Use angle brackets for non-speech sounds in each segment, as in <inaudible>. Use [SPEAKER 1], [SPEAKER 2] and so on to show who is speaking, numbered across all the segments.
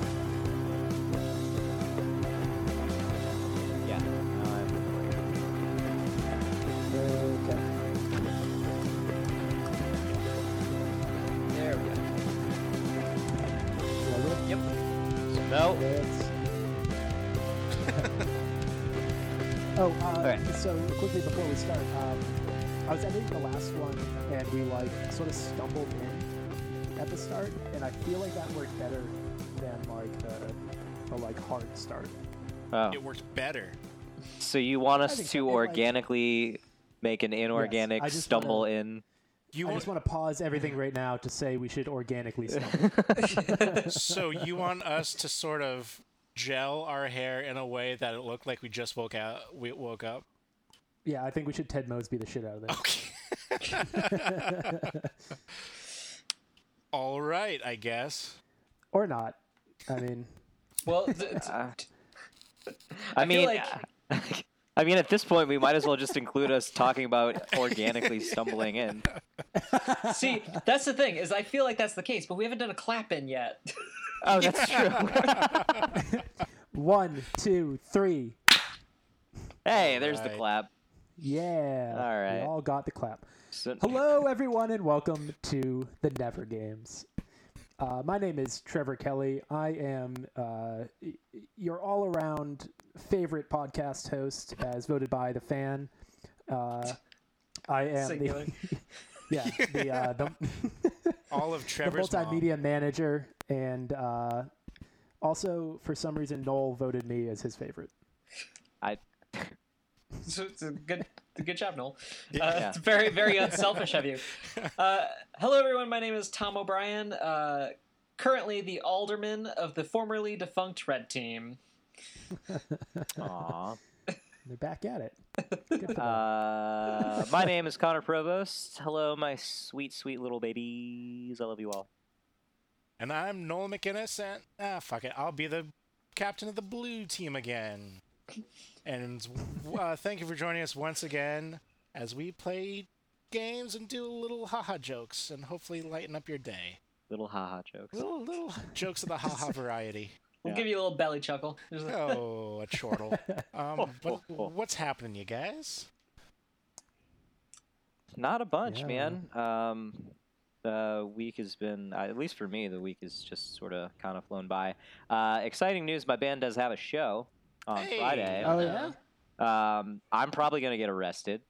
[SPEAKER 1] Um,
[SPEAKER 2] Well-
[SPEAKER 3] That's- oh, uh,
[SPEAKER 2] right.
[SPEAKER 3] <laughs> so quickly before we start, um, I was editing the last one and we like sort of stumbled in at the start, and I feel like that worked better than like the, the like hard start.
[SPEAKER 2] Oh.
[SPEAKER 4] It works better.
[SPEAKER 2] So you want
[SPEAKER 3] I think
[SPEAKER 2] us
[SPEAKER 3] so. It,
[SPEAKER 2] to
[SPEAKER 3] like-
[SPEAKER 2] organically make an inorganic
[SPEAKER 3] I just
[SPEAKER 2] stumble
[SPEAKER 3] wanna-
[SPEAKER 2] in?
[SPEAKER 4] You
[SPEAKER 3] I
[SPEAKER 4] want,
[SPEAKER 3] just want to pause everything right now to say we should organically stumble.
[SPEAKER 4] so
[SPEAKER 3] <laughs>
[SPEAKER 4] you want us to sort of gel our hair in a way that it looked like we just woke out. We woke up.
[SPEAKER 3] yeah, I think we should Ted Mosby the shit out of this. <laughs>
[SPEAKER 4] Okay. All right, I guess.
[SPEAKER 3] Or not. I mean,
[SPEAKER 1] Well, th- th-
[SPEAKER 2] <laughs> I,
[SPEAKER 1] feel
[SPEAKER 2] mean,
[SPEAKER 1] like-
[SPEAKER 2] <laughs> I mean, at this point, we might as well just include us talking about organically stumbling in.
[SPEAKER 1] see, that's the thing is I feel like that's the case, but we haven't done a clap in yet. <laughs>
[SPEAKER 2] Oh, that's true.
[SPEAKER 3] one, two, three.
[SPEAKER 2] <laughs> hey, there's the
[SPEAKER 4] Alright.
[SPEAKER 2] clap.
[SPEAKER 3] Yeah.
[SPEAKER 2] All right.
[SPEAKER 3] We all got the clap.
[SPEAKER 2] So-
[SPEAKER 3] Hello, everyone, and welcome to the Never Games. Uh, my name is Trevor Kelly. I am uh, y- your all around favorite podcast host, as voted by the fan. Uh, I am
[SPEAKER 1] Singular.
[SPEAKER 3] the, <laughs> yeah, the, uh, the,
[SPEAKER 4] All of
[SPEAKER 3] the
[SPEAKER 4] Trevor's mom.
[SPEAKER 3] multimedia manager, and uh, also, for some reason, Noel voted me as his favorite.
[SPEAKER 2] I,
[SPEAKER 1] So it's a good good job, Noel. Uh,
[SPEAKER 2] Yeah.
[SPEAKER 1] it's Very very unselfish of you. Uh, hello everyone. My name is Tom O'Brien. Uh, currently the alderman of the formerly defunct Red Team.
[SPEAKER 2] aw.
[SPEAKER 3] They're back at it. Good
[SPEAKER 2] <laughs>
[SPEAKER 3] for them.
[SPEAKER 2] Uh, my name is Connor Provost. Hello, my sweet, sweet little babies. I love you all.
[SPEAKER 4] And I'm Noel McInnes, and ah, fuck it, I'll be the captain of the blue team again. And uh, thank you for joining us once again as we play games and do little haha jokes and hopefully lighten up your day.
[SPEAKER 2] Little haha jokes.
[SPEAKER 4] Little little jokes of the haha variety.
[SPEAKER 1] We'll
[SPEAKER 2] Yeah.
[SPEAKER 1] give you a little belly chuckle. There's a- uh,
[SPEAKER 4] Oh, a chortle. Um, what, what's happening, you guys?
[SPEAKER 2] Not a bunch,
[SPEAKER 3] Yeah.
[SPEAKER 2] man. Um, the week has been, uh, at least for me, the week has just sort of kind of flown by. Uh, exciting news! My band does have a show on
[SPEAKER 4] Hey.
[SPEAKER 2] Friday.
[SPEAKER 3] oh, yeah?
[SPEAKER 2] Um, I'm probably gonna get arrested.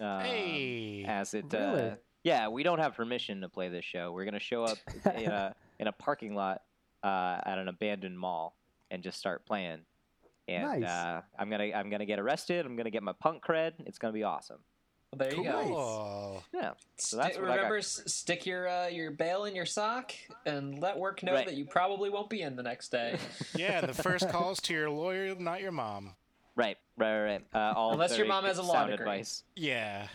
[SPEAKER 2] Um,
[SPEAKER 4] Hey.
[SPEAKER 2] As it,
[SPEAKER 3] Really?
[SPEAKER 2] uh, yeah, we don't have permission to play this show. We're gonna
[SPEAKER 3] <laughs>
[SPEAKER 2] show up in a in a parking lot uh, at an abandoned mall and just start playing. And
[SPEAKER 3] Nice.
[SPEAKER 2] uh, I'm gonna I'm gonna get arrested. I'm gonna get my punk cred. It's gonna be awesome.
[SPEAKER 1] Well, there you go.
[SPEAKER 4] Cool.
[SPEAKER 2] Yeah. So that's
[SPEAKER 1] Sti-
[SPEAKER 2] what I got.
[SPEAKER 1] remember, s- stick your uh, your bail in your sock and let work know
[SPEAKER 2] Right.
[SPEAKER 1] that you probably won't be in the next
[SPEAKER 2] <laughs>
[SPEAKER 1] day,
[SPEAKER 4] Yeah, the first calls to your lawyer, not your mom.
[SPEAKER 2] Right, right, right. right. Uh, all
[SPEAKER 1] Unless your
[SPEAKER 2] very
[SPEAKER 1] mom has
[SPEAKER 2] good
[SPEAKER 1] a law
[SPEAKER 2] sound
[SPEAKER 1] degree.
[SPEAKER 2] advice.
[SPEAKER 4] Yeah.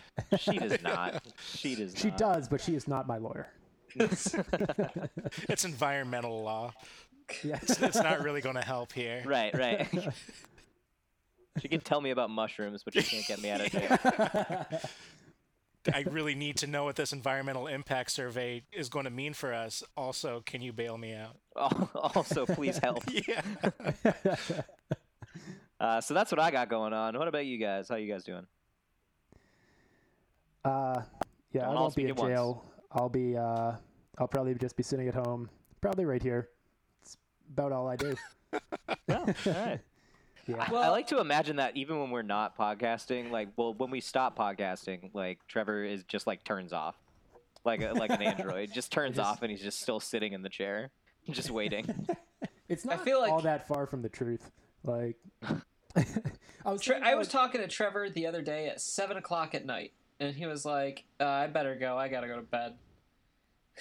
[SPEAKER 1] <laughs>
[SPEAKER 2] She does not. She does.
[SPEAKER 3] She
[SPEAKER 2] not.
[SPEAKER 3] does, but she is not my
[SPEAKER 2] <laughs>
[SPEAKER 3] lawyer.
[SPEAKER 4] It's environmental law.
[SPEAKER 3] Yeah. <laughs>
[SPEAKER 4] It's not really going to help here.
[SPEAKER 2] Right, right. she can tell me about mushrooms, but she can't get me out
[SPEAKER 3] <laughs>
[SPEAKER 2] of jail.
[SPEAKER 4] I really need to know what this environmental impact survey is going to mean for us. Also, can you bail me out? <laughs>
[SPEAKER 2] Al- also, please help.
[SPEAKER 4] Yeah.
[SPEAKER 2] Uh, so that's what I got going on. What about you guys? How you guys doing?
[SPEAKER 3] Uh, yeah,
[SPEAKER 2] Don't
[SPEAKER 3] I
[SPEAKER 2] all
[SPEAKER 3] won't
[SPEAKER 2] speak
[SPEAKER 3] be in
[SPEAKER 2] at once.
[SPEAKER 3] jail. I'll be. Uh, I'll probably just be sitting at home, probably right here. It's about all I do.
[SPEAKER 2] No, all right.
[SPEAKER 3] <laughs> Yeah.
[SPEAKER 2] I- I
[SPEAKER 1] Well-
[SPEAKER 2] like to imagine that even when we're not podcasting, like, well, when we stop podcasting, like Trevor is just like turns off, like a, like an android,
[SPEAKER 3] <laughs>
[SPEAKER 2] just turns
[SPEAKER 3] Just-
[SPEAKER 2] off, and he's just still sitting in the chair, just waiting.
[SPEAKER 3] <laughs> It's
[SPEAKER 1] I
[SPEAKER 3] not
[SPEAKER 1] feel like-
[SPEAKER 3] all that far from the truth. Like, <laughs> I was.
[SPEAKER 1] Tre-
[SPEAKER 3] thinking
[SPEAKER 1] I
[SPEAKER 3] about-
[SPEAKER 1] was talking to Trevor the other day at seven o'clock at night, and he was like, uh, "I better go. I gotta go to bed."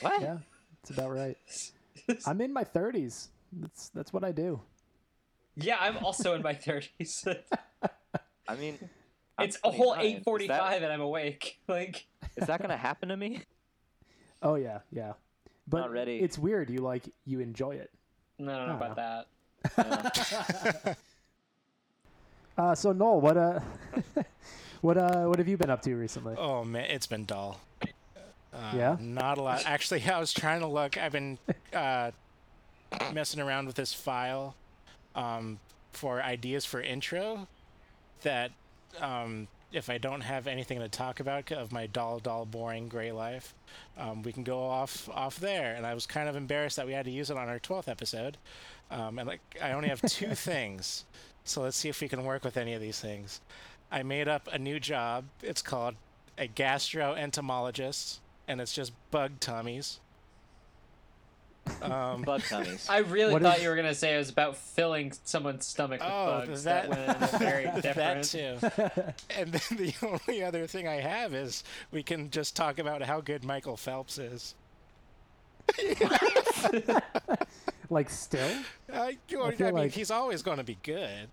[SPEAKER 2] What?
[SPEAKER 3] yeah, it's about right.
[SPEAKER 2] <laughs>
[SPEAKER 3] I'm in my 30s. That's that's what I do.
[SPEAKER 1] Yeah, I'm also
[SPEAKER 2] <laughs>
[SPEAKER 1] in my thirties. <laughs>
[SPEAKER 2] I mean, I'm
[SPEAKER 1] it's a whole
[SPEAKER 2] 29. Is
[SPEAKER 1] eight
[SPEAKER 2] that-
[SPEAKER 1] forty-five, and I'm awake. <laughs> Like,
[SPEAKER 2] Is that gonna happen to me?
[SPEAKER 3] Oh yeah, yeah. But
[SPEAKER 2] Not ready.
[SPEAKER 3] it's weird. You like you enjoy it.
[SPEAKER 1] I don't know
[SPEAKER 2] Oh,
[SPEAKER 3] know.
[SPEAKER 1] about that.
[SPEAKER 3] Uh, so Noel, what uh, <laughs> what uh, what have you been up to recently?
[SPEAKER 4] oh man, it's been dull. Uh,
[SPEAKER 3] Yeah?
[SPEAKER 4] Not a lot. Actually, <laughs> I was trying to look. I've been uh, messing around with this file um, for ideas for intro that um, if I don't have anything to talk about of my dull, dull, boring gray life, um, we can go off off there. And I was kind of embarrassed that we had to use it on our twelfth episode, um, and like I only have two things, so let's see if we can work with any of these things. I made up a new job. It's called a gastroentomologist, and it's just bug tummies. <laughs> Um,
[SPEAKER 2] Bug tummies.
[SPEAKER 1] I really
[SPEAKER 3] What
[SPEAKER 1] thought
[SPEAKER 3] is-
[SPEAKER 1] you were going to say it was about filling someone's stomach with
[SPEAKER 4] Oh,
[SPEAKER 1] bugs.
[SPEAKER 4] that-
[SPEAKER 1] That, went in
[SPEAKER 4] <laughs>
[SPEAKER 1] a very different.
[SPEAKER 4] that
[SPEAKER 1] <laughs>
[SPEAKER 4] too. And then the only other thing I have is we can just talk about how good Michael Phelps is.
[SPEAKER 3] Like still?
[SPEAKER 4] Uh, you- I,
[SPEAKER 3] feel
[SPEAKER 4] mean,
[SPEAKER 3] like-
[SPEAKER 4] he's always going to be good.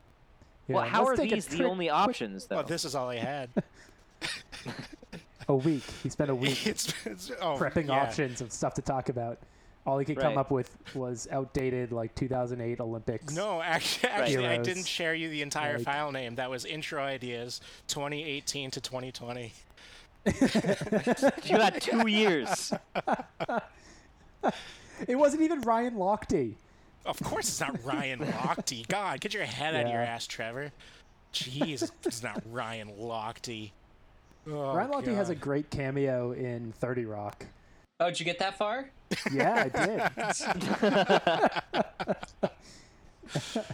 [SPEAKER 3] Yeah,
[SPEAKER 2] well, how
[SPEAKER 3] let's
[SPEAKER 2] are
[SPEAKER 3] take a
[SPEAKER 2] these the
[SPEAKER 3] trip-
[SPEAKER 2] only options though?
[SPEAKER 1] Oh.
[SPEAKER 4] Well, this is all
[SPEAKER 1] <laughs>
[SPEAKER 4] I had. <laughs>
[SPEAKER 3] A week. He spent a week
[SPEAKER 4] it's, it's oh,
[SPEAKER 3] prepping
[SPEAKER 4] <laughs> yeah.
[SPEAKER 3] options of stuff to talk about. All he could come
[SPEAKER 2] Right.
[SPEAKER 3] up with was outdated like 2008 Olympics.
[SPEAKER 4] No, actually, actually I
[SPEAKER 3] Heroes.
[SPEAKER 4] didn't share you the entire
[SPEAKER 3] Like-
[SPEAKER 4] file name. That was intro ideas 2018 to 2020.
[SPEAKER 2] you had
[SPEAKER 4] <laughs>
[SPEAKER 2] two years.
[SPEAKER 3] It wasn't even Ryan Lochte.
[SPEAKER 4] Of course,
[SPEAKER 3] <laughs>
[SPEAKER 4] it's not Ryan Lochte. God, get your head out of your
[SPEAKER 3] Yeah.
[SPEAKER 4] ass, Trevor. Jeez, it's not Ryan Lochte. Oh,
[SPEAKER 3] Ryan Lochte has a
[SPEAKER 4] God.
[SPEAKER 3] great cameo in 30
[SPEAKER 4] <laughs>
[SPEAKER 3] Rock.
[SPEAKER 1] Oh, did you get that far?
[SPEAKER 3] Yeah, I did.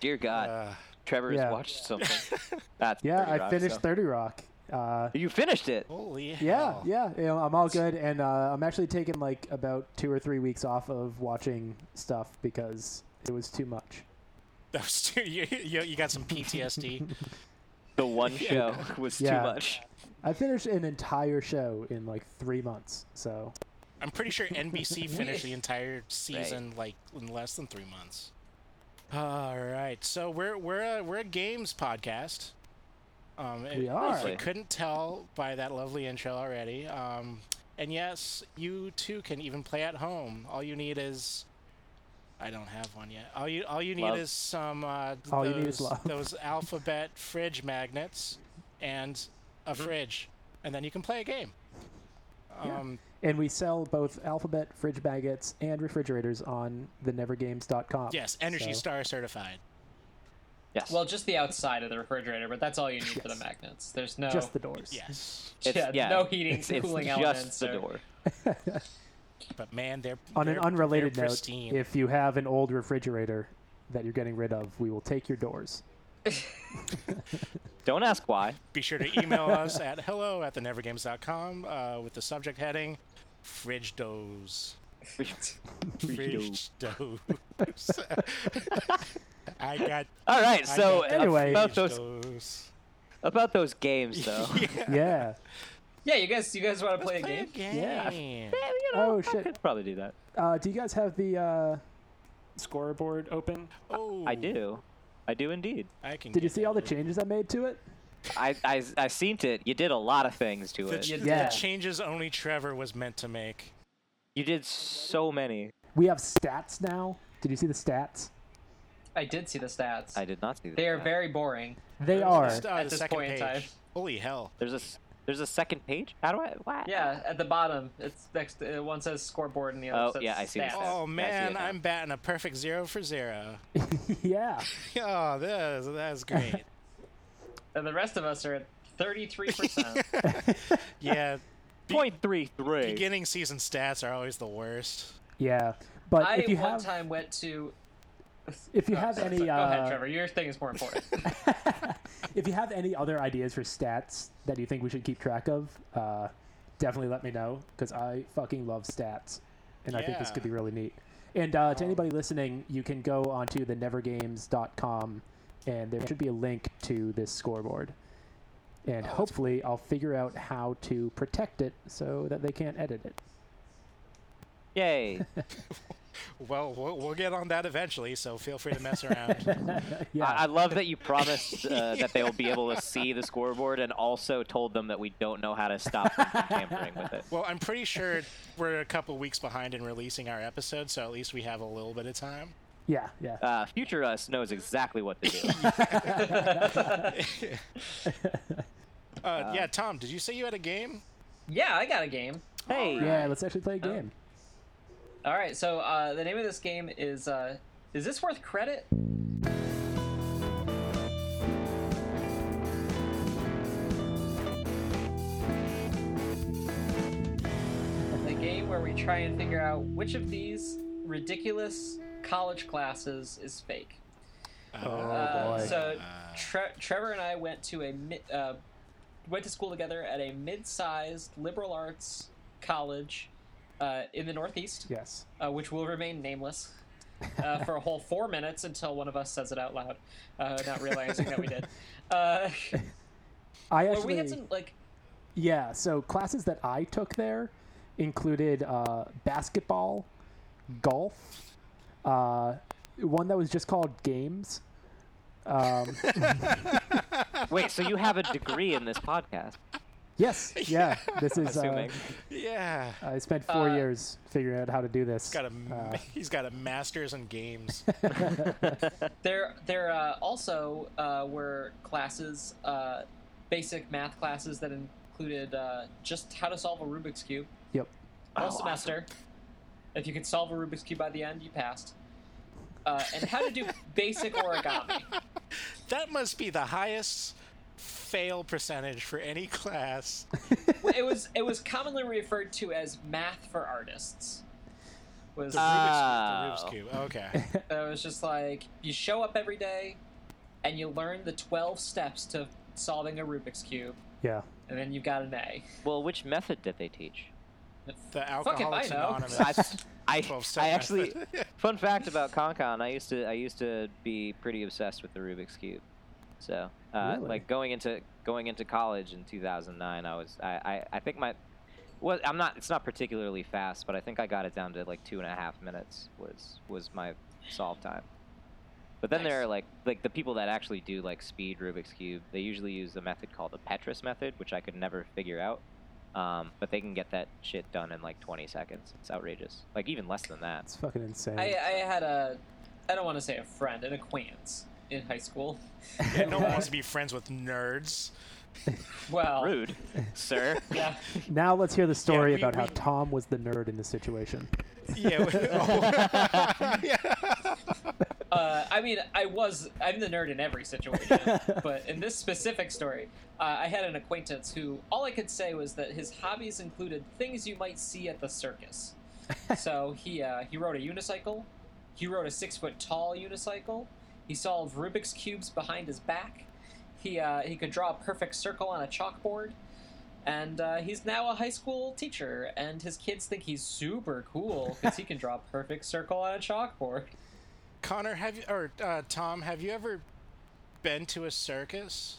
[SPEAKER 2] Dear God,
[SPEAKER 4] Uh,
[SPEAKER 2] Trevor
[SPEAKER 3] yeah.
[SPEAKER 2] has watched
[SPEAKER 4] <laughs>
[SPEAKER 2] something. That's
[SPEAKER 3] Yeah,
[SPEAKER 2] 30
[SPEAKER 3] I
[SPEAKER 2] Rock,
[SPEAKER 3] finished
[SPEAKER 2] so-
[SPEAKER 3] 30 Rock. Uh,
[SPEAKER 2] You finished it.
[SPEAKER 4] holy
[SPEAKER 3] yeah,
[SPEAKER 4] hell.
[SPEAKER 3] yeah, you know, I'm all good, and uh, I'm actually taking like about two or three weeks off of watching stuff because it was too much.
[SPEAKER 4] That was too, <laughs> you, you, you got some PTSD.
[SPEAKER 2] The one show was
[SPEAKER 3] Yeah.
[SPEAKER 2] too much.
[SPEAKER 3] I finished an entire show in like three months, so
[SPEAKER 4] I'm pretty <laughs> sure NBC finished the entire season like in less than three months. All right, so we're we're a, we're a games podcast. Um, if-
[SPEAKER 3] We are.
[SPEAKER 4] If you
[SPEAKER 2] Lovely.
[SPEAKER 4] couldn't tell by that lovely intro already, um, and yes, you too can even play at home. All you need is. I don't have one yet. All you all you need
[SPEAKER 2] Love.
[SPEAKER 4] is some uh,
[SPEAKER 3] All
[SPEAKER 4] those,
[SPEAKER 3] you need is love. <laughs>
[SPEAKER 4] those alphabet fridge magnets and a fridge, and then you can play a game.
[SPEAKER 3] Yeah.
[SPEAKER 4] Um,
[SPEAKER 3] and we sell both alphabet fridge baguettes and refrigerators on thenevergames.com.
[SPEAKER 4] Yes, Energy
[SPEAKER 3] so-
[SPEAKER 4] Star certified.
[SPEAKER 2] Yes.
[SPEAKER 1] Well, just the outside of the refrigerator, but that's all you need for the
[SPEAKER 3] Yes.
[SPEAKER 1] magnets. There's no
[SPEAKER 3] just the doors. <laughs>
[SPEAKER 4] Yes,
[SPEAKER 2] It's-
[SPEAKER 1] yeah,
[SPEAKER 2] yeah,
[SPEAKER 1] no heating,
[SPEAKER 2] it's, it's
[SPEAKER 1] cooling
[SPEAKER 2] just
[SPEAKER 1] elements
[SPEAKER 2] the
[SPEAKER 1] or-
[SPEAKER 2] door.
[SPEAKER 4] but man, they're
[SPEAKER 3] On an
[SPEAKER 4] they're-
[SPEAKER 3] unrelated
[SPEAKER 4] they're
[SPEAKER 3] note,
[SPEAKER 4] pristine.
[SPEAKER 3] if you have an old refrigerator that you're getting rid of, we will take your
[SPEAKER 4] <laughs>
[SPEAKER 3] doors.
[SPEAKER 2] Don't ask why.
[SPEAKER 4] be sure to
[SPEAKER 3] <laughs>
[SPEAKER 4] email us at hello at thenevergames.com uh, with the subject heading fridge doze. Fridge doze. <laughs> I got.
[SPEAKER 2] All right.
[SPEAKER 4] I
[SPEAKER 2] So uh,
[SPEAKER 4] got
[SPEAKER 3] Anyway.
[SPEAKER 2] about
[SPEAKER 4] fridge <laughs>
[SPEAKER 2] those
[SPEAKER 4] doze.
[SPEAKER 2] about those games
[SPEAKER 4] <laughs>
[SPEAKER 2] though.
[SPEAKER 3] <laughs>
[SPEAKER 2] <laughs>
[SPEAKER 3] Yeah.
[SPEAKER 1] Yeah, you guys, you guys want to play a
[SPEAKER 4] Play a
[SPEAKER 1] game?
[SPEAKER 4] game.
[SPEAKER 3] Yeah.
[SPEAKER 2] Yeah, you know,
[SPEAKER 3] Oh,
[SPEAKER 2] I
[SPEAKER 3] shit.
[SPEAKER 2] could probably do that.
[SPEAKER 3] Uh, do you guys have the uh, scoreboard open?
[SPEAKER 4] Oh,
[SPEAKER 2] I do. I do indeed.
[SPEAKER 4] I can.
[SPEAKER 3] Did you
[SPEAKER 4] get
[SPEAKER 3] see all the
[SPEAKER 4] that.
[SPEAKER 3] changes I made to it?
[SPEAKER 2] I I I seen it. You did a lot of things to
[SPEAKER 4] The,
[SPEAKER 2] it.
[SPEAKER 4] ch-
[SPEAKER 3] Yeah.
[SPEAKER 4] the changes only Trevor was meant to make.
[SPEAKER 2] You did so many.
[SPEAKER 3] We have stats now. Did you see the stats?
[SPEAKER 1] I did see the stats.
[SPEAKER 2] I did not see that.
[SPEAKER 1] They are very boring.
[SPEAKER 3] They
[SPEAKER 4] Uh,
[SPEAKER 3] are.
[SPEAKER 1] At
[SPEAKER 4] the
[SPEAKER 1] this
[SPEAKER 4] second
[SPEAKER 1] point in
[SPEAKER 4] page.
[SPEAKER 1] time.
[SPEAKER 4] Holy hell.
[SPEAKER 2] There's a s- there's a second page. How do I? Why?
[SPEAKER 1] Yeah, at the bottom, it's next. Uh, one says scoreboard and the other
[SPEAKER 2] Oh,
[SPEAKER 1] says
[SPEAKER 2] yeah, I see the
[SPEAKER 4] <laughs>
[SPEAKER 1] stats.
[SPEAKER 2] stats.
[SPEAKER 4] Oh
[SPEAKER 2] I see it
[SPEAKER 4] man,
[SPEAKER 2] now.
[SPEAKER 4] I'm batting a perfect zero for zero.
[SPEAKER 3] <laughs>
[SPEAKER 4] <laughs>
[SPEAKER 3] yeah.
[SPEAKER 4] Oh, that is, that is great.
[SPEAKER 1] And the rest of us are at <laughs> 33%.
[SPEAKER 4] <laughs> yeah,
[SPEAKER 2] Point three three.
[SPEAKER 4] beginning season stats are always the worst.
[SPEAKER 3] Yeah. But
[SPEAKER 1] I
[SPEAKER 3] if you
[SPEAKER 1] one
[SPEAKER 3] have
[SPEAKER 1] time went to.
[SPEAKER 3] if you
[SPEAKER 1] Oh,
[SPEAKER 3] have
[SPEAKER 1] sorry,
[SPEAKER 3] any
[SPEAKER 1] sorry. Go ahead,
[SPEAKER 3] uh,
[SPEAKER 1] Trevor. Your thing is more important. <laughs>
[SPEAKER 3] if you have any other ideas for stats that you think we should keep track of, uh, definitely let me know because I fucking love stats, and I think this
[SPEAKER 4] Yeah.
[SPEAKER 3] could be really neat. And uh, to anybody listening, you can go onto the nevergames.com, and there should be a link to this scoreboard. And hopefully, I'll figure out how to protect it so that they can't edit it.
[SPEAKER 2] Yay.
[SPEAKER 1] <laughs>
[SPEAKER 4] Well, we'll, we'll get on that eventually, so feel free to mess <laughs> around.
[SPEAKER 3] Yeah,
[SPEAKER 2] I, I love that you promised uh, that they'll be able to see the scoreboard and also told them that we don't know how to stop them from tampering with it.
[SPEAKER 4] well, I'm pretty sure we're a couple weeks behind in releasing our episode, so at least we have a little bit of time.
[SPEAKER 3] yeah, yeah.
[SPEAKER 2] Uh, future us knows exactly what to
[SPEAKER 1] <laughs>
[SPEAKER 2] do.
[SPEAKER 4] Uh, yeah, Tom, did you say you had a game?
[SPEAKER 1] yeah, I got a game.
[SPEAKER 2] hey,
[SPEAKER 3] yeah, let's actually play a game.
[SPEAKER 1] All right, so uh, the name of this game is uh, Is This Worth Credit? where we try and figure out which of these ridiculous college classes is fake.
[SPEAKER 3] Oh,
[SPEAKER 1] Uh,
[SPEAKER 3] boy.
[SPEAKER 1] so
[SPEAKER 4] Uh,
[SPEAKER 1] Tre- Trevor and I went to a mi- uh, went to school together at a mid-sized liberal arts college uh, in the Northeast,
[SPEAKER 3] Yes.
[SPEAKER 1] uh, which will remain nameless uh, for a whole four minutes until one of us says it out loud, uh, not realizing that we did. Uh,
[SPEAKER 3] I
[SPEAKER 1] but
[SPEAKER 3] actually.
[SPEAKER 1] we had some like
[SPEAKER 3] Yeah, so classes that I took there included uh, basketball, golf, uh, one that was just called games. Um,
[SPEAKER 2] Wait, so you have a degree in this podcast?
[SPEAKER 4] <laughs>
[SPEAKER 3] yes, yeah, this is. Uh,
[SPEAKER 2] Assuming.
[SPEAKER 4] yeah.
[SPEAKER 3] I spent four
[SPEAKER 1] Uh,
[SPEAKER 3] years figuring out how to do this.
[SPEAKER 4] Got a,
[SPEAKER 3] Uh,
[SPEAKER 4] <laughs> he's got a master's in <laughs> games.
[SPEAKER 1] There, there uh, also uh, were classes, uh, basic math classes that included uh, just how to solve a Rubik's cube
[SPEAKER 3] yep.
[SPEAKER 1] all
[SPEAKER 2] Oh,
[SPEAKER 1] semester. If you could solve a Rubik's cube by the end, you passed. Uh, and how to do basic origami.
[SPEAKER 4] that must be the highest fail percentage for any class.
[SPEAKER 1] It was it was commonly referred to as math for artists. Was
[SPEAKER 4] The Rubik's,
[SPEAKER 2] Oh.
[SPEAKER 4] the Rubik's cube. Okay.
[SPEAKER 1] it was just like you show up every day, and you learn the twelve steps to solving a Rubik's cube,
[SPEAKER 3] Yeah.
[SPEAKER 1] and then you got an A.
[SPEAKER 2] Well, which method did they teach?
[SPEAKER 4] The
[SPEAKER 1] Fuck if I
[SPEAKER 4] Alcoholics
[SPEAKER 1] know. <laughs>
[SPEAKER 4] Anonymous.
[SPEAKER 2] I, <laughs> I,
[SPEAKER 4] 12-step
[SPEAKER 2] I
[SPEAKER 4] <laughs>
[SPEAKER 2] actually.
[SPEAKER 4] method.
[SPEAKER 2] <laughs> Fun fact about Concon, I used to I used to be pretty obsessed with the Rubik's cube. So, uh,
[SPEAKER 3] Really?
[SPEAKER 2] like going into going into college in 2009, I was I, I, I think my well I'm not it's not particularly fast, but I think I got it down to like two and a half minutes was was my solve time. But then there
[SPEAKER 1] Nice.
[SPEAKER 2] are like like the people that actually do like speed Rubik's cube. They usually use a method called the Petrus method, which I could never figure out. Um, but they can get that shit done in like 20 seconds. It's outrageous. Like even less than that.
[SPEAKER 3] It's fucking insane.
[SPEAKER 1] I, uh, I had a, I don't want to say a friend, an acquaintance in high school.
[SPEAKER 4] Yeah, no one wants to be friends with nerds.
[SPEAKER 1] Well,
[SPEAKER 2] Rude, sir.
[SPEAKER 1] yeah,
[SPEAKER 3] now let's hear the story
[SPEAKER 4] Yeah, we-
[SPEAKER 3] about how
[SPEAKER 4] we-
[SPEAKER 3] Tom was the nerd in the situation.
[SPEAKER 4] Yeah. we- <laughs> oh. <laughs> yeah.
[SPEAKER 1] uh, I mean, I was, I'm the nerd in every situation, but in this specific story, uh, I had an acquaintance who all I could say was that his hobbies included things you might see at the circus. so he uh, he rode a unicycle, he rode a six foot tall unicycle, he solved Rubik's cubes behind his back, he uh, he could draw a perfect circle on a chalkboard. And uh, he's now a high school teacher, and his kids think he's super cool because he can draw a perfect circle on a chalkboard.
[SPEAKER 4] Connor, have you or uh, Tom, have you ever been to a circus?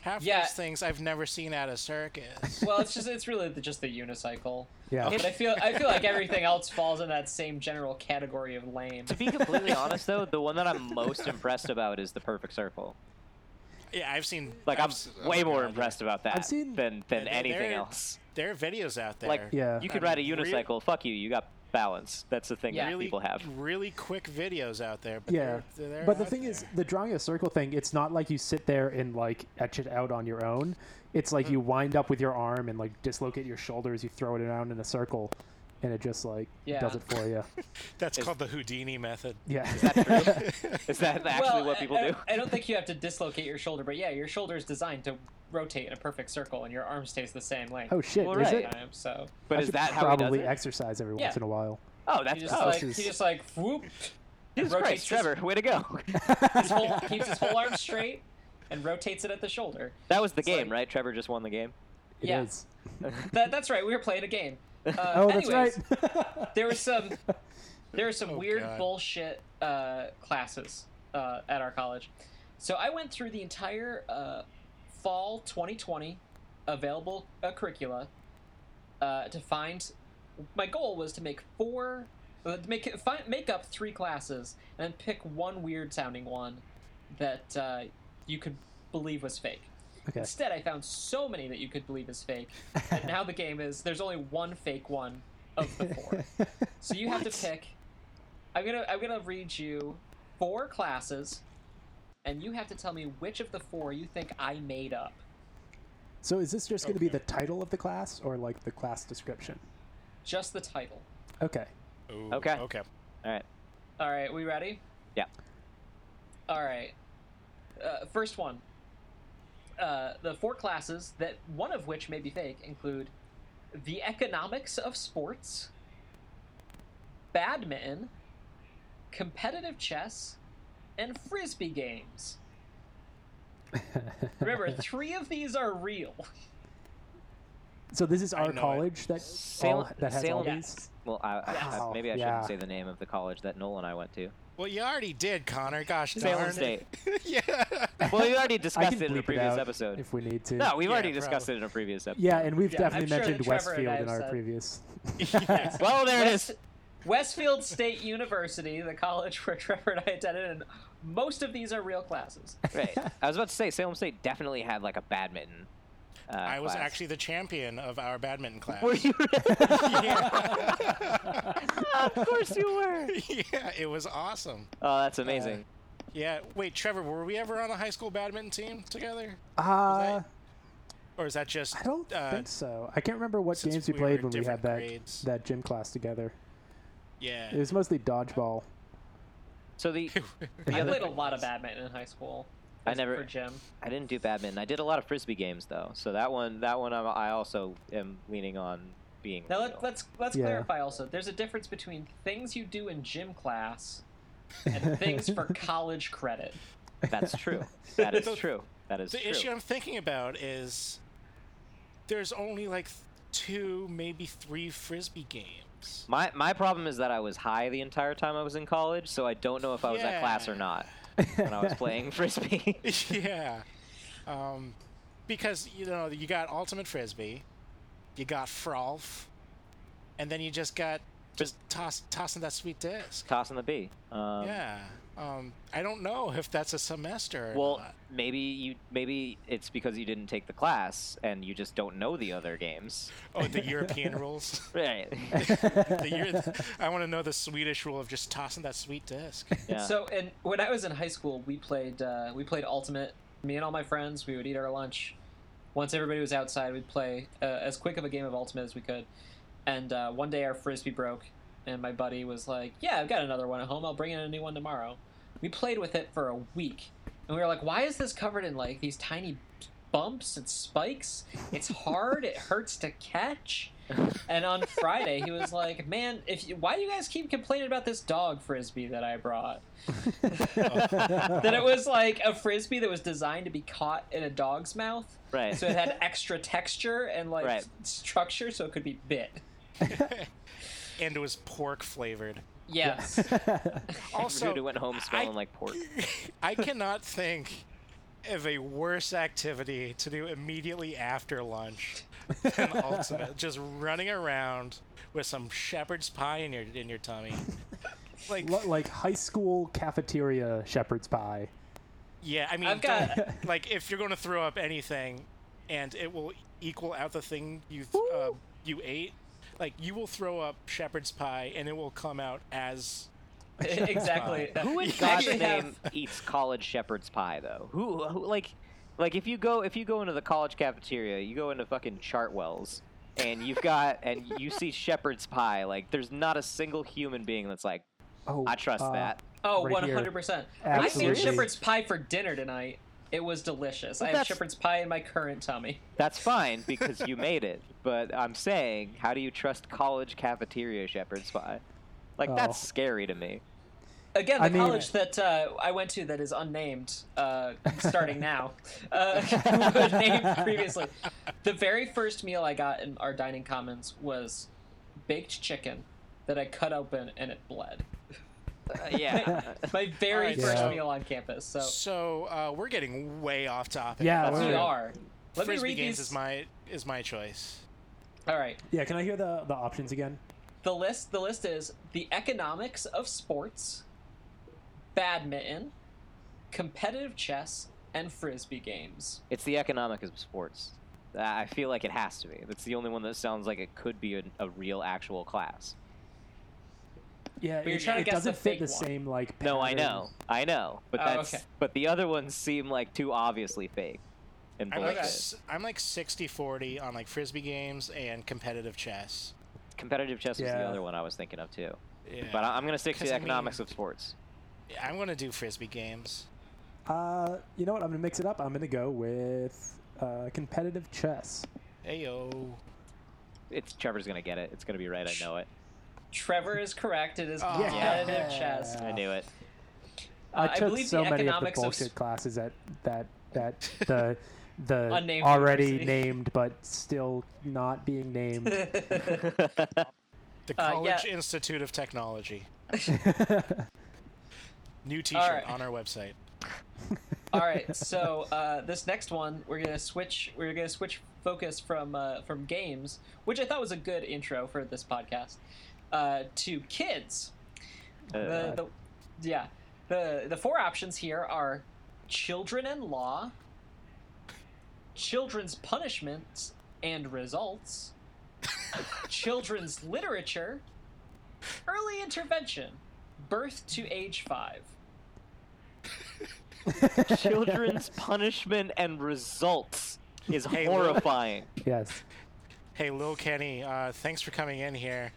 [SPEAKER 4] Half
[SPEAKER 1] Yeah.
[SPEAKER 4] those things I've never seen at a circus.
[SPEAKER 1] well, it's just it's really the, just the unicycle.
[SPEAKER 3] Yeah.
[SPEAKER 1] But I feel I feel like everything else falls in that same general category of lame.
[SPEAKER 2] <laughs> to be completely honest, though, the one that I'm most impressed about is the perfect circle.
[SPEAKER 4] yeah, I've seen.
[SPEAKER 2] Like I'm
[SPEAKER 4] I've s- oh
[SPEAKER 2] way
[SPEAKER 4] my
[SPEAKER 2] more
[SPEAKER 4] God,
[SPEAKER 2] impressed about that
[SPEAKER 3] I've seen-
[SPEAKER 2] than than
[SPEAKER 4] Yeah, they're-
[SPEAKER 2] anything
[SPEAKER 4] they're-
[SPEAKER 2] else.
[SPEAKER 4] There are videos out there.
[SPEAKER 2] Like
[SPEAKER 3] Yeah.
[SPEAKER 2] you could
[SPEAKER 4] I
[SPEAKER 2] ride a
[SPEAKER 4] mean, re-
[SPEAKER 2] unicycle. Fuck you. You got balance. That's the thing
[SPEAKER 1] Yeah.
[SPEAKER 2] that
[SPEAKER 4] really,
[SPEAKER 2] people
[SPEAKER 4] <laughs>
[SPEAKER 2] have.
[SPEAKER 4] really quick videos out there. But
[SPEAKER 3] yeah
[SPEAKER 4] they're, they're
[SPEAKER 3] but the
[SPEAKER 4] out
[SPEAKER 3] thing
[SPEAKER 4] there.
[SPEAKER 3] is, the drawing a circle thing it's not like you sit there and like etch it out on your own it's
[SPEAKER 2] Hmm.
[SPEAKER 3] like you wind up with your arm and like dislocate your shoulders you throw it around in a circle and it just like
[SPEAKER 1] Yeah.
[SPEAKER 3] does it for
[SPEAKER 2] <laughs>
[SPEAKER 3] you
[SPEAKER 4] that's called the Houdini method.
[SPEAKER 3] yeah
[SPEAKER 2] Is that true? is that actually
[SPEAKER 1] well,
[SPEAKER 2] what
[SPEAKER 1] I-
[SPEAKER 2] people
[SPEAKER 1] I,
[SPEAKER 2] do?
[SPEAKER 1] don't- I don't think you have to dislocate your shoulder, but yeah, your shoulder is designed to rotate in a perfect circle, and your arm stays the same length.
[SPEAKER 3] <laughs> oh shit
[SPEAKER 2] Well,
[SPEAKER 3] is
[SPEAKER 2] right.
[SPEAKER 3] it
[SPEAKER 1] time, so
[SPEAKER 2] But
[SPEAKER 3] I
[SPEAKER 2] is
[SPEAKER 3] should
[SPEAKER 2] that how
[SPEAKER 3] probably
[SPEAKER 2] he does it?
[SPEAKER 3] exercise every once
[SPEAKER 1] Yeah.
[SPEAKER 3] in a while
[SPEAKER 2] <laughs> oh,
[SPEAKER 1] he
[SPEAKER 2] that's
[SPEAKER 1] just
[SPEAKER 2] oh,
[SPEAKER 1] like
[SPEAKER 3] this
[SPEAKER 1] he
[SPEAKER 3] is-
[SPEAKER 1] just like whoop, rotates
[SPEAKER 2] Jesus Christ,
[SPEAKER 1] his-
[SPEAKER 2] Trevor, way to go!
[SPEAKER 1] his whole,
[SPEAKER 3] <laughs>
[SPEAKER 1] keeps his whole arm straight, and rotates it at the shoulder.
[SPEAKER 2] that was the game,
[SPEAKER 1] like-
[SPEAKER 2] right? Trevor just won the game.
[SPEAKER 3] It
[SPEAKER 1] yeah,
[SPEAKER 3] is.
[SPEAKER 1] That, that's right. We were playing a game. Uh,
[SPEAKER 3] oh
[SPEAKER 1] anyways,
[SPEAKER 3] that's right
[SPEAKER 1] there was some there were some
[SPEAKER 4] <laughs> Oh,
[SPEAKER 1] weird
[SPEAKER 4] God.
[SPEAKER 1] bullshit uh, classes uh, at our college. So I went through the entire uh, fall 2020 available uh, curricula uh, to find. My goal was to make four, uh, to make find, make up three classes and then pick one weird sounding one that uh, you could believe was fake.
[SPEAKER 3] okay
[SPEAKER 1] Instead, I found so many that you could believe is fake. And now the game is there's only one fake one of the four. So you have to pick. I'm gonna I'm gonna read you four classes, and you have to tell me which of the four you think I made up.
[SPEAKER 3] <laughs> so is this just going to be
[SPEAKER 4] Okay.
[SPEAKER 3] the title of the class or like the class description
[SPEAKER 1] Just the title.
[SPEAKER 3] okay
[SPEAKER 4] Ooh,
[SPEAKER 2] Okay.
[SPEAKER 4] Okay.
[SPEAKER 2] All right.
[SPEAKER 1] All right, we ready?
[SPEAKER 2] Yeah.
[SPEAKER 1] All right. Uh, first one. Uh, the four classes that one of which may be fake include The Economics of Sports, Badminton, Competitive Chess, and Frisbee Games. Remember, three of these are real.
[SPEAKER 3] so this is
[SPEAKER 4] I
[SPEAKER 3] our
[SPEAKER 4] know it.
[SPEAKER 3] college that all,
[SPEAKER 2] Salem-
[SPEAKER 3] that has all
[SPEAKER 2] Salem-
[SPEAKER 3] these.
[SPEAKER 2] Well, I, I- I-
[SPEAKER 3] Wow,
[SPEAKER 2] maybe I
[SPEAKER 3] Oh, yeah.
[SPEAKER 2] shouldn't say the name of the college that Noel and I went to.
[SPEAKER 4] Well, you already did, Connor. Gosh
[SPEAKER 2] Salem
[SPEAKER 4] darn.
[SPEAKER 2] State.
[SPEAKER 4] <laughs> yeah.
[SPEAKER 2] Well, you already
[SPEAKER 3] I
[SPEAKER 2] discussed
[SPEAKER 3] can
[SPEAKER 2] it in
[SPEAKER 3] bleep
[SPEAKER 2] a
[SPEAKER 3] it
[SPEAKER 2] previous
[SPEAKER 3] out
[SPEAKER 2] episode.
[SPEAKER 3] if we need to.
[SPEAKER 2] No, we've
[SPEAKER 4] Yeah,
[SPEAKER 2] already discussed
[SPEAKER 4] probably.
[SPEAKER 2] it in a previous episode.
[SPEAKER 3] Yeah, and we've
[SPEAKER 1] Yeah, I'm
[SPEAKER 3] definitely
[SPEAKER 1] sure that
[SPEAKER 3] mentioned
[SPEAKER 1] Trevor and I
[SPEAKER 3] Westfield in
[SPEAKER 1] have
[SPEAKER 3] our
[SPEAKER 1] said- <laughs>
[SPEAKER 3] previous. <laughs>
[SPEAKER 4] yeah.
[SPEAKER 2] well, there it
[SPEAKER 1] West-
[SPEAKER 2] is.
[SPEAKER 1] Westfield State University, the college where Trevor and I attended, and most of these are real classes.
[SPEAKER 2] <laughs> Right. I was about to say Salem State definitely had like a badminton. Uh,
[SPEAKER 4] I was
[SPEAKER 2] class.
[SPEAKER 4] actually the champion of our badminton class.
[SPEAKER 2] Were <laughs> you?
[SPEAKER 4] yeah.
[SPEAKER 2] of course you
[SPEAKER 4] <laughs>
[SPEAKER 2] were.
[SPEAKER 4] <laughs> yeah, it was awesome.
[SPEAKER 2] Oh, that's amazing.
[SPEAKER 4] Uh, Yeah. Wait, Trevor, were we ever on a high school badminton team together?
[SPEAKER 3] Uh,
[SPEAKER 4] Or is that just
[SPEAKER 3] I don't
[SPEAKER 4] uh,
[SPEAKER 3] think so. I can't remember what
[SPEAKER 4] since
[SPEAKER 3] games we
[SPEAKER 4] we were
[SPEAKER 3] played
[SPEAKER 4] in
[SPEAKER 3] when we had
[SPEAKER 4] different
[SPEAKER 3] that
[SPEAKER 4] grades.
[SPEAKER 3] that gym class together.
[SPEAKER 4] yeah.
[SPEAKER 3] It
[SPEAKER 4] <laughs>
[SPEAKER 3] was mostly dodgeball.
[SPEAKER 2] so the
[SPEAKER 1] I
[SPEAKER 2] other-
[SPEAKER 1] played a lot of badminton in high school.
[SPEAKER 2] I
[SPEAKER 1] Just
[SPEAKER 2] never-
[SPEAKER 1] for gym.
[SPEAKER 2] I didn't do badminton. I did a lot of frisbee games though. So that one, that one, I'm, I also am leaning on being.
[SPEAKER 1] Now
[SPEAKER 2] real.
[SPEAKER 1] let, let's let's
[SPEAKER 3] Yeah.
[SPEAKER 1] clarify also. There's a difference between things you do in gym class and things for college credit. <laughs>
[SPEAKER 2] That's true. That is
[SPEAKER 4] <laughs> The-
[SPEAKER 2] true. That is
[SPEAKER 4] the
[SPEAKER 2] true.
[SPEAKER 4] issue I'm thinking about is there's only like th- two, maybe three frisbee games. <laughs>
[SPEAKER 2] my my problem is that I was high the entire time I was in college, so I don't know if I was that class or
[SPEAKER 4] Yeah.
[SPEAKER 2] not when I was
[SPEAKER 4] <laughs>
[SPEAKER 2] playing frisbee.
[SPEAKER 4] yeah. Um, because you know you got ultimate frisbee, you got frolf, and then you just got just toss tossing that sweet disc.
[SPEAKER 2] Tossing the bee. Um,
[SPEAKER 4] yeah. Um, I don't know if that's a semester. Or
[SPEAKER 2] Well,
[SPEAKER 4] not.
[SPEAKER 2] maybe you maybe it's because you didn't take the class and you just don't know the other games.
[SPEAKER 4] oh,
[SPEAKER 2] <laughs>
[SPEAKER 4] the European rules. <laughs>
[SPEAKER 2] Right.
[SPEAKER 4] The Euro- <laughs> I want to know the Swedish rule of just tossing that sweet disc.
[SPEAKER 2] yeah.
[SPEAKER 1] So, and when I was in high school, we played uh, we played ultimate. Me and all my friends, we would eat our lunch. Once everybody was outside, we'd play uh, as quick of a game of ultimate as we could. And uh, one day, our frisbee broke, and my buddy was like, "Yeah, I've got another one at home. I'll bring in a new one tomorrow." We played with it for a week, and we were like, "Why is this covered in like these tiny bumps and spikes? It's hard. it hurts to catch." And on Friday, he was like, "Man, if you, why do you guys keep complaining about this dog frisbee that I brought?" Oh. That it was like a frisbee that was designed to be caught in a dog's mouth,
[SPEAKER 2] <laughs> right.
[SPEAKER 1] so it had extra texture and like
[SPEAKER 2] Right.
[SPEAKER 1] s- structure, so it could be bit.
[SPEAKER 4] and it was
[SPEAKER 2] <laughs>
[SPEAKER 4] pork flavored.
[SPEAKER 1] Yes,
[SPEAKER 4] Also,
[SPEAKER 2] Ruda went home smelling like pork.
[SPEAKER 4] I cannot think of a worse activity to do immediately after lunch
[SPEAKER 2] <laughs>
[SPEAKER 4] than ultimate. Just running around with some shepherd's pie in your in
[SPEAKER 2] <laughs>
[SPEAKER 4] your tummy. Like,
[SPEAKER 3] <laughs> Lo- like high school cafeteria shepherd's pie.
[SPEAKER 4] yeah, I mean,
[SPEAKER 1] I've got-
[SPEAKER 4] don't- like if you're going to throw up anything, and it will equal out the thing you th- uh, you ate. Like you will throw up shepherd's pie, and it will come out as
[SPEAKER 1] <laughs> exactly.
[SPEAKER 2] Who in
[SPEAKER 1] I
[SPEAKER 2] God's
[SPEAKER 1] actually have-
[SPEAKER 2] name eats college shepherd's pie though? Who, who like like if you go if you go into the college cafeteria, you go into fucking Chartwell's and you've got and you see shepherd's pie like there's not a single human being that's like
[SPEAKER 3] Oh,
[SPEAKER 2] I trust
[SPEAKER 3] uh,
[SPEAKER 2] that.
[SPEAKER 1] Oh,
[SPEAKER 3] right
[SPEAKER 1] one
[SPEAKER 3] here.
[SPEAKER 1] hundred percent. I made
[SPEAKER 3] Absolutely.
[SPEAKER 1] shepherd's pie for dinner tonight. It was delicious.
[SPEAKER 2] Well,
[SPEAKER 1] I have
[SPEAKER 2] that's-
[SPEAKER 1] shepherd's pie in my current tummy.
[SPEAKER 2] That's fine because you made it. But I'm saying, how do you trust college cafeteria shepherd's pie? Like that's
[SPEAKER 3] Oh.
[SPEAKER 2] scary to me.
[SPEAKER 1] Again, the
[SPEAKER 3] I mean-
[SPEAKER 1] college that uh, I went to that is unnamed, uh,
[SPEAKER 3] <laughs>
[SPEAKER 1] starting now, uh, <laughs> was named previously. The very first meal I got in our dining commons was baked chicken that I cut open and it bled.
[SPEAKER 2] Uh, yeah.
[SPEAKER 1] My very
[SPEAKER 4] Alright,
[SPEAKER 1] first
[SPEAKER 3] so-
[SPEAKER 1] meal on campus. So
[SPEAKER 4] So uh, we're getting way off topic.
[SPEAKER 3] Yeah,
[SPEAKER 1] that's
[SPEAKER 3] we're-
[SPEAKER 1] Oh. we are. Let
[SPEAKER 4] Frisbee
[SPEAKER 1] me read
[SPEAKER 4] games
[SPEAKER 1] these.
[SPEAKER 4] is my is my choice.
[SPEAKER 1] All right.
[SPEAKER 3] Yeah, can I hear the the options again?
[SPEAKER 1] The list the list is the economics of sports, badminton, competitive chess, and frisbee games.
[SPEAKER 2] <laughs> it's the economic of sports. Uh, I feel like it has to be. That's the only one that sounds like it could be a, a real actual class.
[SPEAKER 3] Yeah,
[SPEAKER 1] you're
[SPEAKER 3] it,
[SPEAKER 1] trying to
[SPEAKER 3] it
[SPEAKER 1] guess
[SPEAKER 3] doesn't
[SPEAKER 1] the
[SPEAKER 3] fit the
[SPEAKER 1] fake one.
[SPEAKER 3] same like.
[SPEAKER 2] No, I
[SPEAKER 3] pattern.
[SPEAKER 2] know, I know, but
[SPEAKER 1] Oh,
[SPEAKER 2] that's
[SPEAKER 1] okay.
[SPEAKER 2] but the other ones seem like too obviously fake and
[SPEAKER 4] I'm
[SPEAKER 2] bullshit.
[SPEAKER 4] like s- I'm like 60-40 on like frisbee games and competitive chess.
[SPEAKER 2] Competitive chess was the
[SPEAKER 3] Yeah.
[SPEAKER 2] other one I was thinking of too.
[SPEAKER 4] Yeah.
[SPEAKER 2] But I, I'm gonna stick to
[SPEAKER 4] 'Cause
[SPEAKER 2] the
[SPEAKER 4] I mean-
[SPEAKER 2] economics of sports.
[SPEAKER 4] I'm gonna do frisbee games.
[SPEAKER 3] Uh, you know what? I'm gonna mix it up. I'm gonna go with uh, competitive chess.
[SPEAKER 4] Ayo.
[SPEAKER 2] it's Trevor's gonna get it. It's gonna be right. I know it.
[SPEAKER 1] Trevor is correct. It is
[SPEAKER 4] Oh,
[SPEAKER 1] competitive
[SPEAKER 3] yeah.
[SPEAKER 1] chess.
[SPEAKER 2] I knew it. <laughs>
[SPEAKER 1] Uh,
[SPEAKER 3] I
[SPEAKER 1] I
[SPEAKER 3] took
[SPEAKER 1] believe
[SPEAKER 3] so
[SPEAKER 1] the
[SPEAKER 3] many of the
[SPEAKER 1] economics of
[SPEAKER 3] bullshit
[SPEAKER 1] s-
[SPEAKER 3] classes at that that
[SPEAKER 2] <laughs>
[SPEAKER 3] the the
[SPEAKER 1] Unnamed
[SPEAKER 3] already
[SPEAKER 1] university.
[SPEAKER 3] named but still not being
[SPEAKER 2] <laughs>
[SPEAKER 3] named.
[SPEAKER 4] The
[SPEAKER 1] Uh,
[SPEAKER 4] College
[SPEAKER 1] yeah.
[SPEAKER 4] Institute
[SPEAKER 1] <laughs>
[SPEAKER 4] of Technology. New t
[SPEAKER 1] All
[SPEAKER 4] shirt
[SPEAKER 1] right.
[SPEAKER 4] on our website.
[SPEAKER 1] <laughs> All right, so uh, this next one, we're gonna switch. We're gonna switch focus from uh, from games, which I thought was a good intro for this podcast, uh, to kids.
[SPEAKER 2] Uh,
[SPEAKER 1] The, the, yeah, the the four options here are children and law, children's punishments and results, children's literature, early intervention, birth to age five.
[SPEAKER 4] <laughs>
[SPEAKER 2] children's punishment and results is
[SPEAKER 4] Hey, Will.
[SPEAKER 2] horrifying.
[SPEAKER 3] yes.
[SPEAKER 4] Hey, Lil Kenny, uh, thanks for coming in here.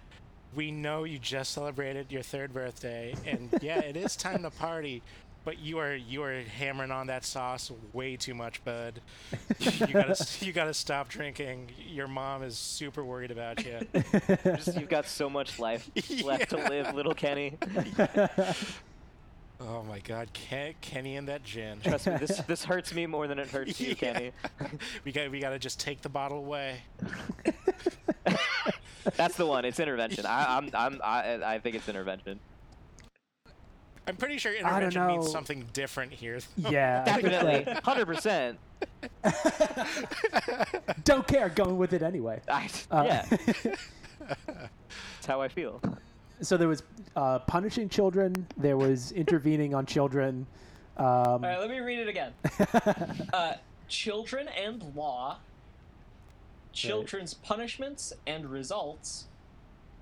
[SPEAKER 4] We know you just celebrated your third birthday,
[SPEAKER 1] <laughs>
[SPEAKER 4] and yeah, it is time to party. But you are you are hammering on that sauce way too much, bud. You
[SPEAKER 1] <laughs>
[SPEAKER 4] gotta you gotta stop drinking. Your mom is super worried
[SPEAKER 1] <laughs>
[SPEAKER 4] about you.
[SPEAKER 2] Just, you've got so much
[SPEAKER 4] <laughs>
[SPEAKER 2] life left to live, little Kenny.
[SPEAKER 4] Oh my God, Ken, Kenny and that gin.
[SPEAKER 2] Trust me, this this hurts me more than it hurts you,
[SPEAKER 4] Yeah.
[SPEAKER 2] Kenny.
[SPEAKER 4] <laughs> we got we gotta just take the bottle away.
[SPEAKER 2] That's the one. It's intervention. I, I'm I'm I, I think it's intervention.
[SPEAKER 4] I'm pretty sure
[SPEAKER 3] don't
[SPEAKER 4] intervention means
[SPEAKER 3] know.
[SPEAKER 4] something different here.
[SPEAKER 3] <laughs> Yeah. I think
[SPEAKER 2] Definitely,
[SPEAKER 3] that-
[SPEAKER 2] hundred percent.
[SPEAKER 3] <laughs> don't care. Going with it anyway.
[SPEAKER 2] I
[SPEAKER 3] Uh,
[SPEAKER 2] Yeah, that's how I feel.
[SPEAKER 3] <laughs> so there was uh, punishing children. There was intervening on children. Um,
[SPEAKER 1] All right, let me read it again. uh, children and law, children's punishments and results,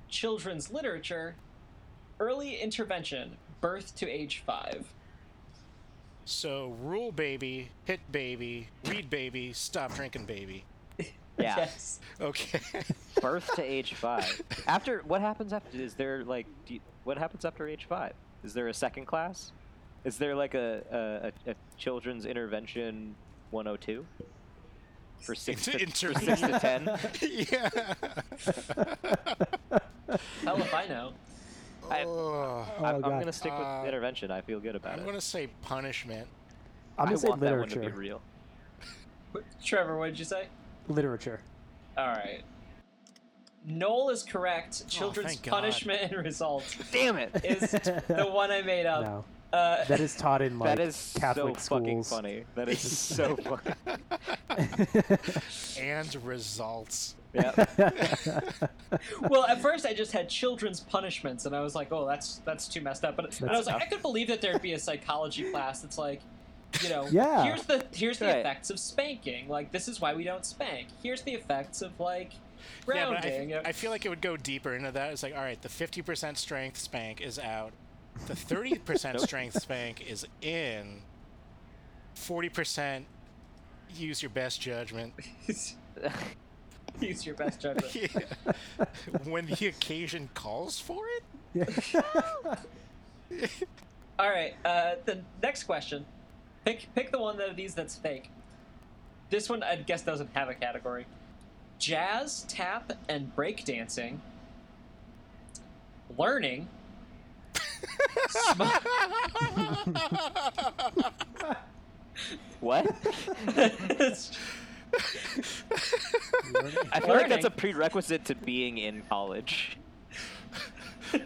[SPEAKER 1] children's literature, early intervention, birth to age five.
[SPEAKER 4] <laughs> So rule baby, hit baby, read baby, stop drinking baby.
[SPEAKER 2] Yeah,
[SPEAKER 1] <laughs> Yes.
[SPEAKER 4] <laughs> Okay.
[SPEAKER 2] birth to
[SPEAKER 3] <laughs>
[SPEAKER 2] age five. After what happens after? Is there like do you- what happens after age five? Is there a second class? Is there like a a, a, a children's intervention 102 for
[SPEAKER 4] <laughs>
[SPEAKER 2] six to,
[SPEAKER 4] Inter-
[SPEAKER 2] for six to ten?
[SPEAKER 4] Oh, yeah.
[SPEAKER 1] Hell if I know.
[SPEAKER 2] I,
[SPEAKER 4] Ugh.
[SPEAKER 2] I'm, I'm
[SPEAKER 3] God.
[SPEAKER 2] gonna stick with
[SPEAKER 4] Uh,
[SPEAKER 2] intervention. I feel good about
[SPEAKER 4] I'm
[SPEAKER 2] it.
[SPEAKER 4] gonna say punishment.
[SPEAKER 3] I'm
[SPEAKER 2] I
[SPEAKER 3] gonna say
[SPEAKER 2] want that one to be
[SPEAKER 3] literature.
[SPEAKER 2] real.
[SPEAKER 1] Trevor, what did you say?
[SPEAKER 3] Literature.
[SPEAKER 1] All right. Noel is correct. Children's
[SPEAKER 4] Oh, thank God.
[SPEAKER 1] punishment and results
[SPEAKER 2] Damn it!
[SPEAKER 1] is the one I made up.
[SPEAKER 3] No,
[SPEAKER 1] Uh,
[SPEAKER 3] that is taught
[SPEAKER 2] <laughs>
[SPEAKER 3] in like
[SPEAKER 2] that is
[SPEAKER 3] Catholic
[SPEAKER 2] so fucking
[SPEAKER 3] schools.
[SPEAKER 2] funny. That
[SPEAKER 3] <laughs>
[SPEAKER 2] is so funny.
[SPEAKER 4] And results.
[SPEAKER 3] <laughs>
[SPEAKER 2] Yeah.
[SPEAKER 1] well, at first I just had children's punishments, and I was like, "Oh, that's that's too messed up." But and I was like,
[SPEAKER 2] tough.
[SPEAKER 1] I could believe that there'd be a psychology class that's like, you know,
[SPEAKER 3] Yeah.
[SPEAKER 1] here's the here's the
[SPEAKER 2] Right.
[SPEAKER 1] effects of spanking. Like, this is why we don't spank. Here's the effects of like
[SPEAKER 4] Yeah, but I,
[SPEAKER 1] grounding.
[SPEAKER 4] th- I feel like it would go deeper into that. It's like, all right, the 50% strength spank is out. The 30% <laughs> strength spank is in. 40% use your best judgment.
[SPEAKER 1] <laughs> Use your best judgment.
[SPEAKER 4] Yeah. <laughs> when the occasion calls for it? <laughs>
[SPEAKER 1] All right. Uh, the next question. Pick pick the one of these that's fake. This one I guess doesn't have a category. Jazz, tap, and breakdancing. Learning. Sm-
[SPEAKER 2] what? I feel like that's a
[SPEAKER 1] Learning.
[SPEAKER 2] prerequisite to being in college.
[SPEAKER 3] you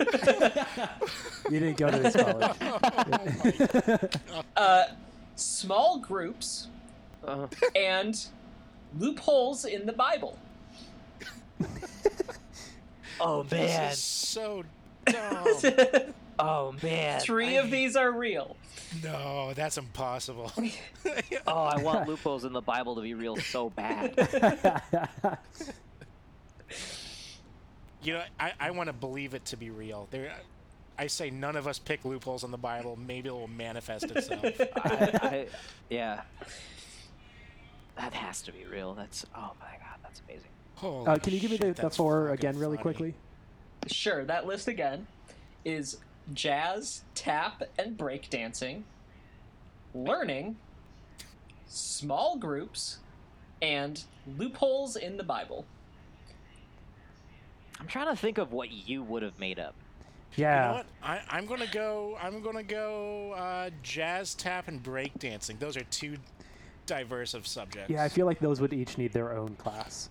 [SPEAKER 3] didn't go to this college.
[SPEAKER 2] <laughs>
[SPEAKER 1] uh, small groups
[SPEAKER 2] Uh,
[SPEAKER 1] and loopholes in the Bible.
[SPEAKER 2] <laughs> oh
[SPEAKER 3] <laughs>
[SPEAKER 2] man!
[SPEAKER 4] This is so dumb.
[SPEAKER 2] Oh man!
[SPEAKER 1] Three of these are real.
[SPEAKER 4] no, that's impossible. <laughs>
[SPEAKER 2] Oh,
[SPEAKER 3] <laughs>
[SPEAKER 2] I want loopholes in the Bible to be real so bad.
[SPEAKER 3] <laughs>
[SPEAKER 4] You know, I, I want to believe it to be real. There, I say none of us pick loopholes in the Bible. Maybe it will
[SPEAKER 3] <laughs>
[SPEAKER 4] manifest
[SPEAKER 3] Uh,
[SPEAKER 4] itself.
[SPEAKER 2] I, I, yeah. That has to be real. That's oh my god, that's amazing.
[SPEAKER 4] Holy
[SPEAKER 3] uh, can you give me the,
[SPEAKER 4] shit,
[SPEAKER 3] the
[SPEAKER 4] that's
[SPEAKER 3] four
[SPEAKER 4] fucking
[SPEAKER 3] again, really
[SPEAKER 4] funny.
[SPEAKER 3] quickly?
[SPEAKER 1] Sure, that list again is jazz, tap, and breakdancing, learning, small groups, and loopholes in the Bible.
[SPEAKER 2] I'm trying to think of what you would have made up.
[SPEAKER 4] You
[SPEAKER 3] Yeah.
[SPEAKER 4] know what? I, I'm gonna go. I'm gonna go uh, jazz, tap, and break dancing. Those are two diverse of subjects.
[SPEAKER 3] yeah, I feel like those would each need their own class.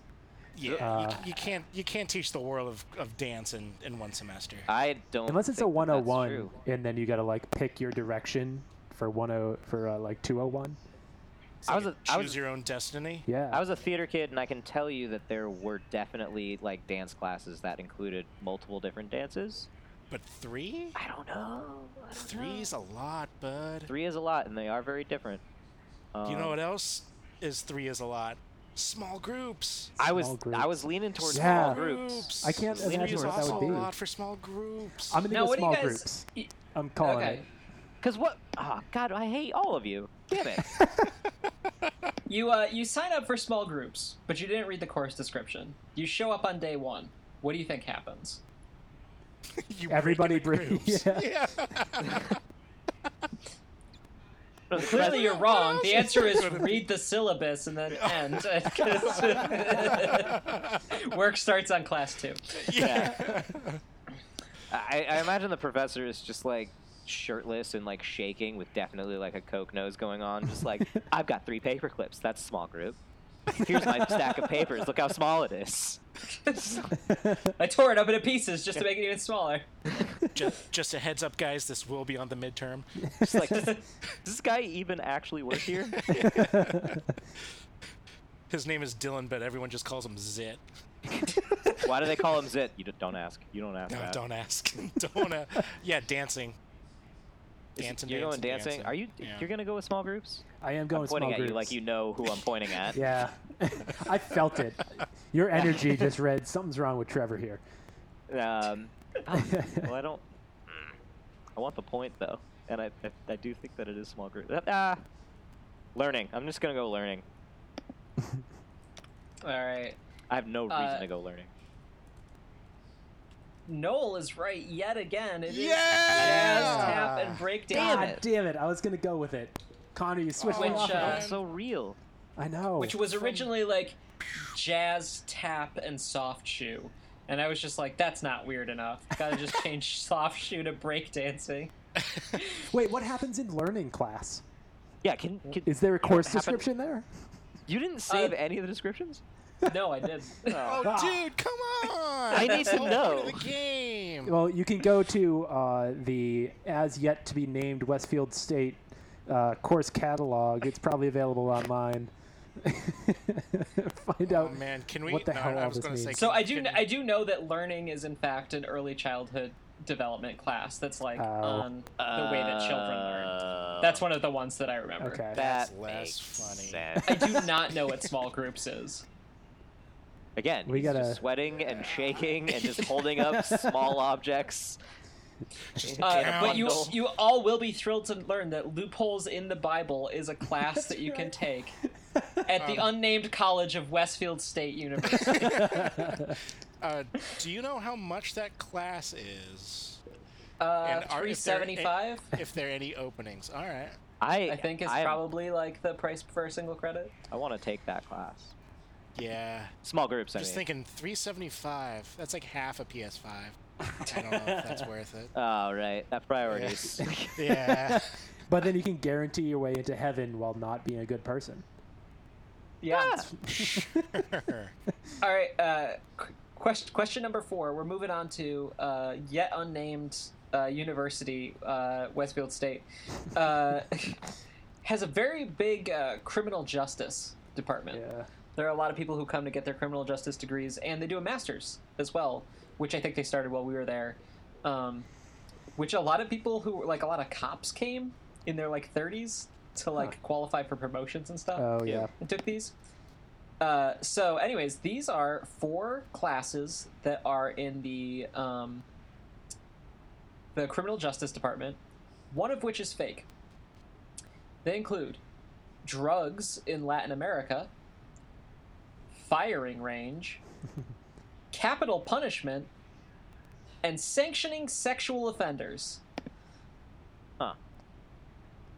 [SPEAKER 4] yeah. you,
[SPEAKER 3] uh,
[SPEAKER 4] you can't you can't teach the world of, of dance in, in one semester.
[SPEAKER 2] I don't.
[SPEAKER 3] Unless it's
[SPEAKER 2] think
[SPEAKER 3] a
[SPEAKER 2] that that's
[SPEAKER 3] 101
[SPEAKER 2] true.
[SPEAKER 3] and then you got to like pick your direction for 10 for uh, like 201.
[SPEAKER 4] It's
[SPEAKER 2] I was
[SPEAKER 4] like
[SPEAKER 2] a- I
[SPEAKER 4] choose
[SPEAKER 2] was-
[SPEAKER 4] your own destiny.
[SPEAKER 3] Yeah.
[SPEAKER 2] I was a theater kid, and I can tell you that there were definitely like dance classes that included multiple different dances.
[SPEAKER 4] But three,
[SPEAKER 2] I don't know. I don't
[SPEAKER 4] three's
[SPEAKER 2] know.
[SPEAKER 4] a lot, bud.
[SPEAKER 2] three is a lot, and they are very different. Um,
[SPEAKER 4] You know what else is three is a lot? Small groups.
[SPEAKER 2] I was
[SPEAKER 3] Small
[SPEAKER 2] I was leaning towards
[SPEAKER 3] Yeah.
[SPEAKER 2] small groups.
[SPEAKER 3] I can't
[SPEAKER 4] Three
[SPEAKER 3] imagine
[SPEAKER 4] is
[SPEAKER 3] what that would
[SPEAKER 4] also
[SPEAKER 3] be.
[SPEAKER 4] a lot for small groups.
[SPEAKER 3] I'm going to
[SPEAKER 1] Now,
[SPEAKER 3] go
[SPEAKER 1] what do you guys?
[SPEAKER 3] small groups.
[SPEAKER 1] y-
[SPEAKER 3] I'm calling
[SPEAKER 1] okay.
[SPEAKER 3] it.
[SPEAKER 2] Cause what? Oh God, I hate all of you. Damn it.
[SPEAKER 1] You uh, you sign up for small groups, but you didn't read the course description. You show up on day one. What do you think happens?
[SPEAKER 4] <laughs> You break
[SPEAKER 3] Everybody
[SPEAKER 4] into
[SPEAKER 3] break- <laughs>
[SPEAKER 4] groups.
[SPEAKER 3] yeah.
[SPEAKER 2] No, the
[SPEAKER 1] Clearly,
[SPEAKER 2] best-
[SPEAKER 1] you're wrong. The answer is read the syllabus and then end. <laughs>
[SPEAKER 4] <laughs>
[SPEAKER 3] <laughs>
[SPEAKER 1] 'cause <laughs> Work starts on class two.
[SPEAKER 4] yeah.
[SPEAKER 2] I, I imagine the professor is just like shirtless and like shaking with definitely like a coke nose going on. Just like I've got three paper clips. That's a small group. Here's my stack of papers. Look how small it is.
[SPEAKER 1] I tore it up into pieces just to make it even smaller. <laughs>
[SPEAKER 4] just, just a heads up, guys. This will be on the midterm.
[SPEAKER 3] <laughs>
[SPEAKER 2] Just like does, does this guy even actually work here?
[SPEAKER 4] His name is Dylan, but everyone just calls him Zit.
[SPEAKER 2] Why do they call him Zit? You d- don't ask. You don't ask.
[SPEAKER 4] No,
[SPEAKER 2] that.
[SPEAKER 4] don't ask. don't. Uh, yeah, dancing.
[SPEAKER 2] Is-
[SPEAKER 4] Dancing.
[SPEAKER 2] You're going dancing. Are you?
[SPEAKER 4] Yeah.
[SPEAKER 2] You're gonna go with small groups?
[SPEAKER 3] I am going
[SPEAKER 2] I'm pointing
[SPEAKER 3] small
[SPEAKER 2] at
[SPEAKER 3] groups.
[SPEAKER 2] you like you know who I'm
[SPEAKER 3] <laughs>
[SPEAKER 2] pointing at.
[SPEAKER 3] Yeah. I felt it. Your energy just read something's wrong with Trevor here.
[SPEAKER 2] Um, oh,
[SPEAKER 3] <laughs>
[SPEAKER 2] well, I don't. Hmm. I want the point though, and I I, I do think that it is small group. Ah, learning. I'm just gonna go learning.
[SPEAKER 1] All right.
[SPEAKER 2] I have no reason
[SPEAKER 1] Uh,
[SPEAKER 2] to go learning.
[SPEAKER 1] Noel is right yet again. It is
[SPEAKER 4] Yeah!
[SPEAKER 1] jazz, tap, and
[SPEAKER 2] Damn
[SPEAKER 1] breakdown,
[SPEAKER 3] God
[SPEAKER 2] it.
[SPEAKER 3] damn it. I was going to go with it. Connor, you switched me
[SPEAKER 1] Which,
[SPEAKER 3] off. of
[SPEAKER 1] uh,
[SPEAKER 2] Oh,
[SPEAKER 3] it.
[SPEAKER 2] it's so real.
[SPEAKER 3] I know.
[SPEAKER 1] which was originally like jazz, tap, and soft shoe. And I was just like, that's not weird enough. Gotta
[SPEAKER 3] <laughs>
[SPEAKER 1] just change soft shoe to breakdancing.
[SPEAKER 3] Wait, what happens in learning class?
[SPEAKER 2] Yeah. Can, can
[SPEAKER 3] Is there a course
[SPEAKER 2] happened-
[SPEAKER 3] description there?
[SPEAKER 2] you didn't save
[SPEAKER 1] Uh,
[SPEAKER 2] any of the descriptions?
[SPEAKER 1] No, I
[SPEAKER 3] <laughs>
[SPEAKER 1] didn't.
[SPEAKER 4] Oh,
[SPEAKER 3] Ah.
[SPEAKER 4] dude, come on!
[SPEAKER 2] I need
[SPEAKER 4] That's
[SPEAKER 2] to
[SPEAKER 4] the whole point
[SPEAKER 2] know.
[SPEAKER 4] of The game.
[SPEAKER 3] Well, you can go to uh, the as yet to be named Westfield State uh, course catalog. It's probably available online. <laughs> Find
[SPEAKER 4] Oh
[SPEAKER 3] out.
[SPEAKER 4] man, can we?
[SPEAKER 3] what the
[SPEAKER 4] no,
[SPEAKER 3] hell
[SPEAKER 4] I
[SPEAKER 3] all
[SPEAKER 4] was
[SPEAKER 3] this
[SPEAKER 4] gonna say.
[SPEAKER 3] means.
[SPEAKER 1] So
[SPEAKER 4] can-
[SPEAKER 1] I do
[SPEAKER 4] can-
[SPEAKER 1] I do know that learning is in fact an early childhood development class that's like
[SPEAKER 3] Oh.
[SPEAKER 1] on the way that children learn.
[SPEAKER 2] Uh,
[SPEAKER 1] That's one of the ones that I remember.
[SPEAKER 3] Okay.
[SPEAKER 2] That
[SPEAKER 4] That's less
[SPEAKER 2] makes
[SPEAKER 4] funny.
[SPEAKER 2] sense.
[SPEAKER 1] I do not know what small groups is.
[SPEAKER 2] Again,
[SPEAKER 3] We
[SPEAKER 2] he's just
[SPEAKER 3] gotta-
[SPEAKER 2] sweating and shaking and just holding up small objects.
[SPEAKER 4] Just
[SPEAKER 1] Uh, but you
[SPEAKER 2] Candle.
[SPEAKER 1] you all will be thrilled to learn that loopholes in the Bible is a class that you can
[SPEAKER 2] <laughs>
[SPEAKER 1] take at the
[SPEAKER 4] Um,
[SPEAKER 1] unnamed college of Westfield State University.
[SPEAKER 4] uh, do you know how much that class is?
[SPEAKER 1] Uh,
[SPEAKER 4] <laughs> And are-
[SPEAKER 1] Three
[SPEAKER 4] if there-
[SPEAKER 1] seventy five,
[SPEAKER 4] If there are any openings, all right.
[SPEAKER 2] I
[SPEAKER 1] I think, is
[SPEAKER 2] I am-
[SPEAKER 1] probably like the price for a single credit.
[SPEAKER 2] I want to take that class.
[SPEAKER 4] Yeah.
[SPEAKER 2] Small groups. I
[SPEAKER 4] Just
[SPEAKER 2] mean.
[SPEAKER 4] thinking 375. That's like half a PS5. I don't know if that's worth it.
[SPEAKER 2] Oh right, <laughs> that priorities.
[SPEAKER 4] Yeah. <laughs>
[SPEAKER 3] But then you can guarantee your way into heaven while not being a good person.
[SPEAKER 1] Yeah.
[SPEAKER 4] Sure.
[SPEAKER 1] All right. Uh, question question number four. We're moving on to uh, yet unnamed uh, university, uh, Westfield State, uh, <laughs> has a very big uh, criminal justice department.
[SPEAKER 3] Yeah.
[SPEAKER 1] There are a lot of people who come to get their criminal justice degrees, and they do a master's as well, which I think they started while we were there. Um, which a lot of people who like a lot of cops came in their like 30s to like qualify for promotions and stuff
[SPEAKER 3] Oh yeah.
[SPEAKER 1] and took these. Uh, so, anyways, these are four classes that are in the um, the criminal justice department. One of which is fake. They include drugs in Latin America, firing
[SPEAKER 3] <laughs>
[SPEAKER 1] range, capital punishment, and sanctioning sexual offenders.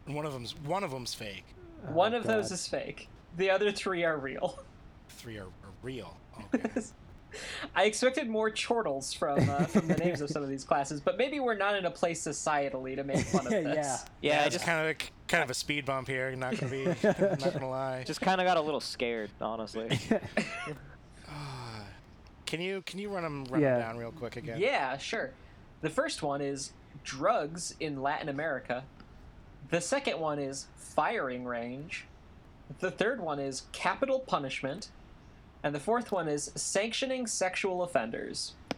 [SPEAKER 4] one of them's one of them's fake.
[SPEAKER 3] Oh,
[SPEAKER 1] One of
[SPEAKER 3] God.
[SPEAKER 1] those is fake. The other three are real. <laughs>
[SPEAKER 2] <laughs>
[SPEAKER 4] Three are, are real. Okay.
[SPEAKER 1] <laughs> I expected more chortles from uh, from the names of some of these classes, but maybe we're not in a place societally to make fun of this.
[SPEAKER 3] <laughs> yeah.
[SPEAKER 2] Yeah, I
[SPEAKER 4] it's
[SPEAKER 2] just
[SPEAKER 4] kind of a, kind of a speed bump here. Not gonna be. not gonna lie.
[SPEAKER 2] <laughs> just kind of got a little scared, honestly.
[SPEAKER 4] Can you can you run them run 'em
[SPEAKER 3] Yeah.
[SPEAKER 4] down real quick again?
[SPEAKER 1] Yeah, sure. The first one is drugs in Latin America. The second one is firing range. The third one is capital punishment. And the fourth one is sanctioning sexual offenders. <laughs>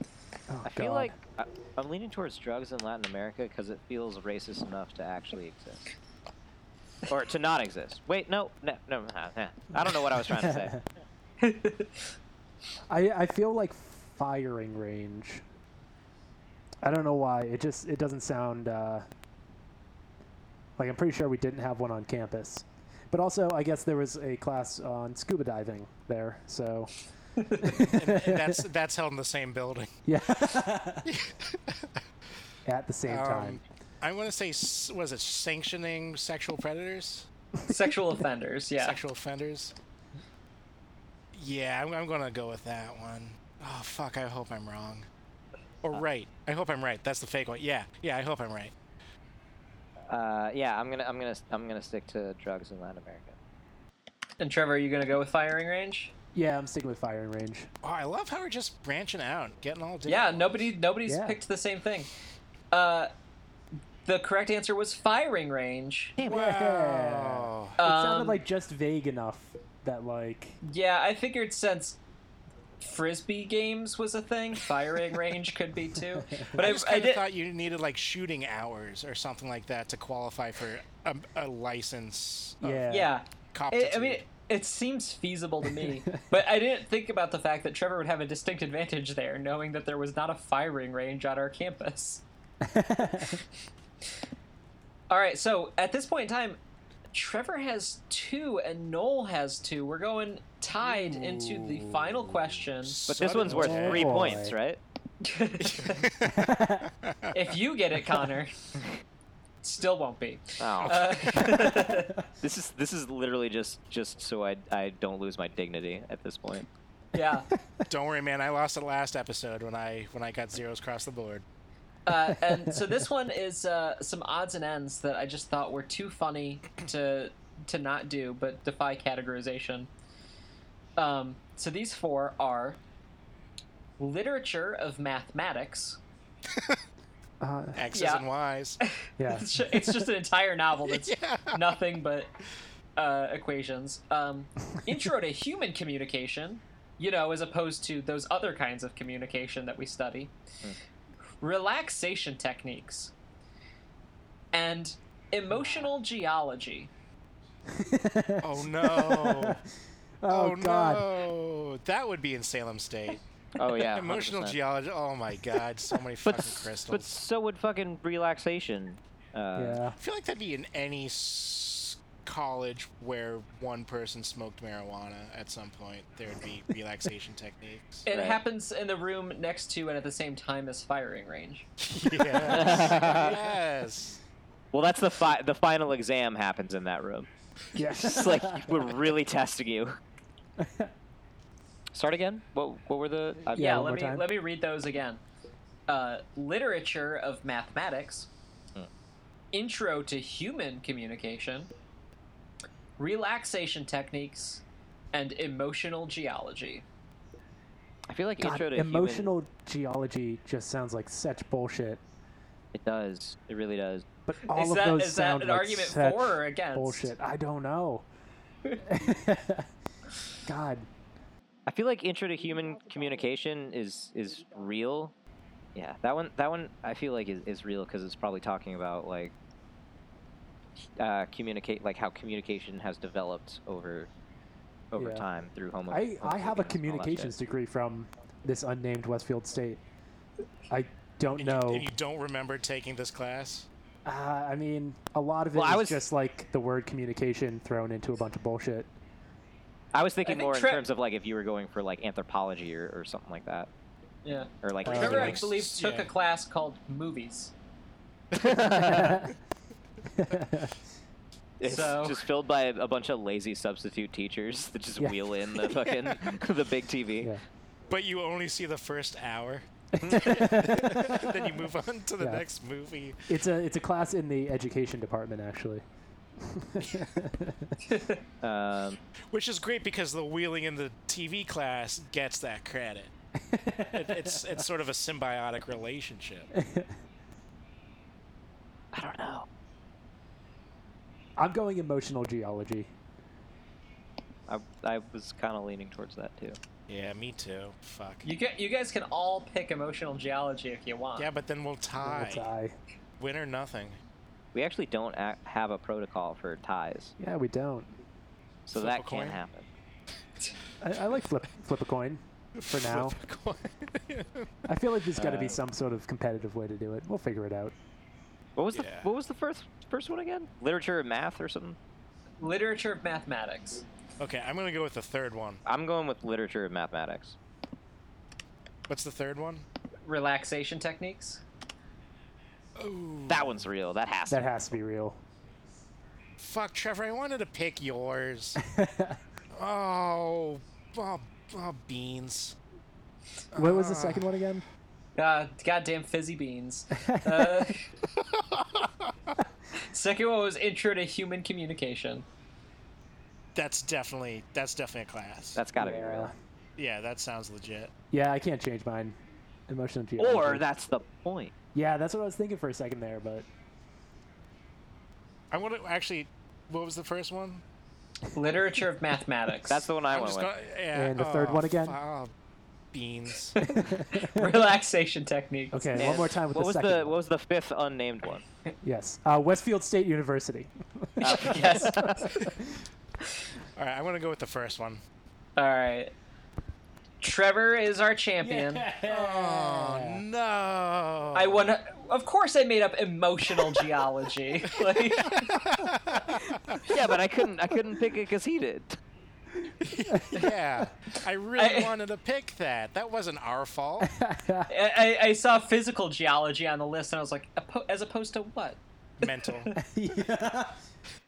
[SPEAKER 3] Oh,
[SPEAKER 2] I feel
[SPEAKER 3] God.
[SPEAKER 2] like I, I'm leaning towards drugs in Latin America because it feels racist enough to actually exist. Or to not exist. Wait, no, no, no, nah, nah. I don't know what I was trying to <laughs> say.
[SPEAKER 3] I I feel like firing range. I don't know why. It just it doesn't sound uh, like I'm pretty sure we didn't have one on campus. But also, I guess there was a class on scuba diving there. So <laughs>
[SPEAKER 4] And that's that's held in the same building. <laughs>
[SPEAKER 3] yeah, at the same
[SPEAKER 4] Um,
[SPEAKER 3] time.
[SPEAKER 4] I want to say s- was it sanctioning sexual predators,
[SPEAKER 1] sexual offenders, yeah.
[SPEAKER 4] sexual offenders? Yeah, I'm, I'm gonna go with that one. Oh fuck! I hope I'm wrong. Or right. I hope I'm right. That's the fake one. Yeah, yeah. I hope I'm right.
[SPEAKER 2] Uh, yeah, I'm gonna, I'm gonna, I'm gonna stick to drugs in Latin America.
[SPEAKER 1] And Trevor, are you going to go with firing range?
[SPEAKER 3] Yeah, I'm sticking with firing range.
[SPEAKER 4] Oh, I love how we're just branching out, getting all different.
[SPEAKER 1] Yeah,
[SPEAKER 4] ones.
[SPEAKER 1] nobody nobody's
[SPEAKER 3] Yeah.
[SPEAKER 1] picked the same thing. Uh, the correct answer was firing range.
[SPEAKER 4] Wow.
[SPEAKER 3] It
[SPEAKER 1] Um,
[SPEAKER 3] sounded like just vague enough that like
[SPEAKER 1] Yeah, I figured since frisbee games was a thing, firing range could be too. But
[SPEAKER 4] <laughs> I
[SPEAKER 1] I,
[SPEAKER 4] just
[SPEAKER 1] I
[SPEAKER 4] kind of
[SPEAKER 1] did.
[SPEAKER 4] thought you needed like shooting hours or something like that to qualify for a, a license. Of
[SPEAKER 3] Yeah.
[SPEAKER 1] yeah, it, I
[SPEAKER 4] Comptitude.
[SPEAKER 1] mean, it seems feasible to
[SPEAKER 4] <laughs>
[SPEAKER 1] me, but I didn't think about the fact that Trevor would have a distinct advantage there, knowing that there was not a firing range on our campus. All right, so at this point in time, Trevor has two and Noel has two. We're going tied into the final
[SPEAKER 4] <laughs>
[SPEAKER 1] question. <laughs>
[SPEAKER 2] But this one's worth
[SPEAKER 3] Oh
[SPEAKER 2] three
[SPEAKER 3] boy.
[SPEAKER 2] points, right?
[SPEAKER 1] if
[SPEAKER 2] <laughs>
[SPEAKER 1] you get it, Connor, still won't be.
[SPEAKER 2] Oh.
[SPEAKER 1] Uh, <laughs>
[SPEAKER 2] This is this is literally just just so I I don't lose my dignity at this point.
[SPEAKER 1] yeah.
[SPEAKER 4] Don't worry, man. I lost it last episode when I when I got zeros across the board.
[SPEAKER 1] Uh, and so this one is uh, some odds and ends that I just thought were too funny to to not do, but defy categorization. Um, so these four are literature of mathematics.
[SPEAKER 3] <laughs> uh,
[SPEAKER 4] X's
[SPEAKER 1] Yeah.
[SPEAKER 2] <laughs>
[SPEAKER 4] and Y's. <laughs>
[SPEAKER 3] yeah.
[SPEAKER 1] It's ju- it's just an entire novel that's
[SPEAKER 4] yeah.
[SPEAKER 1] nothing but uh, equations. Um, intro to human communication, you know, as opposed to those other kinds of communication that we study. Relaxation techniques and emotional geology.
[SPEAKER 4] Oh no.
[SPEAKER 3] Oh, God.
[SPEAKER 4] no. That would be in Salem State.
[SPEAKER 2] Oh yeah.
[SPEAKER 4] <laughs> Emotional
[SPEAKER 2] 100%.
[SPEAKER 4] geology. Oh my God. So many
[SPEAKER 2] But
[SPEAKER 4] fucking
[SPEAKER 2] s-
[SPEAKER 4] crystals.
[SPEAKER 2] but so would fucking relaxation. Uh,
[SPEAKER 3] <laughs> Yeah.
[SPEAKER 4] I feel like that'd be in any s- college where one person smoked marijuana at some point. There would <laughs> be
[SPEAKER 1] <laughs>
[SPEAKER 4] relaxation techniques.
[SPEAKER 1] It
[SPEAKER 2] Right.
[SPEAKER 1] happens in the room next to and at the same time as firing range.
[SPEAKER 4] Yes. yes.
[SPEAKER 2] Well, that's the fi- the final exam happens in that room.
[SPEAKER 3] Yes. <laughs>
[SPEAKER 2] It's like <laughs> we're really testing you. Start again. What what were the? uh, I-
[SPEAKER 1] yeah,
[SPEAKER 3] one
[SPEAKER 1] let
[SPEAKER 3] more
[SPEAKER 1] me
[SPEAKER 3] time.
[SPEAKER 1] let me read those again. Uh, literature of mathematics, intro to human communication, relaxation techniques, and emotional geology.
[SPEAKER 2] I feel like
[SPEAKER 3] God,
[SPEAKER 2] intro to human-
[SPEAKER 3] emotional geology just sounds like such bullshit.
[SPEAKER 2] it does. It really does.
[SPEAKER 3] But all
[SPEAKER 1] is
[SPEAKER 3] of
[SPEAKER 1] that
[SPEAKER 3] those
[SPEAKER 1] is that
[SPEAKER 3] sound
[SPEAKER 1] an
[SPEAKER 3] like
[SPEAKER 1] argument
[SPEAKER 3] such
[SPEAKER 1] for or against?
[SPEAKER 3] bullshit. I don't know. God,
[SPEAKER 2] I feel like intro to human communication is is real. Yeah, that one that one I feel like is, is real because it's probably talking about like uh, communicate like how communication has developed over over
[SPEAKER 3] Yeah.
[SPEAKER 2] time through homo.
[SPEAKER 3] I I have a
[SPEAKER 2] homophobia and all that shit.
[SPEAKER 3] communications degree from this unnamed Westfield State. I don't
[SPEAKER 4] And
[SPEAKER 3] know.
[SPEAKER 4] You, and you don't remember taking this class?
[SPEAKER 3] uh, I mean, a lot of it
[SPEAKER 2] Well, I
[SPEAKER 3] is
[SPEAKER 2] was-
[SPEAKER 3] just like the word communication thrown into a bunch of bullshit. <laughs>
[SPEAKER 2] I was thinking
[SPEAKER 1] think
[SPEAKER 2] more
[SPEAKER 1] Tre-
[SPEAKER 2] in terms of like if you were going for like anthropology or, or something like that,
[SPEAKER 1] Yeah.
[SPEAKER 2] or like
[SPEAKER 4] Uh,
[SPEAKER 2] history.
[SPEAKER 1] Trevor, I
[SPEAKER 4] like-
[SPEAKER 1] believe, took
[SPEAKER 4] yeah.
[SPEAKER 1] a class called movies.
[SPEAKER 2] <laughs> It's
[SPEAKER 1] So-
[SPEAKER 2] just filled by a bunch of lazy substitute teachers that just <laughs>
[SPEAKER 3] Yeah.
[SPEAKER 2] wheel in the fucking the big TV.
[SPEAKER 3] Yeah.
[SPEAKER 4] but you only see the first <laughs> hour. then you move on to the
[SPEAKER 3] Yeah.
[SPEAKER 4] next movie.
[SPEAKER 3] It's a it's a class in the education department <laughs> actually.
[SPEAKER 2] Um,
[SPEAKER 4] Which is great because the wheeling in the TV class gets that credit. It, it's it's sort of a symbiotic relationship. <laughs>
[SPEAKER 2] I don't know.
[SPEAKER 3] I'm going emotional geology.
[SPEAKER 2] I, I was kind of leaning towards that too.
[SPEAKER 4] Yeah, me too. Fuck.
[SPEAKER 1] You get, you guys can all pick emotional geology if you want.
[SPEAKER 4] Yeah, but then we'll tie.
[SPEAKER 3] It's I.
[SPEAKER 4] Win or nothing.
[SPEAKER 2] We actually don't ac have a protocol for ties,
[SPEAKER 3] Yeah, we don't.
[SPEAKER 2] so
[SPEAKER 4] Flip a
[SPEAKER 2] that
[SPEAKER 4] coin?
[SPEAKER 2] can't happen.
[SPEAKER 3] I, I like flip flip a coin
[SPEAKER 4] <laughs>
[SPEAKER 3] for now.
[SPEAKER 4] Flip a coin.
[SPEAKER 3] I feel like there's got to be
[SPEAKER 2] Uh,
[SPEAKER 3] some sort of competitive way to do it. We'll figure it out.
[SPEAKER 2] What was
[SPEAKER 4] Yeah.
[SPEAKER 2] the What was the first first one again? Literature and math or something?
[SPEAKER 1] Literature of mathematics.
[SPEAKER 4] okay, I'm gonna go with the third one.
[SPEAKER 2] I'm going with literature and mathematics.
[SPEAKER 4] What's the third one?
[SPEAKER 1] Relaxation techniques.
[SPEAKER 4] Oh,
[SPEAKER 2] That one's real. That has
[SPEAKER 3] That
[SPEAKER 2] to.
[SPEAKER 3] has to be <laughs> real.
[SPEAKER 4] fuck, Trevor. I wanted to
[SPEAKER 3] <laughs>
[SPEAKER 4] pick yours. oh, oh, oh, beans.
[SPEAKER 3] What was the second one again?
[SPEAKER 1] Uh, goddamn fizzy
[SPEAKER 3] <laughs>
[SPEAKER 1] beans. Uh, second one was Intro to Human Communication.
[SPEAKER 4] That's definitely that's definitely a class.
[SPEAKER 2] That's got to
[SPEAKER 3] yeah.
[SPEAKER 2] be real.
[SPEAKER 4] yeah, that sounds legit.
[SPEAKER 3] Yeah, I can't change mine. Emotional geology.
[SPEAKER 2] Or that's the point.
[SPEAKER 3] Yeah, that's what I was thinking for a second there,
[SPEAKER 2] <laughs>
[SPEAKER 3] but
[SPEAKER 4] I want to actually. What was the first one?
[SPEAKER 1] Literature of mathematics.
[SPEAKER 2] That's the one I
[SPEAKER 4] I'm
[SPEAKER 2] went
[SPEAKER 4] just
[SPEAKER 2] with.
[SPEAKER 4] gonna- yeah,
[SPEAKER 3] And the third one again?
[SPEAKER 4] fu- oh,
[SPEAKER 3] <laughs>
[SPEAKER 4] beans.
[SPEAKER 1] <laughs> relaxation techniques.
[SPEAKER 3] okay,
[SPEAKER 2] Man,
[SPEAKER 3] one more time with
[SPEAKER 2] what
[SPEAKER 3] the
[SPEAKER 2] was
[SPEAKER 3] second.
[SPEAKER 2] the
[SPEAKER 3] one.
[SPEAKER 2] What was the fifth unnamed
[SPEAKER 3] <laughs>
[SPEAKER 2] one?
[SPEAKER 3] <laughs> Yes, uh, Westfield State University. <laughs>
[SPEAKER 1] yes.
[SPEAKER 4] All right, I'm gonna go with the first one.
[SPEAKER 1] All right. Trevor is our champion.
[SPEAKER 4] Oh no!
[SPEAKER 1] I won. Of course, I made up
[SPEAKER 3] <laughs>
[SPEAKER 1] emotional geology. Like,
[SPEAKER 4] <laughs>
[SPEAKER 2] yeah, but I couldn't I couldn't pick it because he did.
[SPEAKER 4] Yeah, I really
[SPEAKER 1] I-
[SPEAKER 4] wanted to pick that. That wasn't
[SPEAKER 3] <laughs>
[SPEAKER 4] our fault.
[SPEAKER 1] I, I saw physical geology on the list, and I was like, "Oppo- as opposed to what?
[SPEAKER 4] Mental.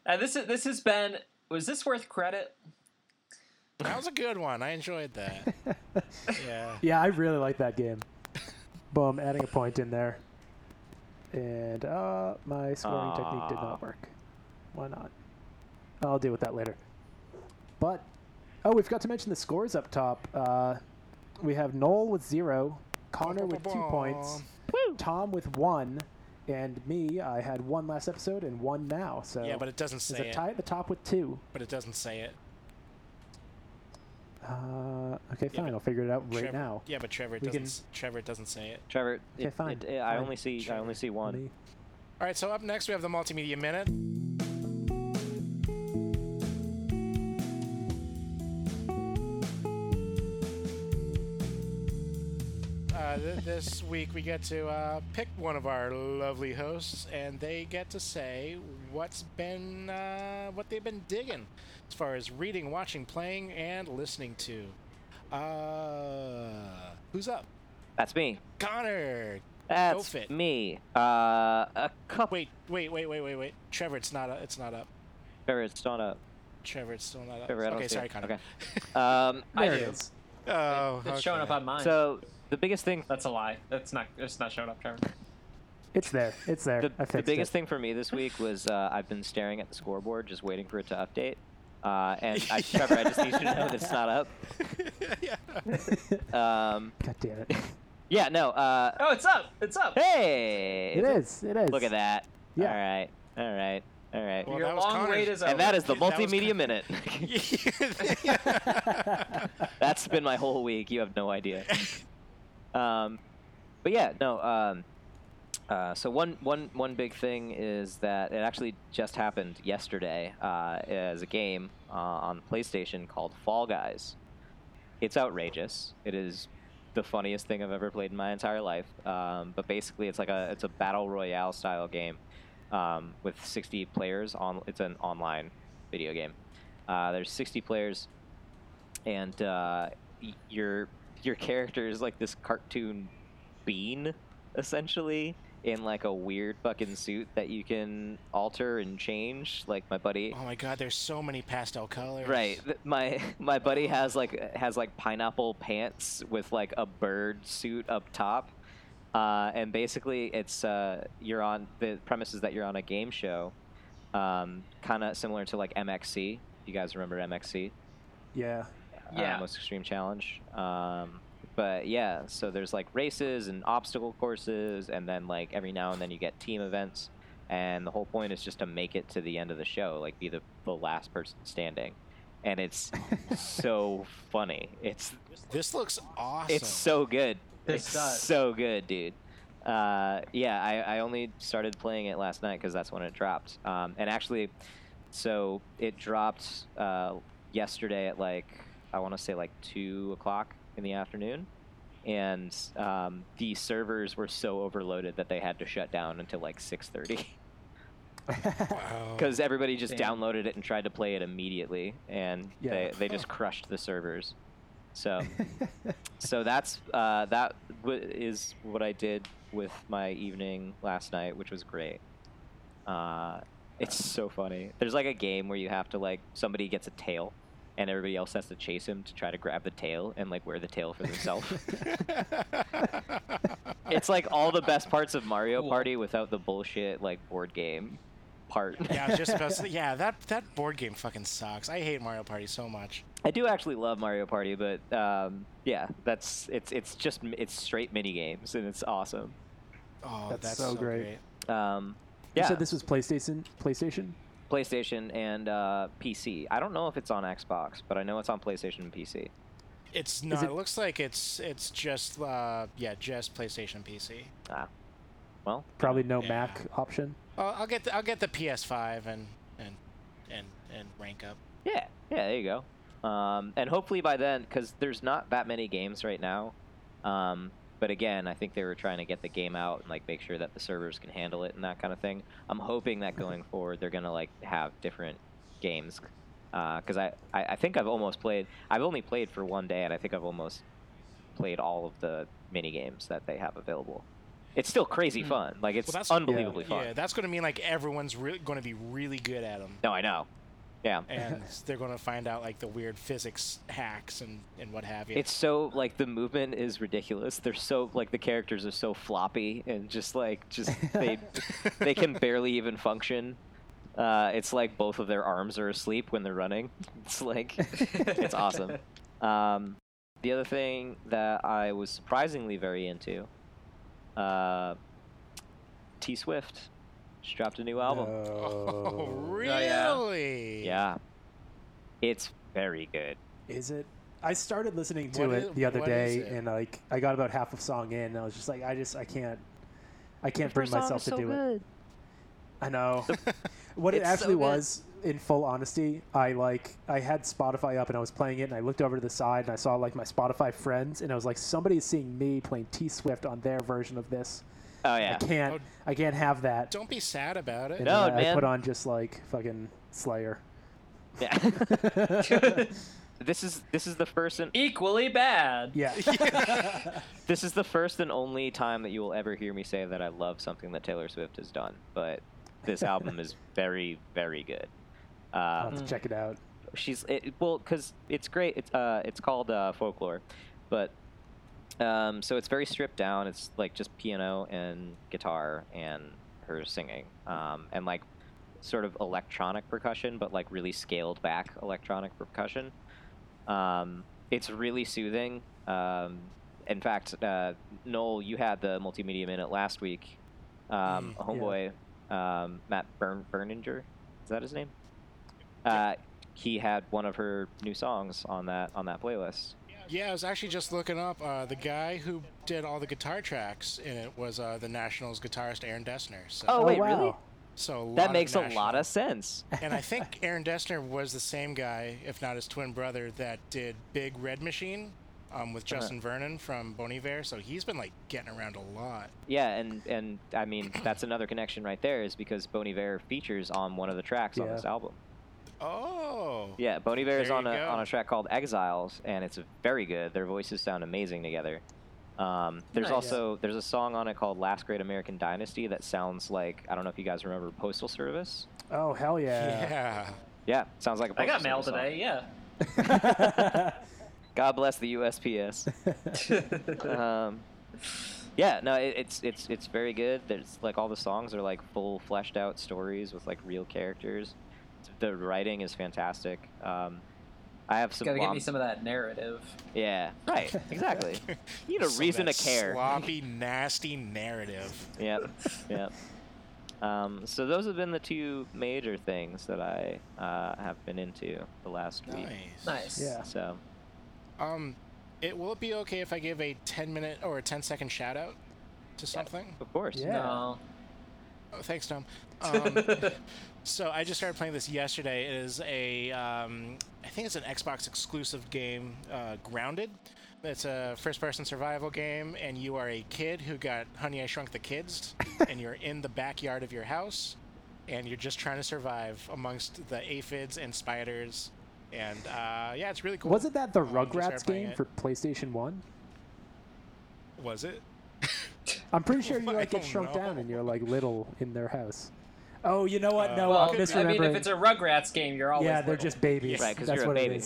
[SPEAKER 1] Uh, this is this has been. Was this worth credit?
[SPEAKER 4] That was a good one. I enjoyed that. Yeah.
[SPEAKER 3] <laughs> Yeah, I really like that game. Boom, adding a point in there. And uh, my scoring technique did
[SPEAKER 2] Aw.
[SPEAKER 3] not work. Why not? I'll deal with that later. But oh, we forgot to mention the scores up top. Uh, we have Noel with zero, Connor with two points, Tom with one, and me. I had one last episode and one now. So
[SPEAKER 4] Yeah, but it doesn't
[SPEAKER 3] there's
[SPEAKER 4] say
[SPEAKER 3] a
[SPEAKER 4] it.
[SPEAKER 3] tie at the top with two.
[SPEAKER 4] But it doesn't say it.
[SPEAKER 3] Uh, okay, fine.
[SPEAKER 4] but
[SPEAKER 3] I'll figure it out right
[SPEAKER 4] Trevor-
[SPEAKER 3] now.
[SPEAKER 4] Yeah, but Trevor
[SPEAKER 3] We
[SPEAKER 4] doesn't.
[SPEAKER 3] can-
[SPEAKER 4] s- Trevor doesn't say it.
[SPEAKER 2] Trevor, it,
[SPEAKER 3] Okay, fine,
[SPEAKER 2] it- I
[SPEAKER 3] fine,
[SPEAKER 2] only see I only see one.
[SPEAKER 3] Me.
[SPEAKER 4] All right. So up next we have the multimedia minute. Uh, th- this week we get to uh, pick one of our lovely hosts, and they get to say what's been uh, what they've been digging, as far as reading, watching, playing, and listening to. Uh, who's up?
[SPEAKER 2] That's me.
[SPEAKER 4] Connor.
[SPEAKER 2] That's
[SPEAKER 4] fit.
[SPEAKER 2] me. Uh, a couple.
[SPEAKER 4] Wait, wait, wait, wait, wait, wait. Trevor, it's not. Up, it's not up.
[SPEAKER 2] Trevor, it's not up.
[SPEAKER 4] Trevor, it's still not up.
[SPEAKER 2] Trevor, I don't
[SPEAKER 4] okay,
[SPEAKER 2] see
[SPEAKER 4] sorry,
[SPEAKER 2] it.
[SPEAKER 4] Connor.
[SPEAKER 2] Um, I
[SPEAKER 3] There it
[SPEAKER 2] do.
[SPEAKER 3] is.
[SPEAKER 4] oh,
[SPEAKER 1] It's showing up
[SPEAKER 4] okay.
[SPEAKER 1] on mine.
[SPEAKER 2] So the biggest thing,
[SPEAKER 1] That's a lie. That's not. It's not showing up, Trevor.
[SPEAKER 3] It's there. It's there.
[SPEAKER 2] the,
[SPEAKER 3] I
[SPEAKER 2] the
[SPEAKER 3] fixed
[SPEAKER 2] biggest
[SPEAKER 3] it.
[SPEAKER 2] thing for me this week was uh, I've been staring at the scoreboard, just waiting for it to update. Uh, and I, Trevor, I just need you to know that it's not up.
[SPEAKER 4] <laughs> yeah.
[SPEAKER 2] Um,
[SPEAKER 3] <laughs> God damn
[SPEAKER 2] <laughs>
[SPEAKER 3] it!
[SPEAKER 2] yeah, no. Uh,
[SPEAKER 1] Oh, it's up. It's up.
[SPEAKER 2] hey,
[SPEAKER 3] It
[SPEAKER 2] it's-
[SPEAKER 3] is. It is.
[SPEAKER 2] Look at that.
[SPEAKER 3] Yeah.
[SPEAKER 2] All right. All right. All right.
[SPEAKER 4] Well,
[SPEAKER 1] Your
[SPEAKER 4] that was
[SPEAKER 1] long
[SPEAKER 4] Connor's.
[SPEAKER 1] wait is over.
[SPEAKER 2] and that is the
[SPEAKER 4] Oh, that was
[SPEAKER 2] multimedia <laughs>
[SPEAKER 4] kind-
[SPEAKER 2] minute. That's been my whole week. You have no
[SPEAKER 4] <laughs>
[SPEAKER 2] idea. Um, but yeah, no. Um, uh, so one, one, one big thing is that it actually just happened yesterday uh, as a game uh, on PlayStation called Fall Guys. It's outrageous. It is the funniest thing I've ever played in my entire life. Um, but basically, it's like a it's a battle royale style game um, with 60 players on. It's an online video game. Uh, there's 60 players, and uh, y- your your character is like this cartoon bean, essentially, in like a weird fucking suit that you can alter and change. Like my buddy,
[SPEAKER 4] <laughs> Oh my god, there's so many pastel colors.
[SPEAKER 2] right? th- My <laughs> my buddy has like has like pineapple pants with like a bird suit up top, uh, and basically it's uh, you're on the premise is that you're on a game show, um, kind of similar to like MXC. If you guys remember MXC?
[SPEAKER 3] <laughs> Yeah.
[SPEAKER 2] uh,
[SPEAKER 1] Yeah.
[SPEAKER 2] most extreme challenge. Um, but yeah, so there's like races and obstacle courses, and then like every now and then you get team events, and the whole point is just to make it to the end of the show, like be the the last person standing, and it's so funny. It's
[SPEAKER 4] This looks awesome.
[SPEAKER 2] it's so good.
[SPEAKER 1] This
[SPEAKER 2] it's
[SPEAKER 1] does.
[SPEAKER 2] so good, dude. Uh, yeah, I, I only started playing it last night because that's when it dropped. Um, and actually, so it dropped uh, yesterday at like I want to say like two o'clock in the afternoon, and um, the servers were so overloaded that they had to shut down until like six thirty <laughs>
[SPEAKER 4] Wow.
[SPEAKER 2] because everybody just
[SPEAKER 1] Oh, Damn.
[SPEAKER 2] downloaded it and tried to play it immediately, and
[SPEAKER 3] Yeah.
[SPEAKER 2] they they just crushed the servers.
[SPEAKER 1] <laughs>
[SPEAKER 2] So. so that's uh, that w- is what I did with my evening last night, which was great. Uh, it's so funny. There's like a game where you have to like somebody gets a tail, and everybody else has to chase him to try to grab the tail and like wear the tail for themselves.
[SPEAKER 1] <laughs>
[SPEAKER 2] it's like all the best parts of Mario
[SPEAKER 1] Cool.
[SPEAKER 2] Party without the bullshit like board game
[SPEAKER 1] <laughs>
[SPEAKER 2] part.
[SPEAKER 4] <laughs> yeah, I was just about to say, yeah, that that board game fucking sucks. I hate Mario Party so much.
[SPEAKER 2] I do actually love Mario Party, but um, yeah, that's it's it's just m- it's straight mini games and it's awesome.
[SPEAKER 4] Oh,
[SPEAKER 3] That's
[SPEAKER 4] that's,
[SPEAKER 3] so great.
[SPEAKER 2] Um,
[SPEAKER 3] You
[SPEAKER 2] yeah.
[SPEAKER 3] said this was PlayStation. PlayStation.
[SPEAKER 2] PlayStation and uh, PC. I don't know if it's on Xbox, but I know it's on PlayStation and PC.
[SPEAKER 4] It's not.
[SPEAKER 3] it-
[SPEAKER 4] It... looks like it's it's just uh yeah just PlayStation PC.
[SPEAKER 2] Ah, well,
[SPEAKER 3] Probably no
[SPEAKER 4] Yeah.
[SPEAKER 3] Mac option.
[SPEAKER 4] Oh, I'll get the, I'll get the PS5 and and and and rank up.
[SPEAKER 2] yeah, yeah, there you go. Um, and hopefully by then, because there's not that many games right now. Um, but again, I think they were trying to get the game out and like make sure that the servers can handle it and that kind of thing. I'm hoping that going forward they're gonna like have different games, because I, I I think I've almost played. I've only played for one day, and I think I've almost played all of the mini games that they have available. It's still crazy fun. Like it's
[SPEAKER 4] Well, that's-
[SPEAKER 2] unbelievably fun.
[SPEAKER 4] Yeah, that's gonna mean like everyone's re- gonna be really good at them,
[SPEAKER 2] No, I know. Yeah. <laughs>
[SPEAKER 4] and they're gonna find out like the weird physics hacks and and what have you.
[SPEAKER 2] It's so like the movement is ridiculous. They're so like the characters are so floppy and just like just
[SPEAKER 3] <laughs>
[SPEAKER 2] they they can barely even function. Uh, it's like both of their arms are asleep when they're running. It's like
[SPEAKER 3] <laughs>
[SPEAKER 2] it's awesome. Um, the other thing that I was surprisingly very into, uh, T Swift, just dropped a new album.
[SPEAKER 4] <laughs> <laughs> oh really?
[SPEAKER 1] yeah.
[SPEAKER 2] Yeah, it's very good.
[SPEAKER 3] Is it? I started listening to
[SPEAKER 4] What
[SPEAKER 3] it
[SPEAKER 4] i-
[SPEAKER 3] the other
[SPEAKER 4] what is
[SPEAKER 3] day,
[SPEAKER 4] it?
[SPEAKER 3] and like I got about half of song in, and I was just like, I just I can't, I can't bring myself to do it. I know. what it
[SPEAKER 2] It's so
[SPEAKER 3] actually
[SPEAKER 2] good.
[SPEAKER 3] was, in full honesty, I like I had Spotify up and I was playing it, and I looked over to the side and I saw like my Spotify friends, and I was like, somebody's seeing me playing T Swift on their version of this.
[SPEAKER 2] Oh yeah.
[SPEAKER 3] I can't,
[SPEAKER 4] Oh.
[SPEAKER 3] I can't have that.
[SPEAKER 4] Don't be sad about it.
[SPEAKER 3] And
[SPEAKER 2] No,
[SPEAKER 3] then I, I
[SPEAKER 2] man.
[SPEAKER 3] put on just like fucking Slayer. <laughs>
[SPEAKER 2] Yeah. <laughs>
[SPEAKER 1] <laughs>
[SPEAKER 2] this is this is the first and
[SPEAKER 1] Equally bad.
[SPEAKER 3] Yeah.
[SPEAKER 2] this is the first and only time that you will ever hear me say that I love something that Taylor Swift has done. But this album is very very good.
[SPEAKER 3] I'll
[SPEAKER 2] Um, <laughs>
[SPEAKER 3] have to check it out.
[SPEAKER 2] she's it, well because it's great it's uh it's called uh, folklore but um so it's very stripped down it's like just piano and guitar and her singing um and like sort of electronic percussion but like really scaled back electronic percussion um it's really soothing um in fact uh noel you had the multimedia minute last week um
[SPEAKER 4] Mm,
[SPEAKER 2] homeboy um matt Bern- berninger is that his name uh, he had one of her new songs on that on that playlist.
[SPEAKER 4] <laughs> Yeah, I was actually just looking up. Uh, the guy who did all the guitar tracks in it was uh, the Nationals guitarist Aaron Dessner. So,
[SPEAKER 2] Oh, wait, really?
[SPEAKER 3] wow.
[SPEAKER 4] so a lot
[SPEAKER 2] That
[SPEAKER 4] of
[SPEAKER 2] makes a
[SPEAKER 4] National-
[SPEAKER 2] lot of
[SPEAKER 4] <laughs>
[SPEAKER 2] sense.
[SPEAKER 4] and I think Aaron Dessner was the same guy, if not his twin brother, that did Big Red Machine um,
[SPEAKER 2] Uh-huh.
[SPEAKER 4] with Justin Vernon from Bon Iver. So he's been like getting around a lot.
[SPEAKER 2] Yeah, and and I mean that's another connection right there is because Bon Iver features on one of the tracks on
[SPEAKER 3] Yeah.
[SPEAKER 2] this album.
[SPEAKER 4] Oh,
[SPEAKER 2] Yeah, Bon Iver is
[SPEAKER 4] There
[SPEAKER 2] on
[SPEAKER 4] you
[SPEAKER 2] a
[SPEAKER 4] go.
[SPEAKER 2] on a track called Exiles, and it's very good. Their voices sound amazing together. Um, there's
[SPEAKER 1] Nice.
[SPEAKER 2] also there's a song on it called "Last Great American Dynasty" that sounds like I don't know if you guys remember Postal Service.
[SPEAKER 3] Oh hell yeah!
[SPEAKER 4] Yeah.
[SPEAKER 2] Yeah, sounds like a
[SPEAKER 1] I
[SPEAKER 2] Postal
[SPEAKER 1] got mail
[SPEAKER 2] Service song.
[SPEAKER 1] today. Yeah.
[SPEAKER 3] <laughs>
[SPEAKER 2] God bless
[SPEAKER 1] <laughs>
[SPEAKER 2] the USPS. um, yeah, no, it, it's it's it's very good. There's like all the songs are like full fleshed out stories with like real characters. The writing is fantastic. Um, I have some.
[SPEAKER 1] Gotta get me
[SPEAKER 2] womp-
[SPEAKER 1] some of that narrative.
[SPEAKER 2] Yeah, right,
[SPEAKER 1] <laughs>
[SPEAKER 2] exactly. you need a
[SPEAKER 4] Some of
[SPEAKER 2] reason to
[SPEAKER 4] that
[SPEAKER 2] care.
[SPEAKER 4] Sloppy, nasty narrative.
[SPEAKER 2] Yeah,
[SPEAKER 4] <laughs>
[SPEAKER 2] yeah. Um, so those have been the two major things that I uh, have been into the last week.
[SPEAKER 4] Nice.
[SPEAKER 1] Nice.
[SPEAKER 3] Yeah.
[SPEAKER 2] So
[SPEAKER 4] Um, it will it be okay if I give a 10 minute or a 10 second shout out to something?
[SPEAKER 2] of course,
[SPEAKER 3] Yeah.
[SPEAKER 1] No.
[SPEAKER 4] Oh, thanks, Tom. Um, so I just started playing this yesterday. It is a, um, I think it's an Xbox exclusive game, uh, Grounded. It's a first person survival game, and you are a kid who got Honey, I Shrunk the Kids, and you're in the backyard of your house, and you're just trying to survive amongst the aphids and spiders. And uh, yeah, it's really cool.
[SPEAKER 3] Wasn't that the
[SPEAKER 4] Um, just started
[SPEAKER 3] Rugrats
[SPEAKER 4] playing
[SPEAKER 3] game
[SPEAKER 4] it.
[SPEAKER 3] for PlayStation One?
[SPEAKER 4] Was it?
[SPEAKER 3] I'm pretty sure you
[SPEAKER 4] I
[SPEAKER 3] like get
[SPEAKER 4] don't
[SPEAKER 3] shrunk down
[SPEAKER 4] know.
[SPEAKER 3] and you're like little in their house. Oh, you know what? No,
[SPEAKER 4] Uh,
[SPEAKER 1] Well, I
[SPEAKER 3] I'm
[SPEAKER 1] mean, if
[SPEAKER 3] misremembering.
[SPEAKER 1] it's a Rugrats game, you're always
[SPEAKER 3] yeah, they're
[SPEAKER 1] little.
[SPEAKER 3] just babies.
[SPEAKER 2] Right, 'cause
[SPEAKER 3] That's
[SPEAKER 2] you're a
[SPEAKER 3] what
[SPEAKER 2] baby.
[SPEAKER 3] it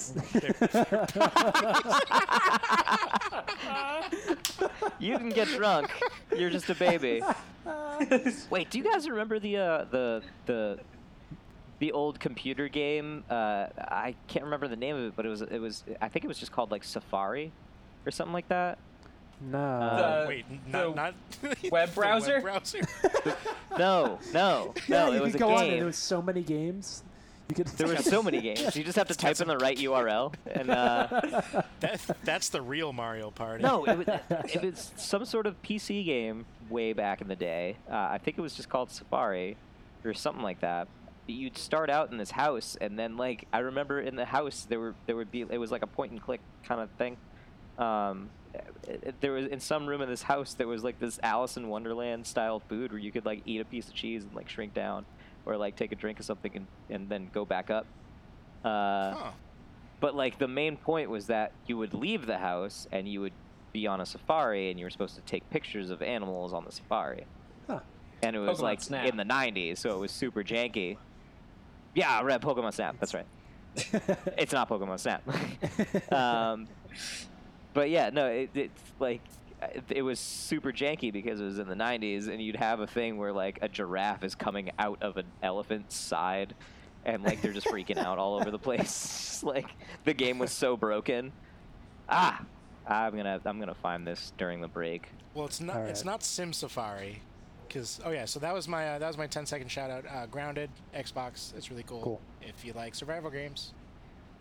[SPEAKER 2] <laughs>
[SPEAKER 3] is. <laughs>
[SPEAKER 2] you can get drunk. You're just
[SPEAKER 3] <laughs>
[SPEAKER 2] a baby. Wait, do you guys remember the uh, the the the old computer game? Uh, I can't remember the name of it, but it was it was I think it was just called like Safari or something like that.
[SPEAKER 3] no. <laughs>
[SPEAKER 2] Uh,
[SPEAKER 4] Oh, Wait, n-
[SPEAKER 1] the
[SPEAKER 4] not, not <laughs> the
[SPEAKER 1] browser?
[SPEAKER 4] Web browser.
[SPEAKER 2] No,
[SPEAKER 3] <laughs>
[SPEAKER 2] no,
[SPEAKER 3] yeah,
[SPEAKER 2] no.
[SPEAKER 3] you
[SPEAKER 2] it was
[SPEAKER 3] could
[SPEAKER 2] a
[SPEAKER 3] go on. And
[SPEAKER 2] game.
[SPEAKER 3] there was so many games. You could.
[SPEAKER 2] There were so
[SPEAKER 3] <laughs>
[SPEAKER 2] many games. You just have to type in the right URL, and uh,
[SPEAKER 4] that, that's the real Mario Party.
[SPEAKER 2] no, it was, it was some sort of PC game way back in the day. Uh, I think it was just called Safari, or something like that. You'd start out in this house, and then like I remember in the house there were there would be it was like a point and click kind of thing. Um, it- it- there was in some room in this house there was like this Alice in Wonderland style food where you could like eat a piece of cheese and like shrink down, or like take a drink of something and, and then go back up. Uh,
[SPEAKER 4] Huh.
[SPEAKER 2] but like the main point was that you would leave the house and you would be on a safari and you were supposed to take pictures of animals on the safari.
[SPEAKER 3] Huh.
[SPEAKER 2] And it was
[SPEAKER 1] Pokemon
[SPEAKER 2] like
[SPEAKER 1] Snap.
[SPEAKER 2] in the 90s, so it was super janky. Yeah, red Pokemon Snap. That's right. it's not Pokemon Snap. <laughs> <laughs> um, but yeah, no, it, it's like it- it was super janky because it was in the 90s, and you'd have a thing where like a giraffe is coming out of an elephant's side, and like they're just freaking out all over the place. <laughs> like the game was so broken. Ah, I'm gonna I'm gonna find this during the break.
[SPEAKER 4] Well, it's not.
[SPEAKER 3] All
[SPEAKER 4] It's
[SPEAKER 3] right.
[SPEAKER 4] not Sim Safari, because oh yeah. So that was my uh, that was my 10 second shout out. Uh, Grounded Xbox. It's really cool.
[SPEAKER 3] Cool.
[SPEAKER 4] If you like survival games.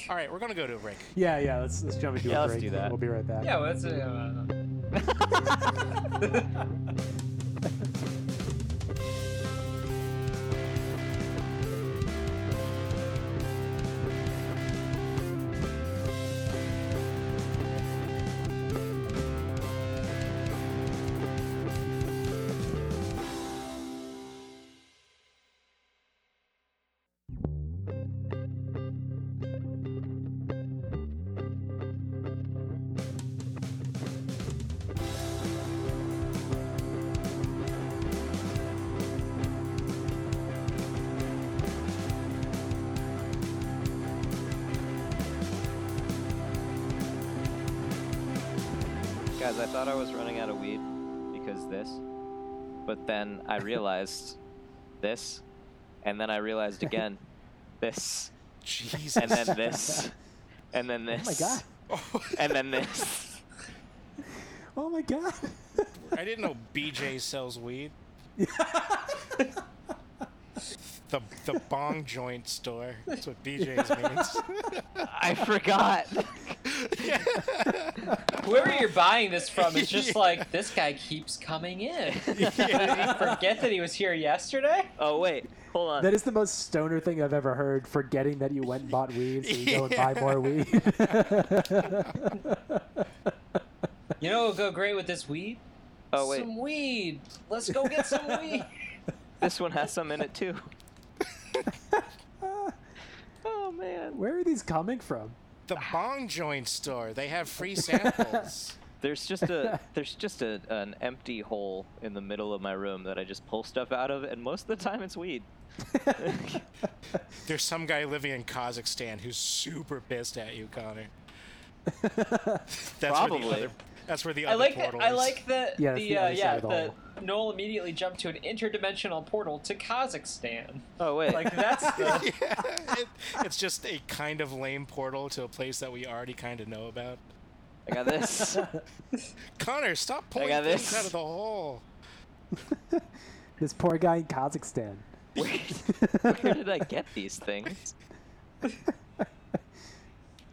[SPEAKER 4] All right, we're gonna go to a break.
[SPEAKER 3] Yeah, yeah. Let's let's jump into a
[SPEAKER 2] Yeah, let's
[SPEAKER 3] break.
[SPEAKER 2] do that.
[SPEAKER 3] We'll be right
[SPEAKER 1] <laughs>
[SPEAKER 3] back.
[SPEAKER 1] Yeah, well, that's uh, <laughs> a.
[SPEAKER 2] Guys, I thought I was running out of weed because this, but then I realized this, and then I realized again this,
[SPEAKER 4] Jesus.
[SPEAKER 2] and
[SPEAKER 4] <laughs>
[SPEAKER 2] then this, and then
[SPEAKER 3] Oh my
[SPEAKER 2] this.
[SPEAKER 3] god.
[SPEAKER 2] And then this.
[SPEAKER 3] Oh my god.
[SPEAKER 4] I didn't know BJ sells weed. the the bong joint store. That's what BJ's means.
[SPEAKER 2] I forgot.
[SPEAKER 1] Whoever you're buying this from is
[SPEAKER 3] <laughs>
[SPEAKER 1] just like this guy keeps coming in. <laughs> Did he forget that he was here yesterday?
[SPEAKER 2] Oh wait, hold
[SPEAKER 3] <laughs>
[SPEAKER 2] on.
[SPEAKER 3] that is the most stoner thing I've ever heard. Forgetting that you went and bought weed, so you go and buy more weed. <laughs>
[SPEAKER 1] You know, it'll go great with this weed.
[SPEAKER 2] oh wait,
[SPEAKER 1] Some weed. Let's go get <laughs> some weed.
[SPEAKER 2] this one has some in it too. oh man. <laughs>
[SPEAKER 3] Where are these coming from? <laughs>
[SPEAKER 4] The bong joint store. They have free samples.
[SPEAKER 2] There's just
[SPEAKER 3] <laughs>
[SPEAKER 2] a there's just a, an empty hole in the middle of my room that I just pull stuff out of, and most of the time it's weed.
[SPEAKER 4] There's some guy living in Kazakhstan who's super pissed at you, Connor. That's Where
[SPEAKER 2] Probably.
[SPEAKER 4] the other, that's where the
[SPEAKER 1] I
[SPEAKER 4] other
[SPEAKER 1] like
[SPEAKER 4] portal
[SPEAKER 1] I
[SPEAKER 4] is. <laughs>
[SPEAKER 1] like that
[SPEAKER 3] Yeah,
[SPEAKER 1] the,
[SPEAKER 3] that's the
[SPEAKER 1] uh,
[SPEAKER 3] other side
[SPEAKER 1] yeah
[SPEAKER 3] of the
[SPEAKER 1] the
[SPEAKER 3] hole.
[SPEAKER 1] Noel immediately jumped to an interdimensional portal to Kazakhstan.
[SPEAKER 2] Oh wait,
[SPEAKER 1] Like that's the,
[SPEAKER 4] Yeah, it, it's just a kind of lame portal to a place that we already kind of know about.
[SPEAKER 2] I got
[SPEAKER 3] <laughs>
[SPEAKER 2] this.
[SPEAKER 4] Connor, stop pulling
[SPEAKER 2] got
[SPEAKER 4] things
[SPEAKER 2] this.
[SPEAKER 4] out of the hole.
[SPEAKER 3] this poor guy in Kazakhstan.
[SPEAKER 2] Where, where did I get these things?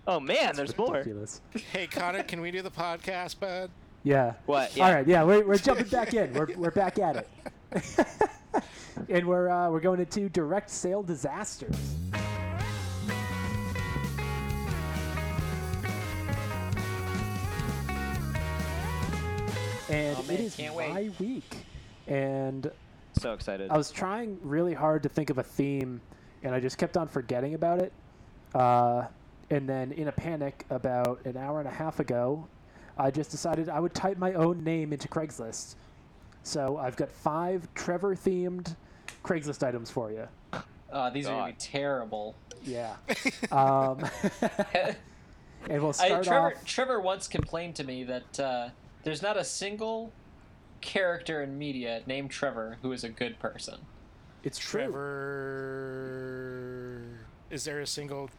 [SPEAKER 2] Oh man, there's
[SPEAKER 3] <laughs>
[SPEAKER 2] more.
[SPEAKER 3] Ridiculous.
[SPEAKER 4] Hey, Connor, can we do the podcast, bud?
[SPEAKER 3] Yeah.
[SPEAKER 2] What?
[SPEAKER 3] All
[SPEAKER 2] Yeah.
[SPEAKER 3] right. Yeah, we're, we're jumping back
[SPEAKER 1] <laughs>
[SPEAKER 3] in. We're, we're back at it. <laughs> and we're uh, we're going into direct sale disasters. And
[SPEAKER 1] Oh, man,
[SPEAKER 3] it is
[SPEAKER 1] can't
[SPEAKER 3] my
[SPEAKER 1] wait.
[SPEAKER 3] week, and
[SPEAKER 2] So excited.
[SPEAKER 3] I was trying really hard to think of a theme, and I just kept on forgetting about it. Uh, and then, in a panic, about an hour and a half ago, I just decided I would type my own name into Craigslist. So I've got five Trevor-themed Craigslist items for you.
[SPEAKER 1] uh, these are gonna be
[SPEAKER 3] <laughs>
[SPEAKER 2] God.
[SPEAKER 1] terrible.
[SPEAKER 3] Yeah. um, and we'll
[SPEAKER 1] I,
[SPEAKER 3] start
[SPEAKER 1] Trevor
[SPEAKER 3] off.
[SPEAKER 1] Trevor once complained to me that uh, there's not a single character in media named Trevor who is a good person.
[SPEAKER 3] It's true.
[SPEAKER 4] Trevor. Is there a single?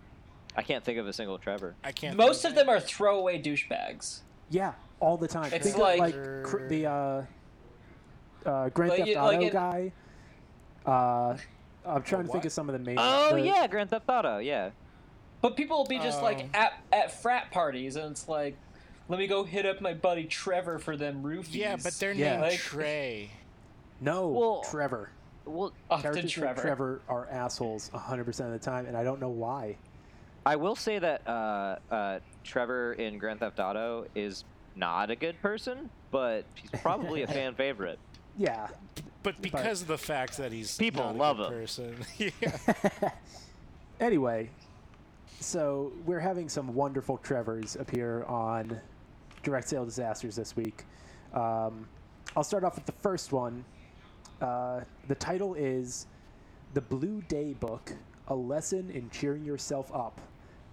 [SPEAKER 2] I can't think of a single Trevor.
[SPEAKER 4] I can't.
[SPEAKER 1] Most
[SPEAKER 4] think
[SPEAKER 1] of them are throwaway douchebags.
[SPEAKER 3] Yeah, all the time.
[SPEAKER 1] It's
[SPEAKER 3] Think of,
[SPEAKER 1] like-
[SPEAKER 3] like cr- the uh, uh, Grand
[SPEAKER 1] Like
[SPEAKER 3] Theft
[SPEAKER 1] it-
[SPEAKER 3] Auto
[SPEAKER 1] like it-
[SPEAKER 3] guy. Uh, I'm trying to think
[SPEAKER 4] what?
[SPEAKER 3] of some of the main.
[SPEAKER 2] Oh
[SPEAKER 3] the-
[SPEAKER 2] yeah, Grand Theft Auto. Yeah.
[SPEAKER 1] But people will be just
[SPEAKER 4] Oh.
[SPEAKER 1] like at at frat parties, and it's like, let me go hit up my buddy Trevor for them roofies.
[SPEAKER 4] Yeah, but they're
[SPEAKER 3] Yeah.
[SPEAKER 4] named
[SPEAKER 1] Like-
[SPEAKER 4] Trey.
[SPEAKER 3] No,
[SPEAKER 2] Well-
[SPEAKER 3] Trevor.
[SPEAKER 2] Well,
[SPEAKER 1] Off to
[SPEAKER 3] Characters named
[SPEAKER 1] Trevor.
[SPEAKER 3] Trevor are assholes 100% of the time, and I don't know why.
[SPEAKER 2] I will say that uh, uh, Trevor in Grand Theft Auto is not a good person, but he's probably
[SPEAKER 1] <laughs>
[SPEAKER 2] a fan favorite.
[SPEAKER 3] Yeah.
[SPEAKER 4] But because of the fact that he's
[SPEAKER 2] People
[SPEAKER 4] not a
[SPEAKER 2] love
[SPEAKER 4] good
[SPEAKER 2] him.
[SPEAKER 4] person, <laughs> yeah.
[SPEAKER 3] Anyway, so we're having some wonderful Trevors appear on direct sale disasters this week. Um, I'll start off with the first one. Uh, the title is The Blue Day Book A Lesson in Cheering Yourself Up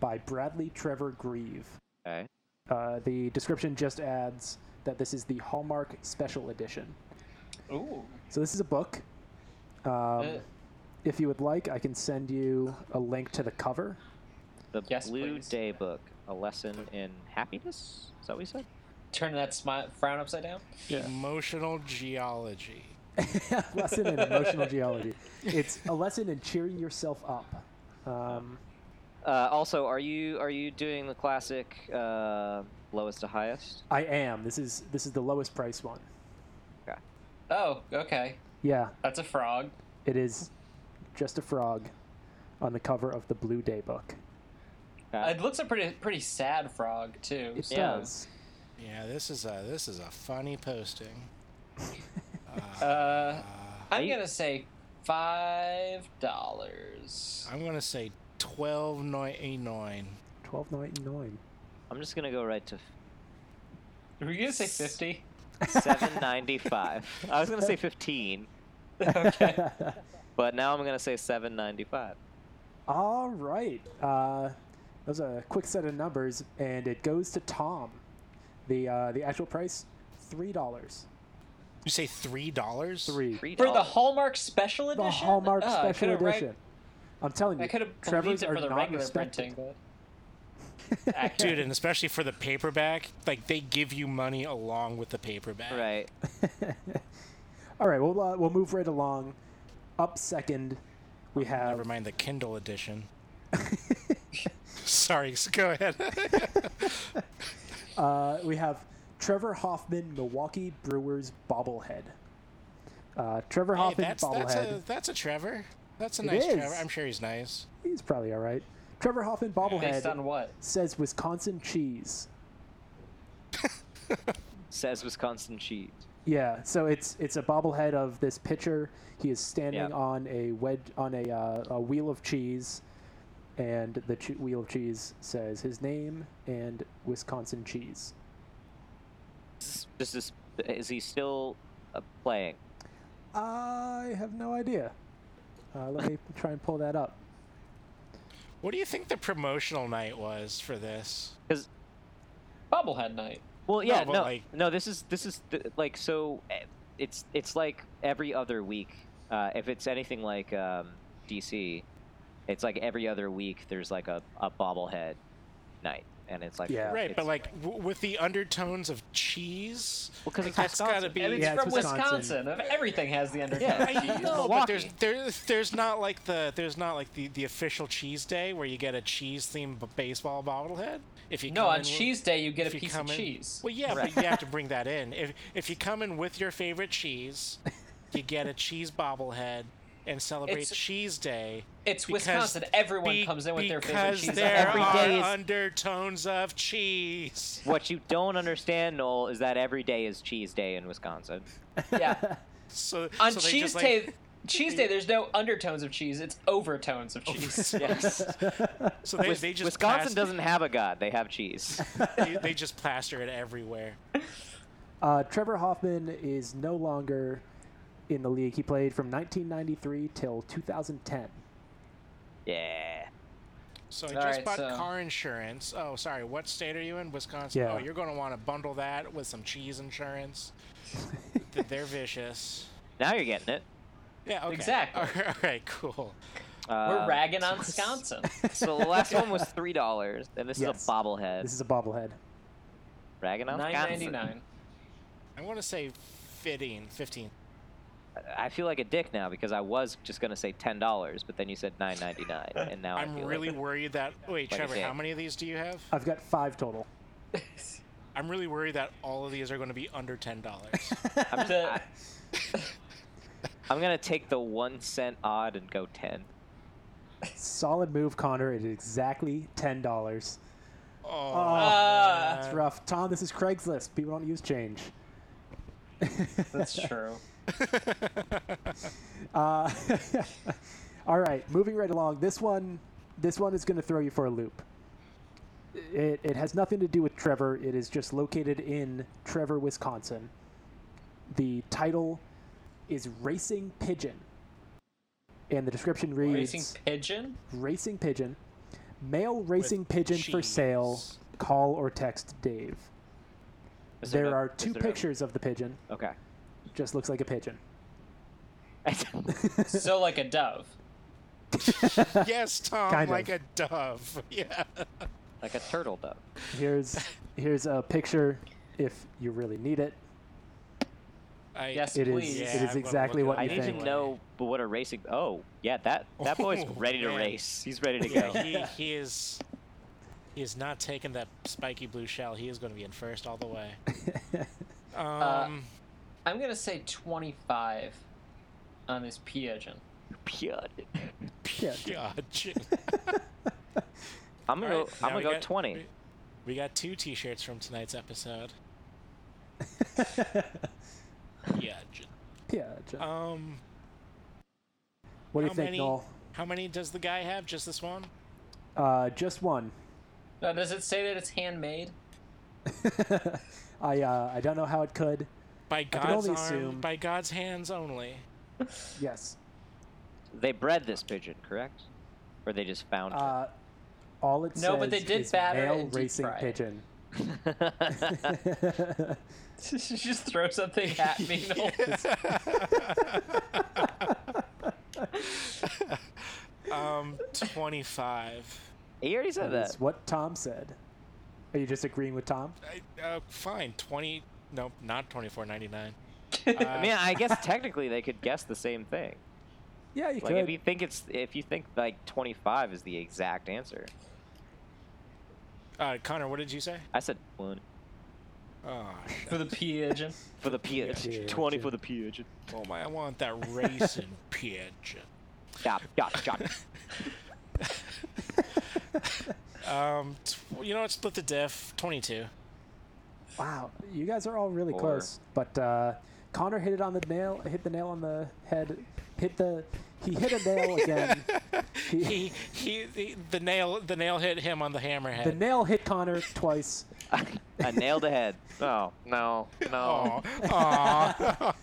[SPEAKER 3] by Bradley Trevor Grieve.
[SPEAKER 2] Okay.
[SPEAKER 3] Uh, the description just adds that this is the Hallmark Special Edition.
[SPEAKER 1] Ooh.
[SPEAKER 3] So this is a book. Um,
[SPEAKER 1] Uh,
[SPEAKER 3] if you would like, I can send you a link to the cover.
[SPEAKER 2] The
[SPEAKER 1] Yes,
[SPEAKER 2] Blue
[SPEAKER 1] please.
[SPEAKER 2] Day Book: A Lesson in Happiness. Is that what you said?
[SPEAKER 1] turn that smile frown upside down.
[SPEAKER 4] emotional geology.
[SPEAKER 3] lesson in emotional geology. It's a lesson in cheering yourself up. Um,
[SPEAKER 2] Uh, also, are you are you doing the classic uh, lowest to highest?
[SPEAKER 3] I am. This is this is the lowest price one.
[SPEAKER 1] Oh, okay.
[SPEAKER 3] Yeah,
[SPEAKER 1] That's a frog.
[SPEAKER 3] it is just a frog on the cover of the Blue Day book.
[SPEAKER 4] Uh,
[SPEAKER 2] Okay.
[SPEAKER 1] It looks a pretty pretty sad frog too.
[SPEAKER 3] It
[SPEAKER 1] so-
[SPEAKER 3] does.
[SPEAKER 4] Yeah, this is a this is a funny posting.
[SPEAKER 1] Uh, I'm
[SPEAKER 2] you-
[SPEAKER 1] gonna say five dollars.
[SPEAKER 4] I'm gonna say twelve ninety nine.
[SPEAKER 3] Twelve ninety nine.
[SPEAKER 2] I'm just gonna go right to
[SPEAKER 1] Were you gonna say fifty?
[SPEAKER 3] <laughs>
[SPEAKER 1] <laughs>
[SPEAKER 2] 795. I was gonna say 15,
[SPEAKER 1] okay.
[SPEAKER 2] but now I'm gonna say 795.
[SPEAKER 3] All right. Uh, that was a quick set of numbers, and it goes to Tom. The uh, the actual price three dollars.
[SPEAKER 4] You say three dollars?
[SPEAKER 3] Three.
[SPEAKER 2] Three
[SPEAKER 1] For the
[SPEAKER 2] dollars.
[SPEAKER 1] Hallmark Special Edition.
[SPEAKER 3] The Hallmark
[SPEAKER 1] Oh, I
[SPEAKER 3] Special
[SPEAKER 1] could've read-
[SPEAKER 3] Edition. I'm telling you,
[SPEAKER 1] I could have
[SPEAKER 3] Trevor's
[SPEAKER 1] believed it
[SPEAKER 3] are
[SPEAKER 1] for the
[SPEAKER 3] not
[SPEAKER 1] regular
[SPEAKER 3] respected.
[SPEAKER 1] printing,
[SPEAKER 3] Act-
[SPEAKER 4] <laughs> Dude, and especially for the paperback, like they give you money along with the paperback.
[SPEAKER 2] Right.
[SPEAKER 3] All right, we'll uh, we'll move right along. Up second, we
[SPEAKER 4] Oh, Never
[SPEAKER 3] have
[SPEAKER 4] mind the Kindle edition. <laughs> Sorry, s- go ahead. <laughs>
[SPEAKER 3] uh, we have Trevor Hoffman Milwaukee Brewers bobblehead. Uh, Trevor
[SPEAKER 4] hey,
[SPEAKER 3] Hoffman
[SPEAKER 4] that's
[SPEAKER 3] bobblehead.
[SPEAKER 4] that's a that's a Trevor. That's a
[SPEAKER 3] It
[SPEAKER 4] nice
[SPEAKER 3] is.
[SPEAKER 4] Trevor. I'm sure he's nice.
[SPEAKER 3] He's probably all right. Trevor Hoffman
[SPEAKER 1] but based
[SPEAKER 3] bobblehead
[SPEAKER 1] on what?
[SPEAKER 3] says Wisconsin cheese.
[SPEAKER 2] Says Wisconsin cheat.
[SPEAKER 3] Yeah, so it's it's a bobblehead of this pitcher. He is standing
[SPEAKER 2] Yeah.
[SPEAKER 3] on a wedge on a, uh, a wheel of cheese, and the che- wheel of cheese says his name and Wisconsin cheese.
[SPEAKER 2] Does this is he still uh, playing?
[SPEAKER 3] I have no idea. Uh, let me try and pull that up.
[SPEAKER 4] What do you think the promotional night was for this?
[SPEAKER 1] Bobblehead night.
[SPEAKER 2] Well, yeah,
[SPEAKER 4] but,
[SPEAKER 2] no,
[SPEAKER 4] like-
[SPEAKER 2] no. This is this is th- like so. eh, It's it's like every other week. Uh, if it's anything like um, DC, it's like every other week. There's like a, a bobblehead night, and it's like
[SPEAKER 3] Yeah.
[SPEAKER 4] Right,
[SPEAKER 2] it's-
[SPEAKER 4] but like w- with the undertones of cheese.
[SPEAKER 2] well, because it's
[SPEAKER 4] that's gotta
[SPEAKER 2] Wisconsin.
[SPEAKER 4] be-
[SPEAKER 1] And it's
[SPEAKER 3] Yeah, it's
[SPEAKER 1] from
[SPEAKER 3] Wisconsin.
[SPEAKER 1] Wisconsin. Of Everything has the undertone.
[SPEAKER 2] Yeah.
[SPEAKER 4] I
[SPEAKER 1] Jeez.
[SPEAKER 4] know, but there's
[SPEAKER 2] Milwaukee.
[SPEAKER 4] there's there's not like the there's not like the, the official cheese day where you get a cheese themed baseball bobblehead. If you
[SPEAKER 1] No,
[SPEAKER 4] come
[SPEAKER 1] on
[SPEAKER 4] in-
[SPEAKER 1] cheese day you get a
[SPEAKER 4] if you
[SPEAKER 1] piece of
[SPEAKER 4] come in-
[SPEAKER 1] cheese.
[SPEAKER 4] Well, yeah,
[SPEAKER 2] Right.
[SPEAKER 4] but you have to bring that in. If if you come in with your
[SPEAKER 1] <laughs>
[SPEAKER 4] favorite cheese, you get a cheese bobblehead and celebrate
[SPEAKER 1] It's-
[SPEAKER 4] Cheese Day.
[SPEAKER 1] It's
[SPEAKER 4] because-
[SPEAKER 1] Wisconsin. Everyone
[SPEAKER 4] be-
[SPEAKER 1] comes in with their favorite
[SPEAKER 4] because
[SPEAKER 1] cheese.
[SPEAKER 4] there
[SPEAKER 2] Every
[SPEAKER 4] are
[SPEAKER 2] day is-
[SPEAKER 4] undertones of cheese.
[SPEAKER 2] What you don't understand, Noel, is that every day is Cheese Day in Wisconsin.
[SPEAKER 4] <laughs>
[SPEAKER 1] yeah.
[SPEAKER 4] So
[SPEAKER 1] On
[SPEAKER 4] so they
[SPEAKER 1] cheese
[SPEAKER 4] just, like-
[SPEAKER 1] day, cheese day, there's no undertones of cheese. It's overtones of cheese.
[SPEAKER 2] Yes.
[SPEAKER 4] so they, they just
[SPEAKER 2] Wisconsin
[SPEAKER 4] plas-
[SPEAKER 2] doesn't have a god; they have cheese. <laughs>
[SPEAKER 4] They, they just plaster it everywhere.
[SPEAKER 3] Uh, Trevor Hoffman is no longer in the league. He played from 1993 till 2010.
[SPEAKER 2] yeah.
[SPEAKER 4] So I
[SPEAKER 1] All
[SPEAKER 4] just
[SPEAKER 1] right,
[SPEAKER 4] bought
[SPEAKER 1] so-
[SPEAKER 4] car insurance. Oh, sorry. What state are you in? Wisconsin.
[SPEAKER 3] Yeah.
[SPEAKER 4] Oh, you're going to want to bundle that with some
[SPEAKER 3] <laughs>
[SPEAKER 4] cheese insurance. Th- They're vicious.
[SPEAKER 2] Now you're getting it.
[SPEAKER 4] Yeah. Okay.
[SPEAKER 1] Exactly.
[SPEAKER 4] All right, <laughs> all right, Cool.
[SPEAKER 2] Uh,
[SPEAKER 1] We're ragging on Wisconsin.
[SPEAKER 2] So the last one was three dollars, and this
[SPEAKER 3] Yes.
[SPEAKER 2] is a bobblehead.
[SPEAKER 3] This is a bobblehead.
[SPEAKER 2] Ragging on
[SPEAKER 1] Nine ninety
[SPEAKER 2] Wisconsin.
[SPEAKER 1] nine.
[SPEAKER 4] I want to say fitting. Fifteen.
[SPEAKER 2] I feel like a dick now because I was just gonna say ten dollars, but then you said nine ninety nine, and now I
[SPEAKER 4] I'm
[SPEAKER 2] feel
[SPEAKER 4] really
[SPEAKER 2] like,
[SPEAKER 4] worried that.
[SPEAKER 2] Like
[SPEAKER 4] Wait,
[SPEAKER 2] I
[SPEAKER 4] Trevor, how
[SPEAKER 2] said.
[SPEAKER 4] many of these do you have?
[SPEAKER 3] I've got five total.
[SPEAKER 4] I'm really worried that all of these are going to be under
[SPEAKER 3] <laughs>
[SPEAKER 4] ten dollars.
[SPEAKER 2] I'm, just-
[SPEAKER 1] The-
[SPEAKER 2] I, am gonna take the one cent odd and go ten.
[SPEAKER 3] Solid move, Connor. It is exactly ten dollars.
[SPEAKER 4] oh,
[SPEAKER 1] Ah.
[SPEAKER 3] That's
[SPEAKER 4] man.
[SPEAKER 3] rough. Tom, this is Craigslist. People don't use change.
[SPEAKER 1] That's true.
[SPEAKER 3] Uh, all right, moving right along. This one, this one is going to throw you for a loop. It, it has nothing to do with Trevor. It is just located in Trevor, Wisconsin. The title is Racing Pigeon, and the description reads:
[SPEAKER 1] Racing pigeon.
[SPEAKER 3] Racing Pigeon, male racing pigeon for sale.
[SPEAKER 4] cheese.
[SPEAKER 3] Call or text Dave.
[SPEAKER 2] Is
[SPEAKER 3] There
[SPEAKER 2] no-
[SPEAKER 3] are
[SPEAKER 2] is
[SPEAKER 3] two
[SPEAKER 2] there no-
[SPEAKER 3] pictures of the pigeon.
[SPEAKER 2] okay. <laughs>
[SPEAKER 3] Just looks like a
[SPEAKER 4] <laughs>
[SPEAKER 3] pigeon. <laughs>
[SPEAKER 1] So like a dove.
[SPEAKER 4] yes, Tom,
[SPEAKER 3] Kind of.
[SPEAKER 4] like a dove. <laughs> Yeah.
[SPEAKER 2] like a turtle
[SPEAKER 3] <laughs>
[SPEAKER 2] dove.
[SPEAKER 3] Here's here's a picture if you really need it.
[SPEAKER 4] I,
[SPEAKER 1] Yes,
[SPEAKER 3] It is-
[SPEAKER 1] please.
[SPEAKER 3] it
[SPEAKER 4] Yeah,
[SPEAKER 3] is
[SPEAKER 4] I'm gonna
[SPEAKER 3] exactly
[SPEAKER 4] look
[SPEAKER 3] what
[SPEAKER 4] it
[SPEAKER 2] I
[SPEAKER 4] up
[SPEAKER 3] you
[SPEAKER 2] need
[SPEAKER 3] think.
[SPEAKER 2] to
[SPEAKER 4] anyway.
[SPEAKER 2] know but what a racing. Oh yeah, that that
[SPEAKER 4] <laughs>
[SPEAKER 2] boy's
[SPEAKER 4] Oh,
[SPEAKER 2] ready to
[SPEAKER 4] man.
[SPEAKER 2] race. He's
[SPEAKER 4] <laughs>
[SPEAKER 2] ready to go.
[SPEAKER 4] Yeah, he, he is. He is not taking that spiky blue shell. He is going to be in first all
[SPEAKER 3] <laughs>
[SPEAKER 4] the way. Um,
[SPEAKER 2] Uh,
[SPEAKER 1] I'm gonna say twenty five on this pigeon.
[SPEAKER 2] Pure.
[SPEAKER 3] Yeah.
[SPEAKER 4] yeah, <laughs>
[SPEAKER 2] <laughs>
[SPEAKER 4] j-
[SPEAKER 2] I'm gonna
[SPEAKER 4] all
[SPEAKER 2] go, I'm
[SPEAKER 4] right, now
[SPEAKER 2] gonna
[SPEAKER 4] we
[SPEAKER 2] go
[SPEAKER 4] got-
[SPEAKER 2] twenty.
[SPEAKER 4] We, we got two T-shirts from tonight's episode. <laughs> Yeah. j-
[SPEAKER 3] <laughs> Yeah. John.
[SPEAKER 4] Um,
[SPEAKER 3] what do
[SPEAKER 4] how
[SPEAKER 3] you think,
[SPEAKER 4] many-
[SPEAKER 3] Noel?
[SPEAKER 4] how many does the guy have? Just this one?
[SPEAKER 3] Uh, just one. <laughs>
[SPEAKER 1] Now, does it say that it's handmade? <laughs>
[SPEAKER 3] I uh, I don't know how it could.
[SPEAKER 4] By
[SPEAKER 3] can
[SPEAKER 4] God's
[SPEAKER 3] only
[SPEAKER 4] arm,
[SPEAKER 3] assume-
[SPEAKER 4] by God's
[SPEAKER 3] <laughs>
[SPEAKER 4] hands only.
[SPEAKER 3] Yes.
[SPEAKER 2] They bred this pigeon, correct? Or they just found
[SPEAKER 3] Uh, all it
[SPEAKER 1] No,
[SPEAKER 3] says
[SPEAKER 1] but they did
[SPEAKER 3] is
[SPEAKER 1] batter
[SPEAKER 3] male
[SPEAKER 1] and deep
[SPEAKER 3] racing
[SPEAKER 1] fry it.
[SPEAKER 3] pigeon.
[SPEAKER 2] it. <laughs>
[SPEAKER 1] <laughs>
[SPEAKER 3] <laughs>
[SPEAKER 4] <laughs>
[SPEAKER 1] Just throw something at me. Noel.
[SPEAKER 4] Um, twenty-five.
[SPEAKER 2] he already said that.
[SPEAKER 3] That's what Tom said. Are you just agreeing with Tom?
[SPEAKER 4] I, uh, fine, twenty. Nope, not twenty-four ninety-nine. Uh, <laughs>
[SPEAKER 2] I mean, I guess technically they could guess the same thing.
[SPEAKER 3] Yeah, you
[SPEAKER 2] Like if
[SPEAKER 3] could.
[SPEAKER 2] you think it's if you think like 25 is the exact answer.
[SPEAKER 4] Uh, Connor, what did you say?
[SPEAKER 2] I said one
[SPEAKER 4] Oh, shit.
[SPEAKER 1] For the pigeon.
[SPEAKER 2] for the pigeon,
[SPEAKER 3] Yeah,
[SPEAKER 2] 20
[SPEAKER 3] yeah.
[SPEAKER 2] for the pigeon.
[SPEAKER 4] oh my! I want <laughs> that racing pigeon.
[SPEAKER 2] Yeah, yeah, yeah. <laughs>
[SPEAKER 4] Um, tw- you know what? Split the diff. <laughs> Twenty-two.
[SPEAKER 3] Wow, you guys are all really
[SPEAKER 2] Or-
[SPEAKER 3] close. But uh, Connor hit it on the nail. Hit the nail on the head. Hit the. He hit a
[SPEAKER 2] <laughs>
[SPEAKER 3] nail again. He-
[SPEAKER 4] He, he, the, the nail, the nail hit him on the hammerhead.
[SPEAKER 3] The nail hit Connor twice.
[SPEAKER 2] I nailed a head.
[SPEAKER 5] No, no, no,
[SPEAKER 3] Oh.
[SPEAKER 4] Aw, <laughs> aw.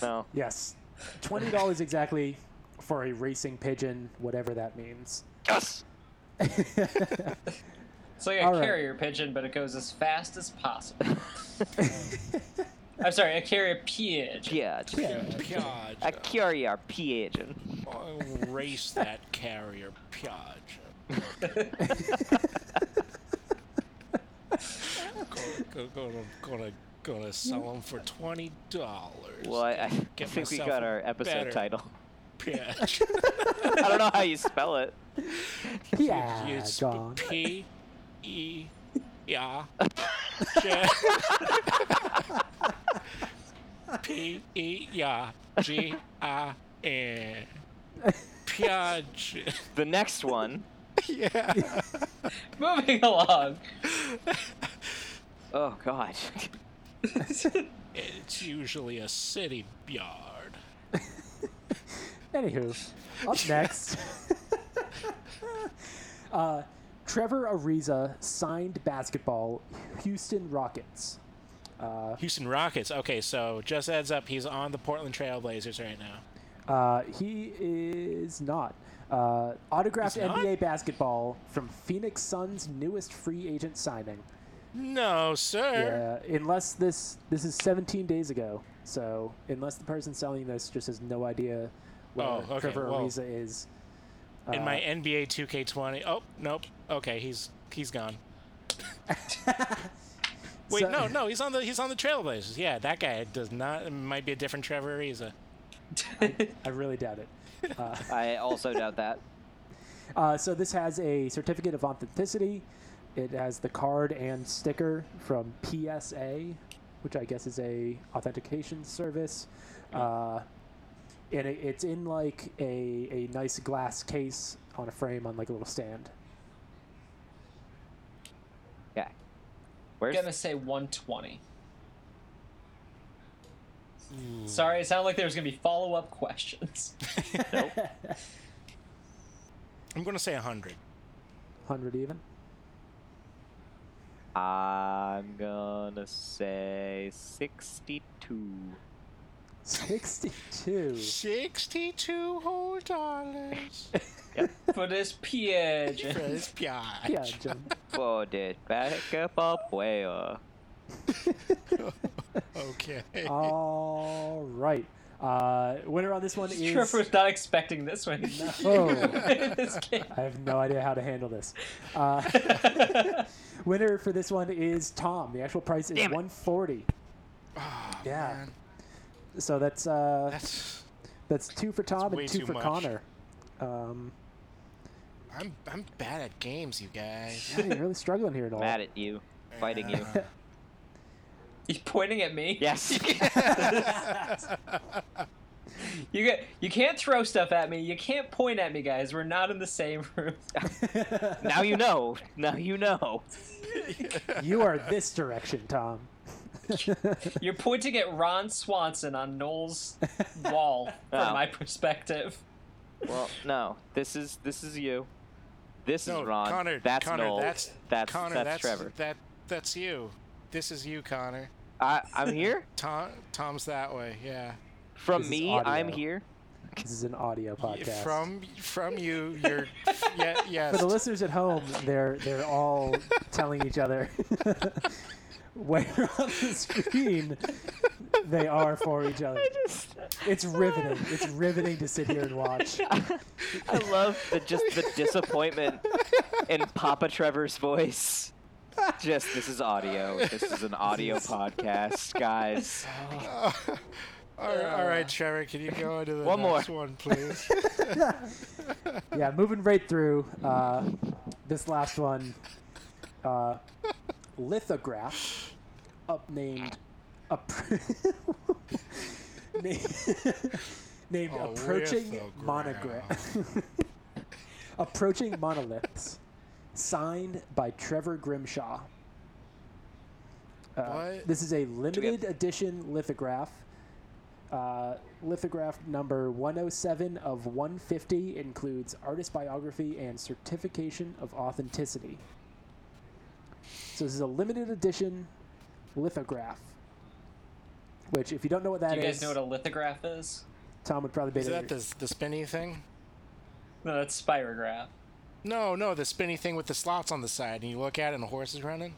[SPEAKER 5] no.
[SPEAKER 3] Yes. Twenty dollars exactly for a racing pigeon, whatever that means. <laughs>
[SPEAKER 5] Yes.
[SPEAKER 1] It's like a
[SPEAKER 3] All right.
[SPEAKER 1] carrier pigeon, but it goes as fast as possible. I'm sorry, a carrier pigeon.
[SPEAKER 2] Pigeon. <laughs>
[SPEAKER 4] God.
[SPEAKER 2] A carrier pigeon.
[SPEAKER 4] I'll race that carrier, <laughs> Piaggio. go, go, go, gonna, gonna sell him for twenty dollars.
[SPEAKER 2] Well, I, <laughs> I
[SPEAKER 4] Get
[SPEAKER 2] think we
[SPEAKER 4] myself
[SPEAKER 2] got
[SPEAKER 4] a
[SPEAKER 2] our episode
[SPEAKER 4] better-
[SPEAKER 2] title.
[SPEAKER 4] Piaggio. <laughs>
[SPEAKER 2] I don't know how you spell it.
[SPEAKER 3] Yeah,
[SPEAKER 4] It's
[SPEAKER 3] John.
[SPEAKER 4] P E yeah. P E yeah. G I N. Piaggio.
[SPEAKER 2] The next one.
[SPEAKER 4] Yeah.
[SPEAKER 1] Moving along.
[SPEAKER 2] Oh God. <laughs>
[SPEAKER 4] It's usually a city yard.
[SPEAKER 3] Anywho, up <laughs> next, uh, Trevor Ariza signed basketball Houston Rockets. Uh,
[SPEAKER 4] Houston Rockets. Okay, so just adds up, he's on the Portland Trailblazers right now.
[SPEAKER 3] uh, he is not. Uh, autographed
[SPEAKER 4] He's not?
[SPEAKER 3] NBA basketball from Phoenix Suns' newest free agent signing.
[SPEAKER 4] No, sir.
[SPEAKER 3] Yeah, unless this this is 17 days ago. So unless the person selling this just has no idea where
[SPEAKER 4] Oh, okay,
[SPEAKER 3] Trevor
[SPEAKER 4] well,
[SPEAKER 3] Ariza
[SPEAKER 4] <laughs>
[SPEAKER 3] is.
[SPEAKER 4] In my NBA 2K20. Oh, nope. Okay, he's he's gone. Wait,
[SPEAKER 3] So-
[SPEAKER 4] no, no, he's on the he's on the Trailblazers. Yeah, that guy does not it might be a different Trevor <laughs> Ariza.
[SPEAKER 3] I really doubt it.
[SPEAKER 2] I also doubt that.
[SPEAKER 3] Uh, so this has a certificate of authenticity. It has the card and sticker from PSA, which I guess is a authentication service. Uh, and it, it's in like a, a nice glass case on a frame on like a little stand.
[SPEAKER 2] Yeah. Where's
[SPEAKER 1] gonna say 120.
[SPEAKER 3] Hmm.
[SPEAKER 1] Sorry, it sounded like there was gonna be follow up
[SPEAKER 3] <laughs>
[SPEAKER 1] questions.
[SPEAKER 4] <laughs> I'm gonna say hundred.
[SPEAKER 3] Hundred even. <laughs>
[SPEAKER 2] I'm gonna say 62.
[SPEAKER 3] 62.
[SPEAKER 4] Sixty-two whole dollars.
[SPEAKER 1] For this pigeon.
[SPEAKER 4] <laughs> Chris Piaggio.
[SPEAKER 3] Yeah, Jim.
[SPEAKER 2] For the basketball player.
[SPEAKER 4] <laughs> Okay.
[SPEAKER 3] All right. Uh, winner on this one is.
[SPEAKER 1] Trevor was not expecting this one.
[SPEAKER 3] <laughs>
[SPEAKER 1] <laughs>
[SPEAKER 3] Oh,
[SPEAKER 1] This game.
[SPEAKER 3] I have no idea how to handle this. Uh, winner for this one is Tom. The actual price is
[SPEAKER 2] Damn it.
[SPEAKER 3] 140.
[SPEAKER 4] Ah,
[SPEAKER 3] Yeah.
[SPEAKER 4] man.
[SPEAKER 3] So that's uh,
[SPEAKER 4] That's
[SPEAKER 3] that's two for Tom
[SPEAKER 4] way
[SPEAKER 3] and two
[SPEAKER 4] too
[SPEAKER 3] for
[SPEAKER 4] much.
[SPEAKER 3] Connor. Um,
[SPEAKER 4] I'm I'm bad at games, you <laughs> guys.
[SPEAKER 3] yeah, you're really struggling here at all.
[SPEAKER 2] Mad at you. Fighting you.
[SPEAKER 4] Yeah.
[SPEAKER 1] <laughs> He's pointing at me.
[SPEAKER 2] <laughs> Yes.
[SPEAKER 1] You get, you can't throw stuff at me. You can't point at me, guys. We're not in the same
[SPEAKER 3] <laughs>
[SPEAKER 1] room.
[SPEAKER 2] now you know. Now you know.
[SPEAKER 3] You are this direction, Tom. <laughs>
[SPEAKER 1] You're pointing at Ron Swanson on Noel's
[SPEAKER 3] <laughs>
[SPEAKER 1] wall from
[SPEAKER 2] Oh.
[SPEAKER 1] my perspective.
[SPEAKER 2] Well, no. This is this is you. This
[SPEAKER 4] No,
[SPEAKER 2] is Ron.
[SPEAKER 4] Connor.
[SPEAKER 2] that's
[SPEAKER 4] Connor.
[SPEAKER 2] Noel.
[SPEAKER 4] That's
[SPEAKER 2] that's,
[SPEAKER 4] Connor.
[SPEAKER 2] that's,
[SPEAKER 4] That's,
[SPEAKER 2] Trevor.
[SPEAKER 4] That that's you. This is you, Connor.
[SPEAKER 2] I, I'm here.
[SPEAKER 4] Tom Tom's that way. Yeah.
[SPEAKER 2] From
[SPEAKER 3] This is
[SPEAKER 2] me, I'm
[SPEAKER 3] audio.
[SPEAKER 2] here.
[SPEAKER 3] This is an audio
[SPEAKER 4] Y-
[SPEAKER 3] podcast.
[SPEAKER 4] From from you. You're yeah yes.
[SPEAKER 3] For the listeners at home, they're they're all telling each other <laughs> where on the screen they are for each other. It's riveting. It's riveting to sit here and watch.
[SPEAKER 2] <laughs> I love the just the disappointment
[SPEAKER 4] <laughs>
[SPEAKER 2] in Papa Trevor's voice. Just this is audio. This is an audio podcast, guys.
[SPEAKER 4] all, right, all right, Trevor. Can you go on to the
[SPEAKER 2] One more.
[SPEAKER 4] next one, please?
[SPEAKER 3] Yeah, moving right through uh, this last one. Uh, lithograph, upnamed, up, <laughs> na- named
[SPEAKER 4] Oh,
[SPEAKER 3] approaching
[SPEAKER 4] lithograph.
[SPEAKER 3] monograph, <laughs> approaching monoliths, signed by Trevor Grimshaw. <laughs> Uh,
[SPEAKER 4] What?
[SPEAKER 3] this is a limited edition lithograph. Uh, lithograph number 107 of 150 includes artist biography and certification of authenticity. So this is a limited edition lithograph. Which, if you don't know what that
[SPEAKER 1] Do
[SPEAKER 3] is,
[SPEAKER 1] you guys know what a lithograph is?
[SPEAKER 3] Tom would probably be
[SPEAKER 4] Is
[SPEAKER 3] able
[SPEAKER 4] that
[SPEAKER 3] to-
[SPEAKER 4] the the spinny thing?
[SPEAKER 1] No, that's spirograph.
[SPEAKER 4] No, no, the spinny thing with the slots on the side, and you look at it, and the horse is running.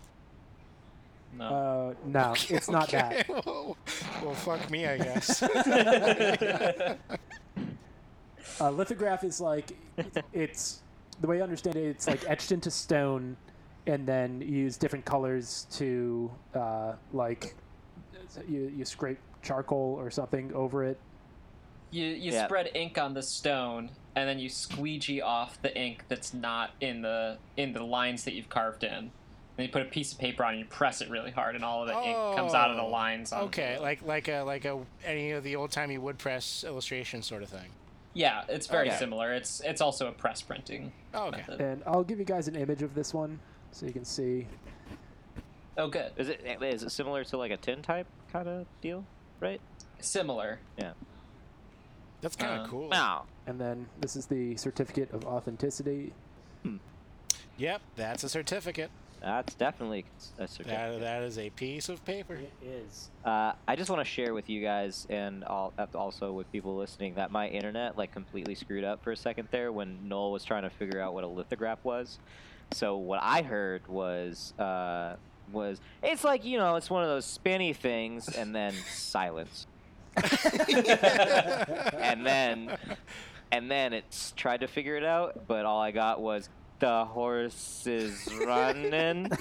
[SPEAKER 1] No.
[SPEAKER 3] Uh, no, it's not that.
[SPEAKER 4] Okay, <laughs> Well, well, fuck me,
[SPEAKER 3] <laughs>
[SPEAKER 4] I guess.
[SPEAKER 3] Uh, A Uh, lithograph is like
[SPEAKER 2] <laughs>
[SPEAKER 3] it's the way I understand it. It's like etched into stone, and then you use different colors to uh, like you you scrape charcoal or something over it.
[SPEAKER 1] you you
[SPEAKER 2] Yeah.
[SPEAKER 1] spread ink on the stone, and then you squeegee off the ink that's not in the in the lines that you've carved in. Then you put a piece of paper on, and you press it really hard, and all of the ink comes out of the
[SPEAKER 4] Oh,
[SPEAKER 1] lines. On
[SPEAKER 4] okay, like like a like a any of the old timey wood press illustration sort of thing.
[SPEAKER 1] yeah, it's very
[SPEAKER 2] Okay.
[SPEAKER 1] similar. It's it's also a press printing
[SPEAKER 4] Oh, okay.
[SPEAKER 1] method.
[SPEAKER 3] And I'll give you guys an image of this one so you can see.
[SPEAKER 1] Oh, good.
[SPEAKER 2] Is it is it similar to like a tin type kind of deal, right?
[SPEAKER 1] Similar.
[SPEAKER 4] That's kind of
[SPEAKER 1] Uh,
[SPEAKER 4] cool.
[SPEAKER 2] No.
[SPEAKER 3] And then this is the certificate of authenticity.
[SPEAKER 4] Yep, that's a certificate.
[SPEAKER 2] That's definitely a certificate.
[SPEAKER 4] That that is a piece of paper.
[SPEAKER 3] <laughs> is.
[SPEAKER 2] Uh, I just want to share with you guys and all, uh, also with people listening that my internet like completely screwed up for a second there when Noel was trying to figure out what a lithograph was. So what I heard was uh, was it's like you know it's one of those spinny things and then silence and then and then it's tried to figure it out but all I got was the horse is running. <laughs>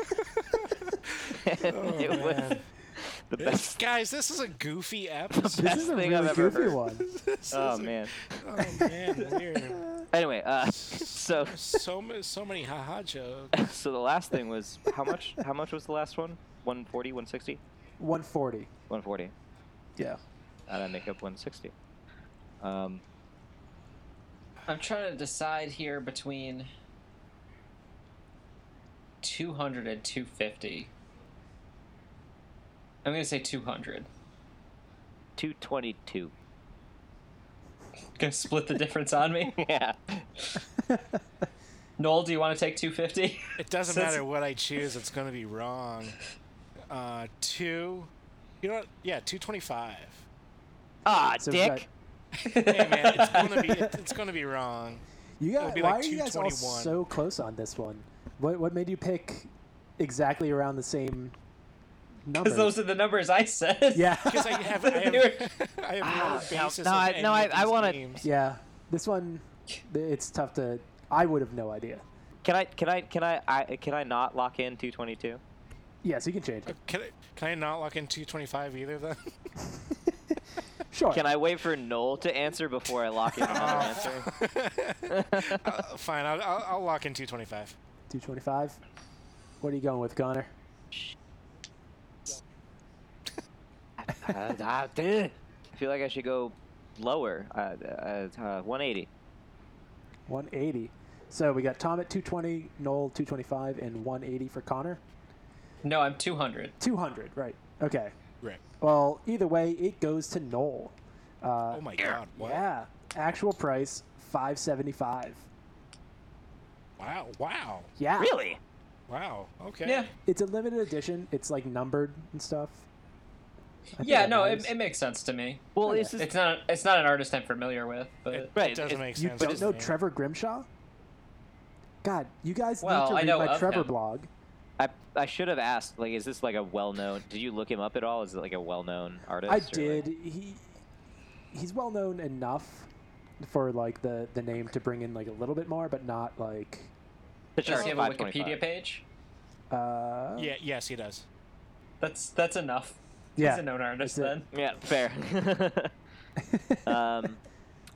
[SPEAKER 4] <laughs>
[SPEAKER 2] And it was
[SPEAKER 4] Oh, man.
[SPEAKER 2] the best
[SPEAKER 4] Guys, this is a goofy episode.
[SPEAKER 3] This is a
[SPEAKER 2] Best thing
[SPEAKER 3] really
[SPEAKER 2] I've ever
[SPEAKER 3] goofy
[SPEAKER 2] heard.
[SPEAKER 3] one.
[SPEAKER 2] <laughs>
[SPEAKER 4] This
[SPEAKER 2] Oh
[SPEAKER 4] is a-
[SPEAKER 2] man.
[SPEAKER 4] Oh man, weird.
[SPEAKER 2] Anyway, uh, <laughs> so
[SPEAKER 4] so ma- so many haha jokes.
[SPEAKER 2] so the last thing was how much? How much was the last one? 140, 160,
[SPEAKER 3] 140.
[SPEAKER 2] 140.
[SPEAKER 3] Yeah.
[SPEAKER 2] I didn't make up 160. Um,
[SPEAKER 1] I'm trying to decide here between 200 and 250. I'm gonna say 200.
[SPEAKER 2] 222.
[SPEAKER 1] Gonna split the difference on me.
[SPEAKER 2] <laughs> Yeah.
[SPEAKER 1] Noel, do you want to take 250?
[SPEAKER 2] <laughs>
[SPEAKER 4] It doesn't
[SPEAKER 1] Since-
[SPEAKER 4] matter what I choose; it's going to be wrong. Uh, two. You know what? Yeah,
[SPEAKER 2] <laughs>
[SPEAKER 4] two twenty-five.
[SPEAKER 2] Ah,
[SPEAKER 3] So we've
[SPEAKER 2] dick.
[SPEAKER 4] Hey man,
[SPEAKER 1] <laughs>
[SPEAKER 4] it's going to be it's, it's going to be wrong.
[SPEAKER 3] You
[SPEAKER 4] It'll
[SPEAKER 3] got,
[SPEAKER 4] be
[SPEAKER 3] why
[SPEAKER 4] like
[SPEAKER 3] are you guys all
[SPEAKER 4] 221.
[SPEAKER 3] so close on this one? What what made you pick exactly around the same number?
[SPEAKER 1] Because those are the numbers I said.
[SPEAKER 4] <laughs>
[SPEAKER 3] yeah.
[SPEAKER 4] Because I have I
[SPEAKER 2] <laughs>
[SPEAKER 4] have, <laughs> I
[SPEAKER 2] Ah,
[SPEAKER 4] have no
[SPEAKER 2] no,
[SPEAKER 4] basis.
[SPEAKER 2] no,
[SPEAKER 4] of
[SPEAKER 2] I-
[SPEAKER 4] any
[SPEAKER 2] no,
[SPEAKER 4] of
[SPEAKER 2] I-
[SPEAKER 4] these
[SPEAKER 2] I wanna-
[SPEAKER 3] <laughs>
[SPEAKER 4] names.
[SPEAKER 3] yeah. This one, th- it's tough to. I would have no idea.
[SPEAKER 2] Can I? Can I? Can I, I? Can I not lock in 222?
[SPEAKER 3] Yeah, so you can
[SPEAKER 2] <laughs>
[SPEAKER 3] change it.
[SPEAKER 4] Can I, can I not lock in 225 either then? <laughs>
[SPEAKER 3] Sure.
[SPEAKER 2] Can I wait for Noel to answer before I lock in another answer? <laughs>
[SPEAKER 4] <laughs> uh, fine, I'll, I'll, I'll lock in 225.
[SPEAKER 3] 225. What are you going with,
[SPEAKER 2] <laughs>
[SPEAKER 3] Connor? <laughs>
[SPEAKER 2] Uh, I feel like I should go lower. Uh, uh, uh, 180.
[SPEAKER 3] 180. So we got Tom at 220, Noel 225, and 180 for Connor.
[SPEAKER 1] <laughs> No, I'm 200.
[SPEAKER 3] 200, right. Okay.
[SPEAKER 4] Right.
[SPEAKER 3] Well, either way, it goes to Noel. Uh,
[SPEAKER 4] Oh my god. What?
[SPEAKER 3] Yeah. Actual price 575.
[SPEAKER 4] Wow. Wow.
[SPEAKER 3] Yeah.
[SPEAKER 2] Really?
[SPEAKER 4] Wow. Okay.
[SPEAKER 1] Yeah.
[SPEAKER 3] It's a limited edition. It's like numbered and stuff. I think
[SPEAKER 1] Yeah,
[SPEAKER 3] that
[SPEAKER 1] no, it,
[SPEAKER 3] matters.
[SPEAKER 1] it makes sense to me.
[SPEAKER 2] Well,
[SPEAKER 3] Okay.
[SPEAKER 2] it's just
[SPEAKER 1] It's not it's not an artist I'm familiar with, but
[SPEAKER 4] It,
[SPEAKER 2] Right,
[SPEAKER 4] it doesn't
[SPEAKER 2] it-
[SPEAKER 4] make
[SPEAKER 3] you
[SPEAKER 4] sense.
[SPEAKER 3] don't
[SPEAKER 4] does
[SPEAKER 3] know
[SPEAKER 4] it?
[SPEAKER 3] Trevor Grimshaw? God, you guys
[SPEAKER 1] Well,
[SPEAKER 3] need to
[SPEAKER 1] I
[SPEAKER 3] read
[SPEAKER 1] know
[SPEAKER 3] my
[SPEAKER 1] of
[SPEAKER 3] Trevor
[SPEAKER 1] him.
[SPEAKER 3] blog.
[SPEAKER 2] I, I should have asked like is this like a well known did you look him up at all is it like a well known artist
[SPEAKER 3] I
[SPEAKER 2] or, like-
[SPEAKER 3] did. He he's well known enough for like the the name to bring in like a little bit more, but not like
[SPEAKER 2] But
[SPEAKER 1] does
[SPEAKER 2] just
[SPEAKER 1] he have a
[SPEAKER 2] 525.
[SPEAKER 1] Wikipedia page?
[SPEAKER 3] uh
[SPEAKER 4] Yeah. Yes, he does.
[SPEAKER 1] That's that's enough.
[SPEAKER 3] yeah.
[SPEAKER 1] He's a known artist
[SPEAKER 3] it.
[SPEAKER 1] then.
[SPEAKER 2] yeah fair <laughs> um,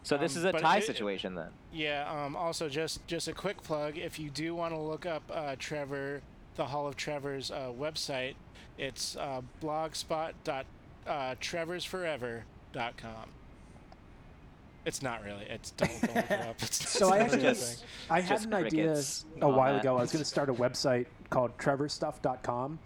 [SPEAKER 2] so this
[SPEAKER 4] Um,
[SPEAKER 2] is a
[SPEAKER 4] but
[SPEAKER 2] tie
[SPEAKER 4] it- it-
[SPEAKER 2] situation then
[SPEAKER 4] Yeah. Um. Also, just just a quick plug. If you do want to look up uh, Trevor, the Hall of Trevor's uh, website, it's uh, blogspot.trevorsforever.com. It's not really. It's don't, don't look
[SPEAKER 3] <laughs>
[SPEAKER 4] it up. It's
[SPEAKER 3] So I
[SPEAKER 4] not a
[SPEAKER 3] actually
[SPEAKER 4] real
[SPEAKER 2] Just-
[SPEAKER 3] I had
[SPEAKER 2] just
[SPEAKER 3] an idea
[SPEAKER 2] crickets
[SPEAKER 3] a
[SPEAKER 2] on
[SPEAKER 3] while
[SPEAKER 2] that.
[SPEAKER 3] ago. I was going to start a website called trevorstuff.com.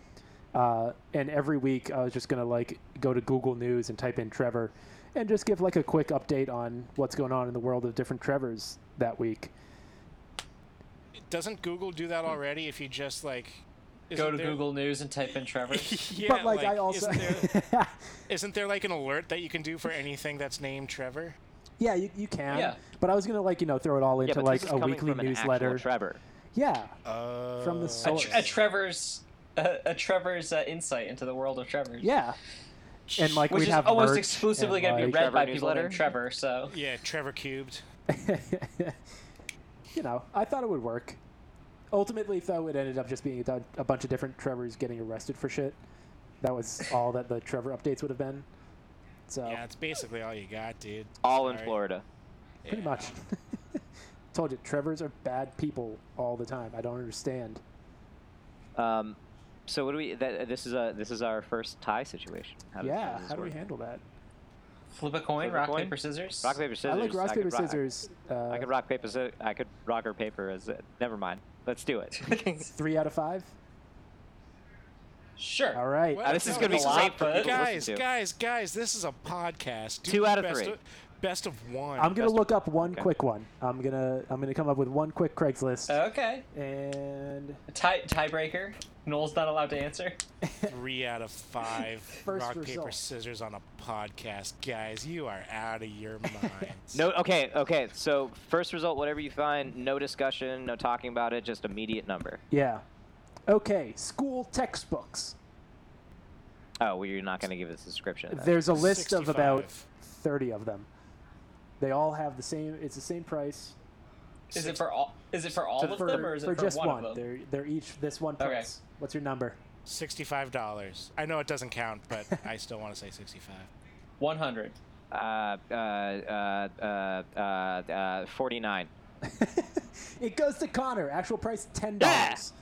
[SPEAKER 3] Uh, and every week I was just going to like go to Google News and type in Trevor and just give like a quick update on what's going on in the world of different Trevors that week.
[SPEAKER 4] doesn't Google do that already? If you just like
[SPEAKER 1] Go
[SPEAKER 4] isn't
[SPEAKER 1] to
[SPEAKER 4] there-
[SPEAKER 1] Google News and type in
[SPEAKER 2] <laughs>
[SPEAKER 1] Trevor.
[SPEAKER 4] <laughs> yeah,
[SPEAKER 3] but like, I also
[SPEAKER 4] isn't
[SPEAKER 3] <laughs>
[SPEAKER 4] there, isn't there like an alert that you can do for anything that's named Trevor?
[SPEAKER 3] yeah, you, you can.
[SPEAKER 1] Yeah.
[SPEAKER 3] But I was gonna like you know throw it all
[SPEAKER 2] Yeah,
[SPEAKER 3] into
[SPEAKER 2] but
[SPEAKER 3] like
[SPEAKER 2] this is
[SPEAKER 3] a
[SPEAKER 2] coming
[SPEAKER 3] weekly
[SPEAKER 2] from an actual
[SPEAKER 3] newsletter.
[SPEAKER 2] Trevor.
[SPEAKER 3] yeah,
[SPEAKER 4] Uh,
[SPEAKER 3] From the
[SPEAKER 1] a,
[SPEAKER 3] source.
[SPEAKER 1] tr- a Trevor's a, a Trevor's uh, insight into the world of Trevor's.
[SPEAKER 3] yeah. And like
[SPEAKER 1] Which
[SPEAKER 3] we'd
[SPEAKER 1] is
[SPEAKER 3] have
[SPEAKER 1] almost
[SPEAKER 3] merch
[SPEAKER 1] exclusively
[SPEAKER 3] and,
[SPEAKER 1] going to be
[SPEAKER 3] like-
[SPEAKER 1] read
[SPEAKER 2] Trevor
[SPEAKER 1] by people
[SPEAKER 2] newsletter.
[SPEAKER 1] named Trevor.
[SPEAKER 2] <laughs>
[SPEAKER 1] So
[SPEAKER 4] Yeah, Trevor cubed.
[SPEAKER 3] <laughs> you know, I thought it would work. Ultimately, though, it ended up just being a, a bunch of different Trevors getting arrested for shit. That
[SPEAKER 2] <laughs>
[SPEAKER 3] was all that the Trevor updates would have been. So,
[SPEAKER 4] Yeah, it's basically all you got, dude.
[SPEAKER 2] All in
[SPEAKER 4] Sorry.
[SPEAKER 2] Florida.
[SPEAKER 3] pretty
[SPEAKER 4] Yeah.
[SPEAKER 3] much. <laughs> Told you, Trevors are bad people all the time. I don't understand.
[SPEAKER 2] Um, so what do we? That, this is a this is our first tie situation. How does-
[SPEAKER 3] yeah,
[SPEAKER 2] does this
[SPEAKER 3] how do we
[SPEAKER 2] work?
[SPEAKER 3] handle that?
[SPEAKER 1] flip a coin,
[SPEAKER 2] Flip a
[SPEAKER 1] rock
[SPEAKER 2] coin?
[SPEAKER 1] paper scissors. <laughs>
[SPEAKER 2] rock paper
[SPEAKER 3] I
[SPEAKER 2] scissors?
[SPEAKER 3] like rock
[SPEAKER 2] could
[SPEAKER 3] paper
[SPEAKER 2] rock-
[SPEAKER 3] scissors. Uh,
[SPEAKER 2] I could rock paper. sci- I could rock or paper as. A, never mind. Let's do it.
[SPEAKER 3] Three out of five.
[SPEAKER 1] sure.
[SPEAKER 3] All right.
[SPEAKER 4] Well,
[SPEAKER 2] this is
[SPEAKER 4] no,
[SPEAKER 2] gonna be
[SPEAKER 4] a-
[SPEAKER 1] great for people to
[SPEAKER 4] guys,
[SPEAKER 2] listen to.
[SPEAKER 4] guys, guys. This is a podcast. Do
[SPEAKER 2] Two
[SPEAKER 4] the
[SPEAKER 2] out of
[SPEAKER 4] best
[SPEAKER 2] three.
[SPEAKER 4] best of one.
[SPEAKER 3] I'm gonna
[SPEAKER 2] Best-
[SPEAKER 3] look up one
[SPEAKER 2] okay.
[SPEAKER 3] quick one. I'm gonna I'm gonna come up with one quick Craigslist
[SPEAKER 2] Uh,
[SPEAKER 1] Okay.
[SPEAKER 3] and
[SPEAKER 1] Tie tiebreaker. Noel's not allowed to answer.
[SPEAKER 4] three
[SPEAKER 3] <laughs>
[SPEAKER 4] out of five.
[SPEAKER 3] First
[SPEAKER 4] rock paper
[SPEAKER 3] result.
[SPEAKER 4] scissors on a podcast, guys. You are out of <laughs> your minds.
[SPEAKER 2] No. Okay. Okay. So first result, whatever you find, no discussion, no talking about it, just immediate number.
[SPEAKER 3] yeah. Okay, school textbooks.
[SPEAKER 2] Oh, well, you're not going to give us a description. then.
[SPEAKER 3] There's a list of about
[SPEAKER 4] 65.
[SPEAKER 3] 30 of them. They all have the same. It's the same price
[SPEAKER 1] Is it for all? Is it for all of
[SPEAKER 3] for,
[SPEAKER 1] them, or is it for,
[SPEAKER 3] just
[SPEAKER 1] one, of them?
[SPEAKER 3] They're they're each this one
[SPEAKER 1] Okay.
[SPEAKER 3] price. What's your number?
[SPEAKER 4] Sixty-five dollars. I know it doesn't count, but I still want to say sixty-five.
[SPEAKER 1] One hundred.
[SPEAKER 2] Uh, uh, uh, uh, uh, uh, 49.
[SPEAKER 3] It goes to Connor. Actual price ten dollars.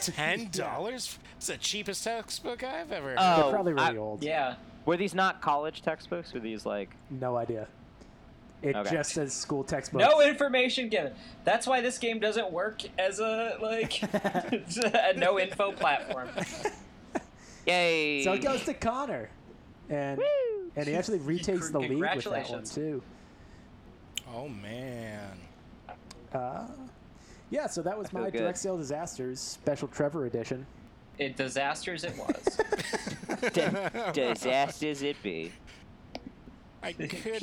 [SPEAKER 4] Ten dollars? It's the cheapest textbook I've ever. heard.
[SPEAKER 2] Oh,
[SPEAKER 3] They're probably
[SPEAKER 2] I-
[SPEAKER 3] really old.
[SPEAKER 1] Yeah.
[SPEAKER 2] Were these not college textbooks? Were these like?
[SPEAKER 3] No idea. It
[SPEAKER 2] Okay.
[SPEAKER 3] just says school textbooks.
[SPEAKER 1] No information given. That's why this game doesn't work as a
[SPEAKER 3] <laughs>
[SPEAKER 1] like <laughs> a no info platform.
[SPEAKER 2] Yay!
[SPEAKER 3] So it
[SPEAKER 4] oh,
[SPEAKER 3] goes to Connor, and and he actually retakes the lead with that one
[SPEAKER 1] Congratulations.
[SPEAKER 3] too.
[SPEAKER 4] oh man.
[SPEAKER 3] Uh, yeah, so that was
[SPEAKER 2] feel
[SPEAKER 3] my
[SPEAKER 2] good.
[SPEAKER 3] direct sale disasters special Trevor edition.
[SPEAKER 1] It disasters it was.
[SPEAKER 4] <laughs>
[SPEAKER 2] D- disasters it be.
[SPEAKER 4] I couldn't.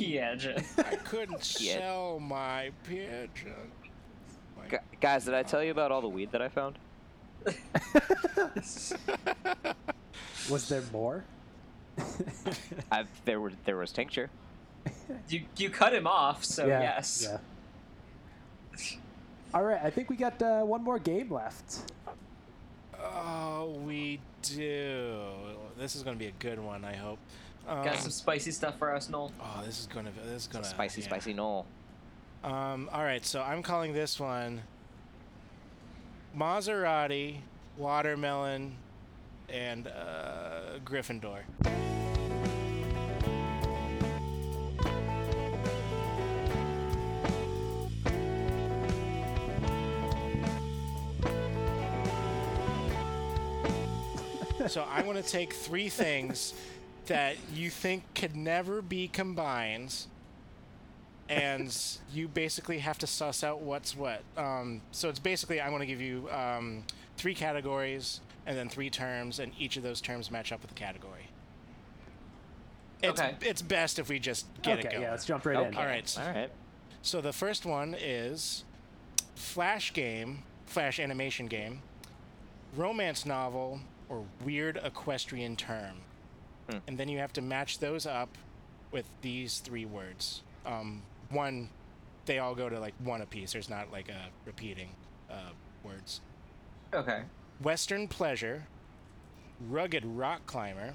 [SPEAKER 1] <laughs> yeah.
[SPEAKER 3] <laughs>
[SPEAKER 1] Ju-
[SPEAKER 4] I couldn't
[SPEAKER 2] Yeah.
[SPEAKER 4] sell my pigeon. My
[SPEAKER 2] Gu- guys, did I tell you about all the weed that I found?
[SPEAKER 3] Was there
[SPEAKER 1] <laughs>
[SPEAKER 3] more?
[SPEAKER 1] Oh,
[SPEAKER 2] I there were there was tincture.
[SPEAKER 1] You you cut him off, so yes.
[SPEAKER 3] Yeah. All right, I think we got uh, one more game left.
[SPEAKER 4] <laughs> Oh, we do. This is gonna be a good one. I hope. Um,
[SPEAKER 1] Got some spicy stuff for us, Noel.
[SPEAKER 4] oh, this is gonna. This is gonna.
[SPEAKER 2] Spicy,
[SPEAKER 4] yeah.
[SPEAKER 2] spicy Noel.
[SPEAKER 4] Um. All right. So I'm calling this one. Maserati, watermelon, and uh, Gryffindor. so I want to take three things that you think could never be combined, and you basically have to suss out what's what. Um, so it's basically I'm going to give you um, three categories and then three terms, and each of those terms match up with the category. It's,
[SPEAKER 1] Okay.
[SPEAKER 4] it's best if we just get
[SPEAKER 3] okay,
[SPEAKER 4] it going.
[SPEAKER 3] yeah, let's jump right in.
[SPEAKER 2] Okay.
[SPEAKER 4] All right.
[SPEAKER 2] All right.
[SPEAKER 4] So the first one is Flash game, Flash animation game, romance novel, or weird equestrian term.
[SPEAKER 2] Hmm.
[SPEAKER 4] And then you have to match those up with these three words. Um, one, they all go to like one apiece. There's not like a repeating uh, words.
[SPEAKER 1] Okay.
[SPEAKER 4] Western pleasure, rugged rock climber,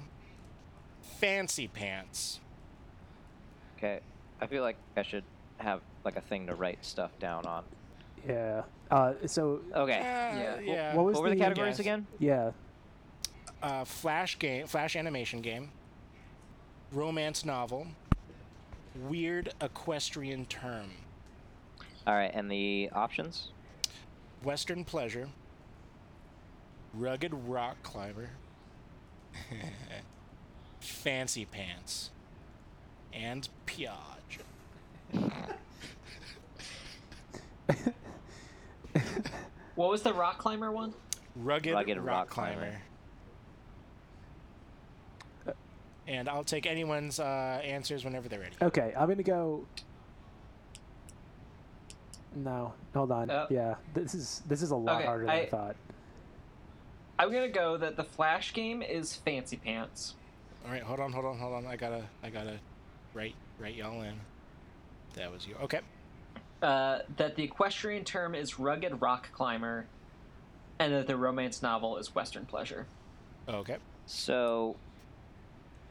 [SPEAKER 4] fancy pants.
[SPEAKER 2] Okay. I feel like I should have like a thing to write stuff down on.
[SPEAKER 3] Yeah. Uh, so
[SPEAKER 2] Okay.
[SPEAKER 4] Yeah.
[SPEAKER 1] Wh-
[SPEAKER 4] yeah.
[SPEAKER 3] what was
[SPEAKER 2] What were the
[SPEAKER 3] the-
[SPEAKER 2] categories
[SPEAKER 4] Yes.
[SPEAKER 2] again?
[SPEAKER 3] yeah,
[SPEAKER 4] uh, flash game, flash animation game, romance novel, weird equestrian term,
[SPEAKER 2] All right, and the options?
[SPEAKER 4] western pleasure, rugged rock climber, <laughs> fancy pants, and piage.
[SPEAKER 1] What was the rock climber one?
[SPEAKER 4] Rugged,
[SPEAKER 2] Rugged
[SPEAKER 4] rock,
[SPEAKER 2] Rock
[SPEAKER 4] climber.
[SPEAKER 2] Climber.
[SPEAKER 4] And I'll take anyone's uh, answers whenever they're ready.
[SPEAKER 3] Okay, I'm gonna go. No, hold on.
[SPEAKER 1] Uh,
[SPEAKER 3] yeah, this is this is a lot
[SPEAKER 1] okay,
[SPEAKER 3] harder than I,
[SPEAKER 1] I-
[SPEAKER 3] thought.
[SPEAKER 1] I'm gonna go that the Flash game is Fancy Pants.
[SPEAKER 4] All right, hold on, hold on, hold on. I gotta, I gotta, write, write y'all in. That was you. Okay.
[SPEAKER 1] Uh, that the equestrian term is rugged rock climber, and that the romance novel is Western pleasure.
[SPEAKER 4] Okay.
[SPEAKER 2] So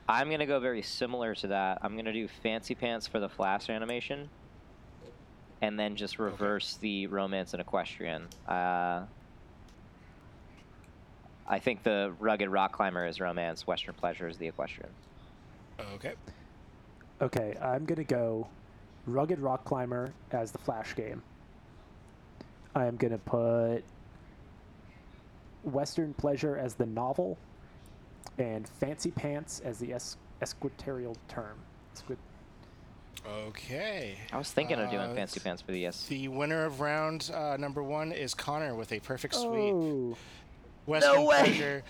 [SPEAKER 2] I'm gonna go very similar to that. I'm gonna do fancy pants for the flash animation, and then just reverse the romance and equestrian. Uh, I think the rugged rock climber is romance. Western pleasure is the equestrian.
[SPEAKER 4] Okay.
[SPEAKER 3] Okay, I'm gonna go Rugged Rock Climber as the Flash game. I am gonna put Western Pleasure as the novel, and Fancy Pants as the es- esquiterial term. Esqui-
[SPEAKER 4] Okay.
[SPEAKER 2] I was thinking of doing
[SPEAKER 4] Uh,
[SPEAKER 2] fancy pants for the S.
[SPEAKER 4] The winner of round uh, number one is Connor with a perfect sweep.
[SPEAKER 3] oh,
[SPEAKER 4] Western pleasure.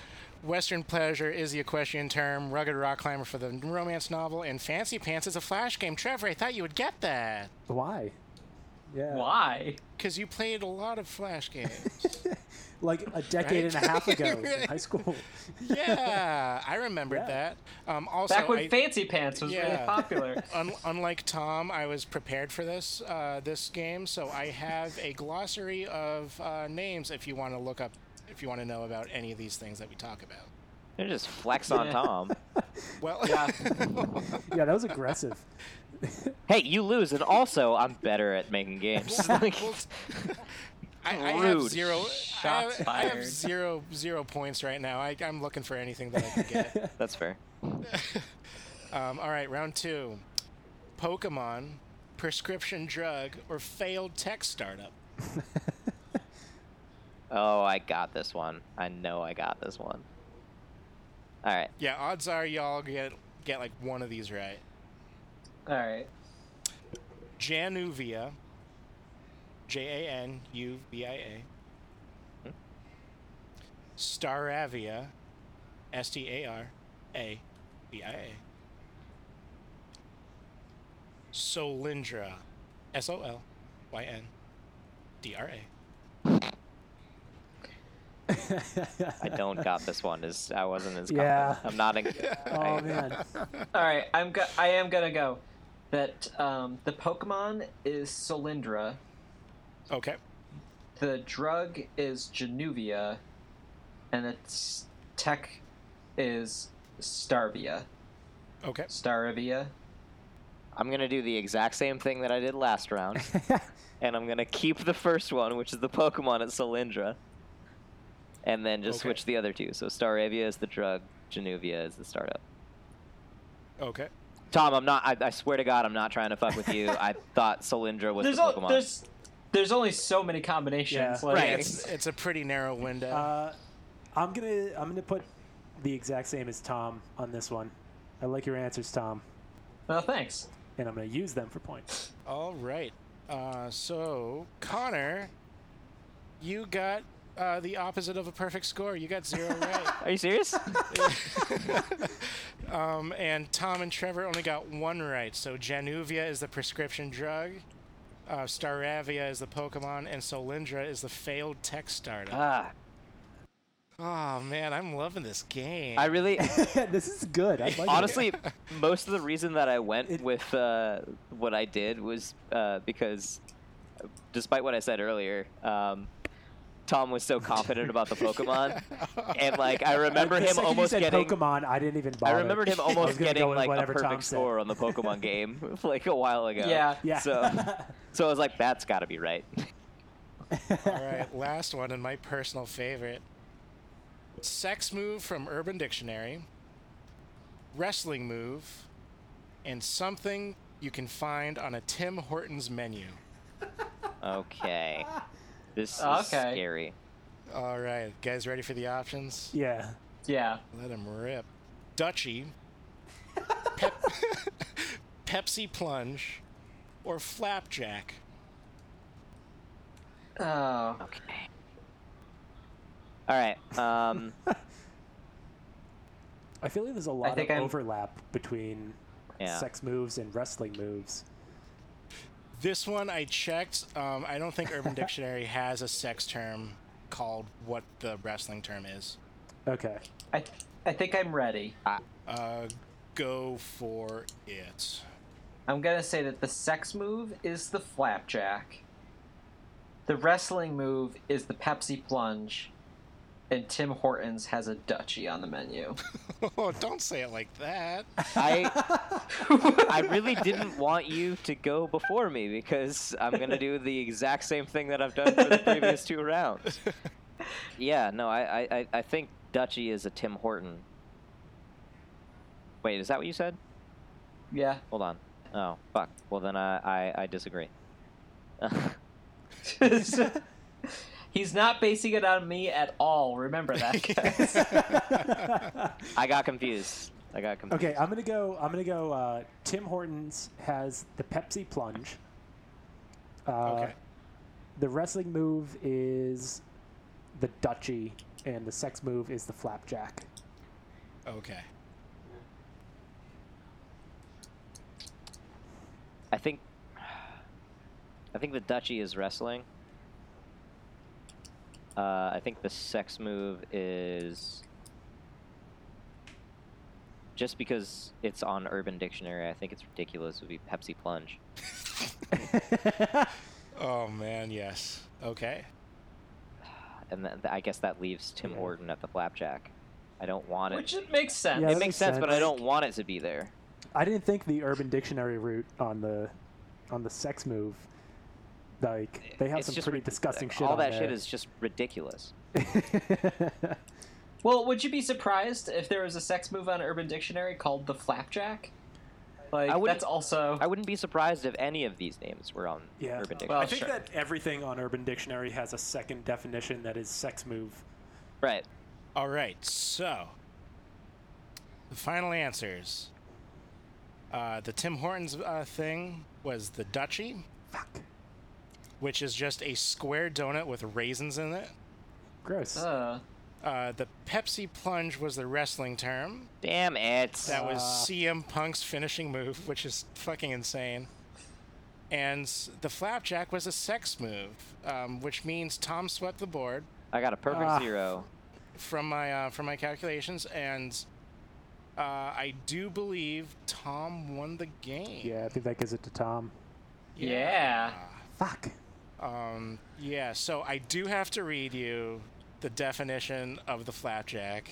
[SPEAKER 4] Western pleasure is the equestrian term. Rugged rock climber for the romance novel, and fancy pants is a flash game. Trevor, I thought you would get that
[SPEAKER 3] why? Yeah,
[SPEAKER 1] Why?
[SPEAKER 4] because you played a lot of
[SPEAKER 3] <laughs>
[SPEAKER 4] flash games.
[SPEAKER 3] like a decade
[SPEAKER 4] Right?
[SPEAKER 3] and a half ago in high school. <laughs>
[SPEAKER 4] yeah, I remembered
[SPEAKER 3] Yeah.
[SPEAKER 4] that. Um, also,
[SPEAKER 1] Back when
[SPEAKER 4] I-
[SPEAKER 1] Fancy Pants was really
[SPEAKER 4] Yeah. <laughs>
[SPEAKER 1] popular.
[SPEAKER 4] un- unlike Tom, I was prepared for this uh, this game, so I have a glossary of uh, names if you want to look up if you want to know about any of these things that we talk about.
[SPEAKER 2] They're just flex on
[SPEAKER 1] Yeah.
[SPEAKER 2] Tom.
[SPEAKER 4] Well, <laughs>
[SPEAKER 3] yeah, that was aggressive.
[SPEAKER 2] Hey, you lose, and also I'm better at making games. <laughs> Like,
[SPEAKER 4] <laughs> well, I, I have
[SPEAKER 2] Rude.
[SPEAKER 4] zero. I
[SPEAKER 1] Shots
[SPEAKER 4] have, I have
[SPEAKER 1] fired.
[SPEAKER 4] zero zero points right now. I, I'm looking for anything that I can get.
[SPEAKER 2] that's fair.
[SPEAKER 4] um, all right, round two. Pokemon, prescription drug, or failed tech startup.
[SPEAKER 2] Oh, I got this one. I know I got this one. All right.
[SPEAKER 4] Yeah, odds are y'all get get like one of these right.
[SPEAKER 1] All right.
[SPEAKER 4] Januvia. J A N U V I A. Staravia. S T A R A V I A. Solindra. S O L Y N D R A.
[SPEAKER 2] I don't got this one. Is I wasn't as
[SPEAKER 3] Yeah.
[SPEAKER 2] confident. I'm
[SPEAKER 1] <laughs>
[SPEAKER 2] not. In,
[SPEAKER 3] Oh
[SPEAKER 2] I-
[SPEAKER 3] man.
[SPEAKER 1] All right. I'm go- I am gonna go that um, the Pokemon is Solyndra,
[SPEAKER 4] Okay.
[SPEAKER 1] the drug is Genuvia, and its tech is Starvia.
[SPEAKER 4] Okay.
[SPEAKER 1] Starvia.
[SPEAKER 2] I'm gonna do the exact same thing that I did last round, and I'm gonna keep the first one, which is the Pokemon at Solyndra, and then just
[SPEAKER 4] Okay.
[SPEAKER 2] switch the other two. So Staravia is the drug, Genuvia is the startup.
[SPEAKER 4] Okay.
[SPEAKER 2] Tom, I'm not. I, I swear to God, I'm not trying to fuck with you. I thought Solyndra was
[SPEAKER 1] There's,
[SPEAKER 2] the
[SPEAKER 1] o-
[SPEAKER 2] Pokemon.
[SPEAKER 1] there's there's only so many combinations.
[SPEAKER 3] Yeah.
[SPEAKER 1] Like,
[SPEAKER 2] Right.
[SPEAKER 4] It's, it's a pretty narrow window.
[SPEAKER 3] Uh, I'm gonna I'm gonna put the exact same as Tom on this one. I like your answers, Tom,
[SPEAKER 1] No thanks.
[SPEAKER 3] and I'm gonna use them for points.
[SPEAKER 4] All right. Uh, so, Connor, you got uh, the opposite of a perfect score. You got zero right.
[SPEAKER 2] Are you serious?
[SPEAKER 4] Um, and Tom and Trevor only got one right. So Januvia is the prescription drug, uh, Staravia is the Pokemon, and Solyndra is the failed tech startup.
[SPEAKER 2] ah,
[SPEAKER 4] oh man, I'm loving this game. <laughs>
[SPEAKER 2] I really.
[SPEAKER 3] <laughs> this is good. I like it. <laughs>
[SPEAKER 2] honestly most of the reason that i went
[SPEAKER 3] It-
[SPEAKER 2] with uh, what i did was uh, because despite what i said earlier um, tom was so confident about
[SPEAKER 3] <laughs>
[SPEAKER 2] the pokemon and like i remember
[SPEAKER 3] the
[SPEAKER 2] him
[SPEAKER 3] second you
[SPEAKER 2] almost
[SPEAKER 3] said
[SPEAKER 2] getting
[SPEAKER 3] Pokemon. <laughs> I didn't even
[SPEAKER 2] I
[SPEAKER 3] bother.
[SPEAKER 2] remembered him
[SPEAKER 3] was
[SPEAKER 2] almost
[SPEAKER 3] gonna go
[SPEAKER 2] getting
[SPEAKER 3] with
[SPEAKER 2] like a
[SPEAKER 3] whatever Tom
[SPEAKER 2] perfect
[SPEAKER 3] said.
[SPEAKER 2] score on the Pokemon game <laughs> like a while ago.
[SPEAKER 1] Yeah.
[SPEAKER 3] <laughs> Yeah. <laughs>
[SPEAKER 2] So, so I was like, that's got to be right.
[SPEAKER 4] All right, last one and my personal favorite. Sex move from Urban Dictionary, wrestling move, and something you can find on a Tim Hortons menu.
[SPEAKER 2] Okay, this is
[SPEAKER 1] Okay.
[SPEAKER 2] scary.
[SPEAKER 4] All right, guys, ready for the options?
[SPEAKER 3] yeah.
[SPEAKER 1] Yeah.
[SPEAKER 4] Let him rip. Dutchy. Pep- <laughs> Pepsi plunge, or flapjack.
[SPEAKER 1] Oh.
[SPEAKER 2] Okay. All right.
[SPEAKER 3] <laughs>
[SPEAKER 2] Um,
[SPEAKER 3] I feel like there's a lot of
[SPEAKER 5] think I'm-
[SPEAKER 3] overlap between
[SPEAKER 2] Yeah.
[SPEAKER 3] sex moves and wrestling moves.
[SPEAKER 4] This one I checked. Um, I don't think Urban Dictionary has a sex term called what the wrestling term is.
[SPEAKER 3] Okay. <laughs>
[SPEAKER 6] I, I think I'm ready.
[SPEAKER 4] Uh, go for it. <laughs>
[SPEAKER 6] I'm gonna say that the sex move is the flapjack, the wrestling move is the Pepsi plunge, and Tim Hortons has a duchy on the menu.
[SPEAKER 4] Oh, don't say it like that.
[SPEAKER 2] I I really didn't want you to go before me because I'm gonna do the exact same thing that I've done for the previous two rounds. Yeah. No. I I, I- I think Dutchy is a Tim Horton. Wait, is that what you said? <laughs>
[SPEAKER 6] yeah.
[SPEAKER 2] Hold on. Oh fuck. Well then I I, I disagree. <laughs>
[SPEAKER 6] He's not basing it on me at all. Remember
[SPEAKER 2] <laughs>
[SPEAKER 6] that. guys.
[SPEAKER 2] I got confused. I got confused.
[SPEAKER 3] Okay, I'm gonna go. I'm gonna go. Uh, Tim Hortons has the Pepsi plunge. Uh,
[SPEAKER 4] Okay.
[SPEAKER 3] The wrestling move is the Dutchie, and the sex move is the flapjack.
[SPEAKER 4] Okay.
[SPEAKER 2] I think I think the Dutchie is wrestling. Uh, I think the sex move is just because it's on Urban Dictionary. I think it's ridiculous. Would be Pepsi Plunge.
[SPEAKER 4] Oh man, yes. Okay.
[SPEAKER 2] and th- I guess that leaves Tim Horton at the flapjack. I don't want
[SPEAKER 6] <laughs>
[SPEAKER 2] it.
[SPEAKER 6] Which it makes sense.
[SPEAKER 3] Yeah,
[SPEAKER 2] it
[SPEAKER 3] that
[SPEAKER 2] makes
[SPEAKER 3] makes
[SPEAKER 2] sense, but I
[SPEAKER 3] sense.
[SPEAKER 2] don't want it to be there.
[SPEAKER 3] I didn't think the Urban Dictionary route on the on the sex move. Like they have
[SPEAKER 2] It's
[SPEAKER 3] some
[SPEAKER 2] just
[SPEAKER 3] pretty
[SPEAKER 2] rid-
[SPEAKER 3] disgusting shit.
[SPEAKER 2] All
[SPEAKER 3] on
[SPEAKER 2] that
[SPEAKER 3] there. <laughs>
[SPEAKER 2] shit is just ridiculous.
[SPEAKER 6] Well, would you be surprised if there was a sex move on Urban Dictionary called the flapjack? Like
[SPEAKER 2] I wouldn't-
[SPEAKER 6] that's also
[SPEAKER 2] I wouldn't be surprised if any of these names were on
[SPEAKER 3] Yeah.
[SPEAKER 2] Urban Dictionary.
[SPEAKER 6] Well,
[SPEAKER 3] I think
[SPEAKER 6] sure.
[SPEAKER 3] that everything on Urban Dictionary has a second definition that is sex move.
[SPEAKER 2] right.
[SPEAKER 4] All right. So, the final answers. Uh, the Tim Hortons uh, thing was the Dutchie,
[SPEAKER 3] Fuck.
[SPEAKER 4] which is just a square donut with raisins in it.
[SPEAKER 3] Gross.
[SPEAKER 6] uh,
[SPEAKER 4] Uh, the Pepsi plunge was the wrestling term.
[SPEAKER 2] Damn it.
[SPEAKER 4] That was
[SPEAKER 3] Ah.
[SPEAKER 4] CM Punk's finishing move, which is fucking insane. And s- the flapjack was a sex move, um, which means Tom swept the board
[SPEAKER 2] I got a perfect
[SPEAKER 3] Ah.
[SPEAKER 2] zero.
[SPEAKER 4] from my uh, from my calculations, and uh, I do believe Tom won the game.
[SPEAKER 3] yeah, I think that gives it to Tom.
[SPEAKER 6] yeah.
[SPEAKER 3] Fuck.
[SPEAKER 4] Um, yeah. So I do have to read you the definition of the
[SPEAKER 1] <laughs>
[SPEAKER 4] flapjack.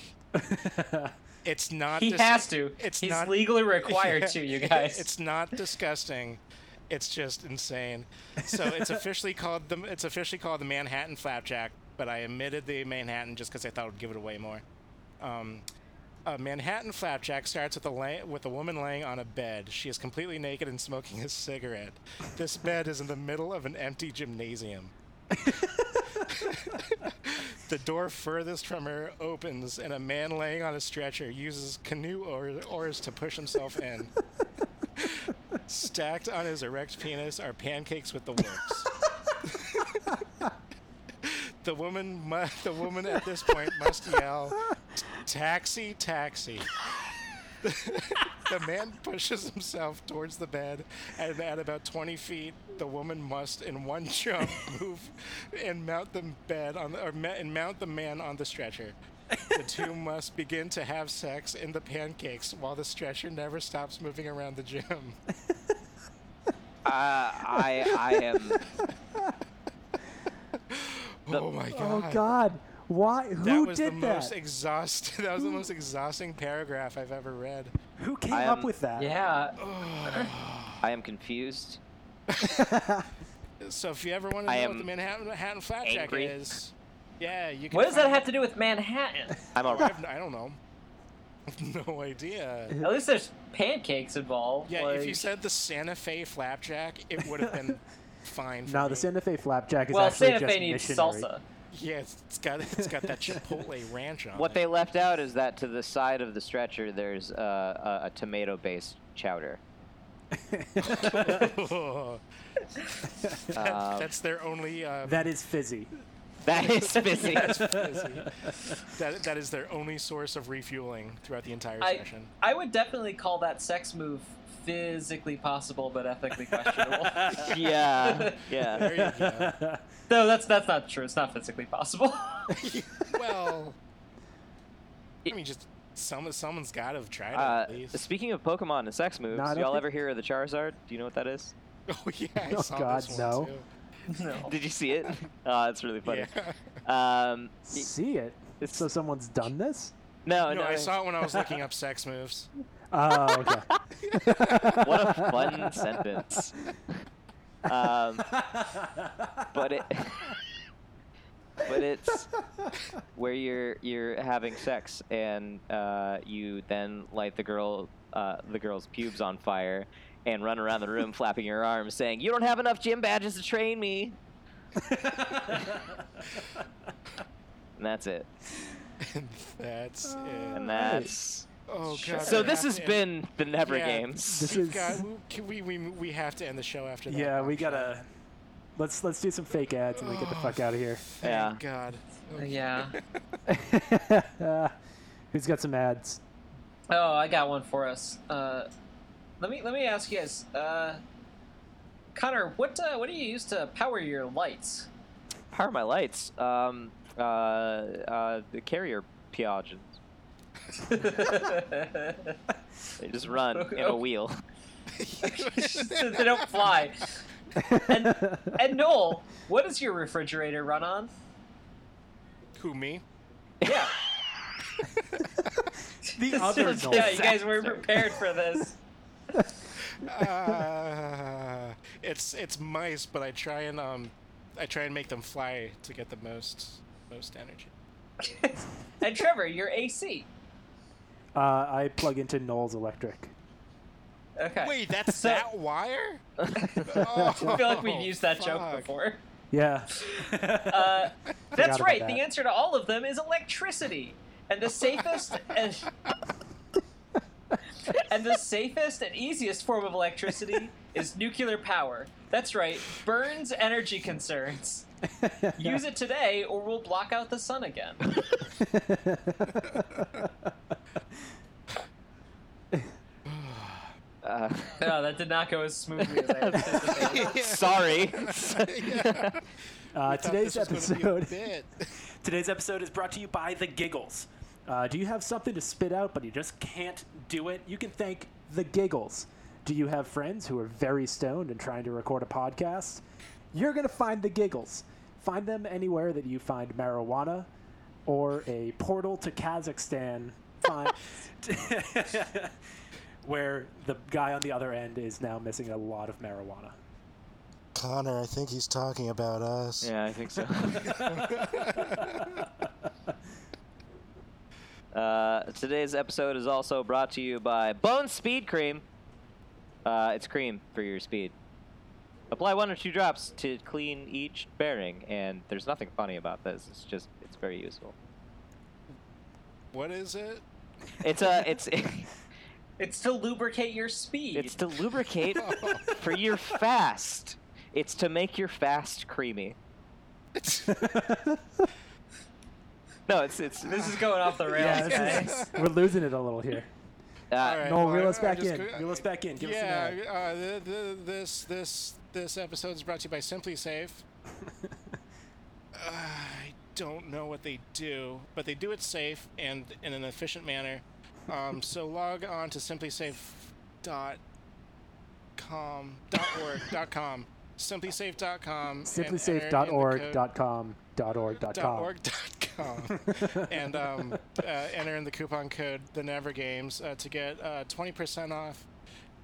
[SPEAKER 4] It's not.
[SPEAKER 1] He
[SPEAKER 4] dis-
[SPEAKER 1] has to.
[SPEAKER 4] it's
[SPEAKER 1] He's
[SPEAKER 4] not-
[SPEAKER 1] legally required
[SPEAKER 4] <laughs> Yeah.
[SPEAKER 1] to, you guys.
[SPEAKER 4] It's not disgusting. It's just insane. So it's officially called the it's officially called the Manhattan Flapjack, but I omitted the Manhattan just because I thought it would give it away more. Um, a Manhattan Flapjack starts with a lay, with a woman laying on a bed. She is completely naked and smoking a cigarette. This bed is in the middle of an empty gymnasium. The door furthest from her opens, and a man laying on a stretcher uses canoe oar- oars to push himself in. Stacked on his erect penis are pancakes with the works. the woman, mu- the woman at this point must yell, "Taxi, taxi!" the man pushes himself towards the bed, and at about 20 feet, the woman must, in one <laughs> jump, move and mount the bed on the, or ma- and mount the man on the stretcher. The
[SPEAKER 3] <laughs>
[SPEAKER 4] two must begin to have sex in the pancakes while the stretcher never stops moving around the gym.
[SPEAKER 2] Uh, I I am
[SPEAKER 4] oh my
[SPEAKER 3] Oh
[SPEAKER 4] god!
[SPEAKER 3] God. Why? Who
[SPEAKER 4] That was
[SPEAKER 3] did
[SPEAKER 4] the
[SPEAKER 3] that?
[SPEAKER 4] most exhaust. <laughs> That was the most exhausting paragraph I've ever read.
[SPEAKER 3] Who came
[SPEAKER 2] I
[SPEAKER 3] up
[SPEAKER 2] am-
[SPEAKER 3] with that?
[SPEAKER 6] Yeah.
[SPEAKER 4] Oh,
[SPEAKER 2] I am confused.
[SPEAKER 4] So if you ever want to
[SPEAKER 2] I
[SPEAKER 4] know what
[SPEAKER 2] am
[SPEAKER 4] the Manhattan, Manhattan Flapjack
[SPEAKER 2] angry.
[SPEAKER 4] is, yeah, you can.
[SPEAKER 6] What does that
[SPEAKER 4] find-
[SPEAKER 6] have to do with Manhattan?
[SPEAKER 2] I'm a
[SPEAKER 4] I, have, I don't know. <laughs> no idea.
[SPEAKER 6] At least there's pancakes involved.
[SPEAKER 4] Yeah, if you
[SPEAKER 6] like-
[SPEAKER 4] said the Santa Fe flapjack, it would have been fine.
[SPEAKER 3] <laughs>
[SPEAKER 4] For
[SPEAKER 3] No,
[SPEAKER 4] me.
[SPEAKER 3] the Santa Fe flapjack is
[SPEAKER 6] well,
[SPEAKER 3] actually
[SPEAKER 6] Santa
[SPEAKER 3] just
[SPEAKER 6] Fe needs
[SPEAKER 3] missionary.
[SPEAKER 6] salsa.
[SPEAKER 4] yeah, it's, it's got it's got that Chipotle ranch on.
[SPEAKER 2] What
[SPEAKER 4] it.
[SPEAKER 2] they left out is that to the side of the stretcher, there's uh, a, a tomato-based chowder.
[SPEAKER 3] <laughs>
[SPEAKER 2] Um,
[SPEAKER 4] that, <laughs> that's their only. Uh,
[SPEAKER 3] That is fizzy.
[SPEAKER 2] That is
[SPEAKER 4] <laughs>
[SPEAKER 3] <laughs>
[SPEAKER 2] busy.
[SPEAKER 4] that, that is their only source of refueling throughout the entire
[SPEAKER 1] I,
[SPEAKER 4] session.
[SPEAKER 1] I would definitely call that sex move physically possible but ethically
[SPEAKER 4] <laughs>
[SPEAKER 1] questionable. <laughs>
[SPEAKER 2] yeah, yeah.
[SPEAKER 4] There you go.
[SPEAKER 1] no, that's that's not true. It's not physically possible. <laughs>
[SPEAKER 3] <laughs>
[SPEAKER 4] Well, I mean, just some someone's got to have tried it
[SPEAKER 2] Uh,
[SPEAKER 4] at least.
[SPEAKER 2] speaking of Pokemon and sex moves,
[SPEAKER 3] No, I don't
[SPEAKER 2] y'all
[SPEAKER 3] think-
[SPEAKER 2] ever hear of the Charizard? Do you know what that is?
[SPEAKER 4] <laughs> Oh yeah, I
[SPEAKER 3] Oh,
[SPEAKER 4] saw
[SPEAKER 3] God,
[SPEAKER 4] this one
[SPEAKER 3] no.
[SPEAKER 4] too. <laughs>
[SPEAKER 1] no.
[SPEAKER 2] Did you see
[SPEAKER 3] <laughs>
[SPEAKER 2] it? <laughs> Uh, it's really funny.
[SPEAKER 4] Yeah.
[SPEAKER 2] Um, y-
[SPEAKER 3] See it.
[SPEAKER 2] It's-
[SPEAKER 3] So someone's done
[SPEAKER 2] <laughs>
[SPEAKER 3] this?
[SPEAKER 2] no,
[SPEAKER 4] No,
[SPEAKER 2] no,
[SPEAKER 4] I saw it when I was looking up sex moves.
[SPEAKER 3] Oh, okay.
[SPEAKER 2] What a
[SPEAKER 3] <laughs>
[SPEAKER 2] fun sentence. Um, but it,
[SPEAKER 4] <laughs>
[SPEAKER 2] but it's where you're you're having sex and uh, you then light the girl uh, the girl's pubes on fire and run around the room flapping your arms saying you don't have enough gym badges to train me.
[SPEAKER 3] <laughs>
[SPEAKER 2] <laughs> and that's it.
[SPEAKER 4] <laughs> That's
[SPEAKER 3] Uh,
[SPEAKER 2] And
[SPEAKER 4] it.
[SPEAKER 2] that's
[SPEAKER 4] Oh god.
[SPEAKER 2] so.
[SPEAKER 4] we
[SPEAKER 2] This
[SPEAKER 4] have
[SPEAKER 2] has
[SPEAKER 4] to end-
[SPEAKER 2] been the Never
[SPEAKER 4] Yeah.
[SPEAKER 2] Games.
[SPEAKER 3] This
[SPEAKER 4] we've
[SPEAKER 3] is-
[SPEAKER 4] got- we- can we, we we have to end the show after that.
[SPEAKER 3] yeah, we gotta. Let's let's do some fake ads and we get the fuck out of
[SPEAKER 4] <laughs>
[SPEAKER 3] here.
[SPEAKER 4] Thank
[SPEAKER 2] Yeah.
[SPEAKER 4] God.
[SPEAKER 3] Uh,
[SPEAKER 4] <laughs>
[SPEAKER 1] Yeah.
[SPEAKER 3] Who's got some ads?
[SPEAKER 1] Oh, I got one for us. Uh, let me let me ask you guys, uh, Connor, what uh, what do you use to power your lights?
[SPEAKER 2] Power my lights. Um, uh, uh, the carrier pigeons.
[SPEAKER 1] they
[SPEAKER 2] They just run in a wheel. <laughs>
[SPEAKER 3] <laughs>
[SPEAKER 1] don't fly. And, and Noel, what does your refrigerator run on?
[SPEAKER 4] Who me? <laughs>
[SPEAKER 1] Yeah,
[SPEAKER 3] The
[SPEAKER 2] other is-
[SPEAKER 1] yeah, you guys were prepared for this.
[SPEAKER 4] Uh, it's it's mice, but I try and um, I try and make them fly to get the most most energy.
[SPEAKER 1] And Trevor, your AC.
[SPEAKER 3] Uh, I plug into Knowles Electric.
[SPEAKER 1] Okay.
[SPEAKER 4] Wait, that's
[SPEAKER 1] So-
[SPEAKER 4] that wire? Oh,
[SPEAKER 1] I feel like we've used that joke
[SPEAKER 4] fuck.
[SPEAKER 1] before.
[SPEAKER 3] Yeah.
[SPEAKER 1] Uh, that's
[SPEAKER 3] about
[SPEAKER 1] right.
[SPEAKER 3] that.
[SPEAKER 1] The answer to all of them is electricity, and the safest
[SPEAKER 3] <laughs>
[SPEAKER 1] and and the safest and easiest form of electricity is nuclear power. That's right. Burns energy concerns. Use it today, or we'll block out the sun again.
[SPEAKER 2] Uh,
[SPEAKER 1] No, that did not go as smoothly
[SPEAKER 3] <laughs>
[SPEAKER 1] as I anticipated.
[SPEAKER 2] sorry.
[SPEAKER 4] <laughs> Yeah.
[SPEAKER 3] Uh,
[SPEAKER 4] Thought
[SPEAKER 3] today's
[SPEAKER 4] this was gonna
[SPEAKER 3] episode.
[SPEAKER 4] be a bit.
[SPEAKER 3] Today's episode is brought to you by The Giggles. Uh, do you have something to spit out, but you just can't do it? You can thank The Giggles. Do you have friends who are very stoned and trying to record a podcast? You're going to find The Giggles. Find them anywhere that you find marijuana or a portal to Kazakhstan. Find. Where the guy on the other end is now missing a lot of marijuana.
[SPEAKER 4] Connor, I think he's talking about us.
[SPEAKER 2] yeah, I
[SPEAKER 4] <laughs>
[SPEAKER 2] think so. uh, today's episode is also brought to you by Bone Speed Cream. Uh, it's cream for your speed. Apply one or two drops to clean each bearing, and there's nothing funny about this. It's just it's very useful.
[SPEAKER 4] What is it?
[SPEAKER 2] It's
[SPEAKER 4] <laughs>
[SPEAKER 2] a
[SPEAKER 3] <laughs>
[SPEAKER 2] it's <laughs>
[SPEAKER 1] It's to lubricate your speed.
[SPEAKER 2] it's to
[SPEAKER 4] <laughs>
[SPEAKER 2] lubricate for your fast. It's to make your fast creamy. No, it's it's
[SPEAKER 1] this is going off the rails,
[SPEAKER 3] Yeah,
[SPEAKER 1] guys.
[SPEAKER 3] this is, we're losing it a little here.
[SPEAKER 2] uh,
[SPEAKER 4] All right,
[SPEAKER 3] No,
[SPEAKER 4] well,
[SPEAKER 3] reel
[SPEAKER 4] I-
[SPEAKER 3] us
[SPEAKER 4] I
[SPEAKER 3] back
[SPEAKER 4] just
[SPEAKER 3] in.
[SPEAKER 4] cou-
[SPEAKER 3] Reel us back in. Give us an ad.
[SPEAKER 4] yeah, uh, th th this this this episode is brought to you by
[SPEAKER 3] <laughs>
[SPEAKER 4] Simply Safe. uh, I don't know what they do, but they do it safe and in an efficient manner.
[SPEAKER 3] <laughs>
[SPEAKER 4] Um, so log on to simplysafe.com dot org
[SPEAKER 3] <laughs>
[SPEAKER 4] dot com simplysafe.com dot
[SPEAKER 3] simplysafe.org.com dot org dot
[SPEAKER 4] dot
[SPEAKER 3] com
[SPEAKER 4] org dot com <laughs> and um, uh, enter in the coupon code the never games uh, to get uh, 20% off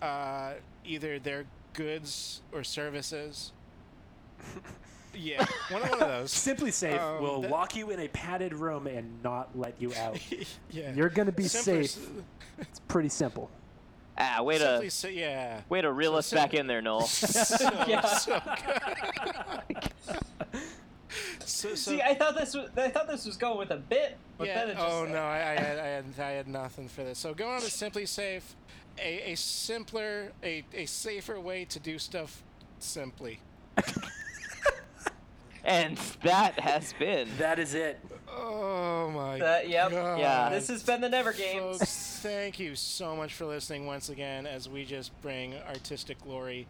[SPEAKER 4] uh, either their goods or
[SPEAKER 3] <laughs>
[SPEAKER 4] services yeah one, one of those
[SPEAKER 3] Simply Safe
[SPEAKER 4] Um,
[SPEAKER 3] will
[SPEAKER 4] that-
[SPEAKER 3] lock you in a padded room and not let you out.
[SPEAKER 4] <laughs> <laughs> yeah
[SPEAKER 3] You're gonna be
[SPEAKER 4] Simply
[SPEAKER 3] safe. It's pretty simple.
[SPEAKER 2] ah, way
[SPEAKER 4] s-
[SPEAKER 2] to
[SPEAKER 4] simply sa- yeah
[SPEAKER 2] way to reel us
[SPEAKER 4] sim-
[SPEAKER 2] back in there, Noel.
[SPEAKER 4] so,
[SPEAKER 1] Yeah.
[SPEAKER 4] so good. so, so,
[SPEAKER 1] See, I thought this was I thought this was going with a bit, but
[SPEAKER 4] Yeah.
[SPEAKER 1] then it just <laughs>
[SPEAKER 4] oh no, I, I, had, I had I had nothing for this. So going on to Simply Safe, a, a simpler, a, a safer way to do stuff simply.
[SPEAKER 2] and that has been.
[SPEAKER 7] That is it.
[SPEAKER 4] Oh my
[SPEAKER 1] That- yep.
[SPEAKER 4] god.
[SPEAKER 2] Yeah.
[SPEAKER 1] This has been the Never Games.
[SPEAKER 4] Folks, <laughs> thank you so much for listening once again as we just bring artistic glory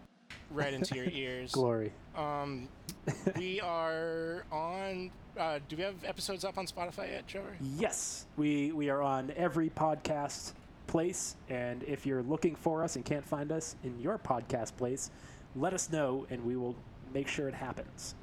[SPEAKER 4] right into <laughs> your ears.
[SPEAKER 3] Glory.
[SPEAKER 4] Um, we are on. Uh, do we have episodes up on Spotify yet, Trevor?
[SPEAKER 3] Yes, we we are on every podcast place, and if you're looking for us and can't find us in your podcast place, let us know, and we will make sure it happens.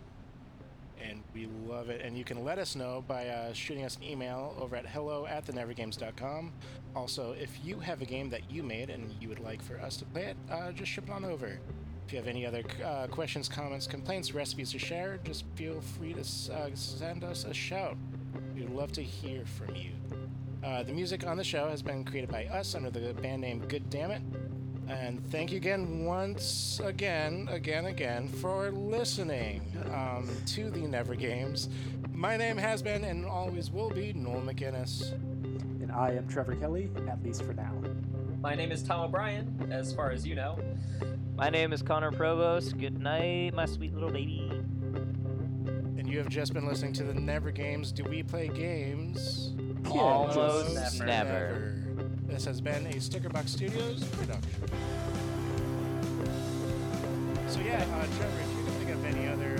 [SPEAKER 4] And we love it. And you can let us know by uh, shooting us an email over at hello at thenevergames.com. Also, if you have a game that you made and you would like for us to play it, uh, just ship it on over. If you have any other uh, questions, comments, complaints, recipes to share, just feel free to s- uh, send us a shout. We'd love to hear from you. Uh, the music on the show has been created by us under the band name Good Damn It. And thank you again, once again, again, again, for listening um, to the Never Games. My name has been and always will be Noel McGinnis.
[SPEAKER 3] And I am Trevor Kelly, at least for now.
[SPEAKER 1] My name is Tom O'Brien, as far as you know.
[SPEAKER 2] My name is Connor Provost. Good night, my sweet little baby.
[SPEAKER 4] And you have just been listening to the Never Games. Do we play games?
[SPEAKER 2] Almost
[SPEAKER 1] Almost
[SPEAKER 2] never.
[SPEAKER 4] never. This has been a Sticker Box Studios production. So yeah, uh, Trevor, if you can think of any other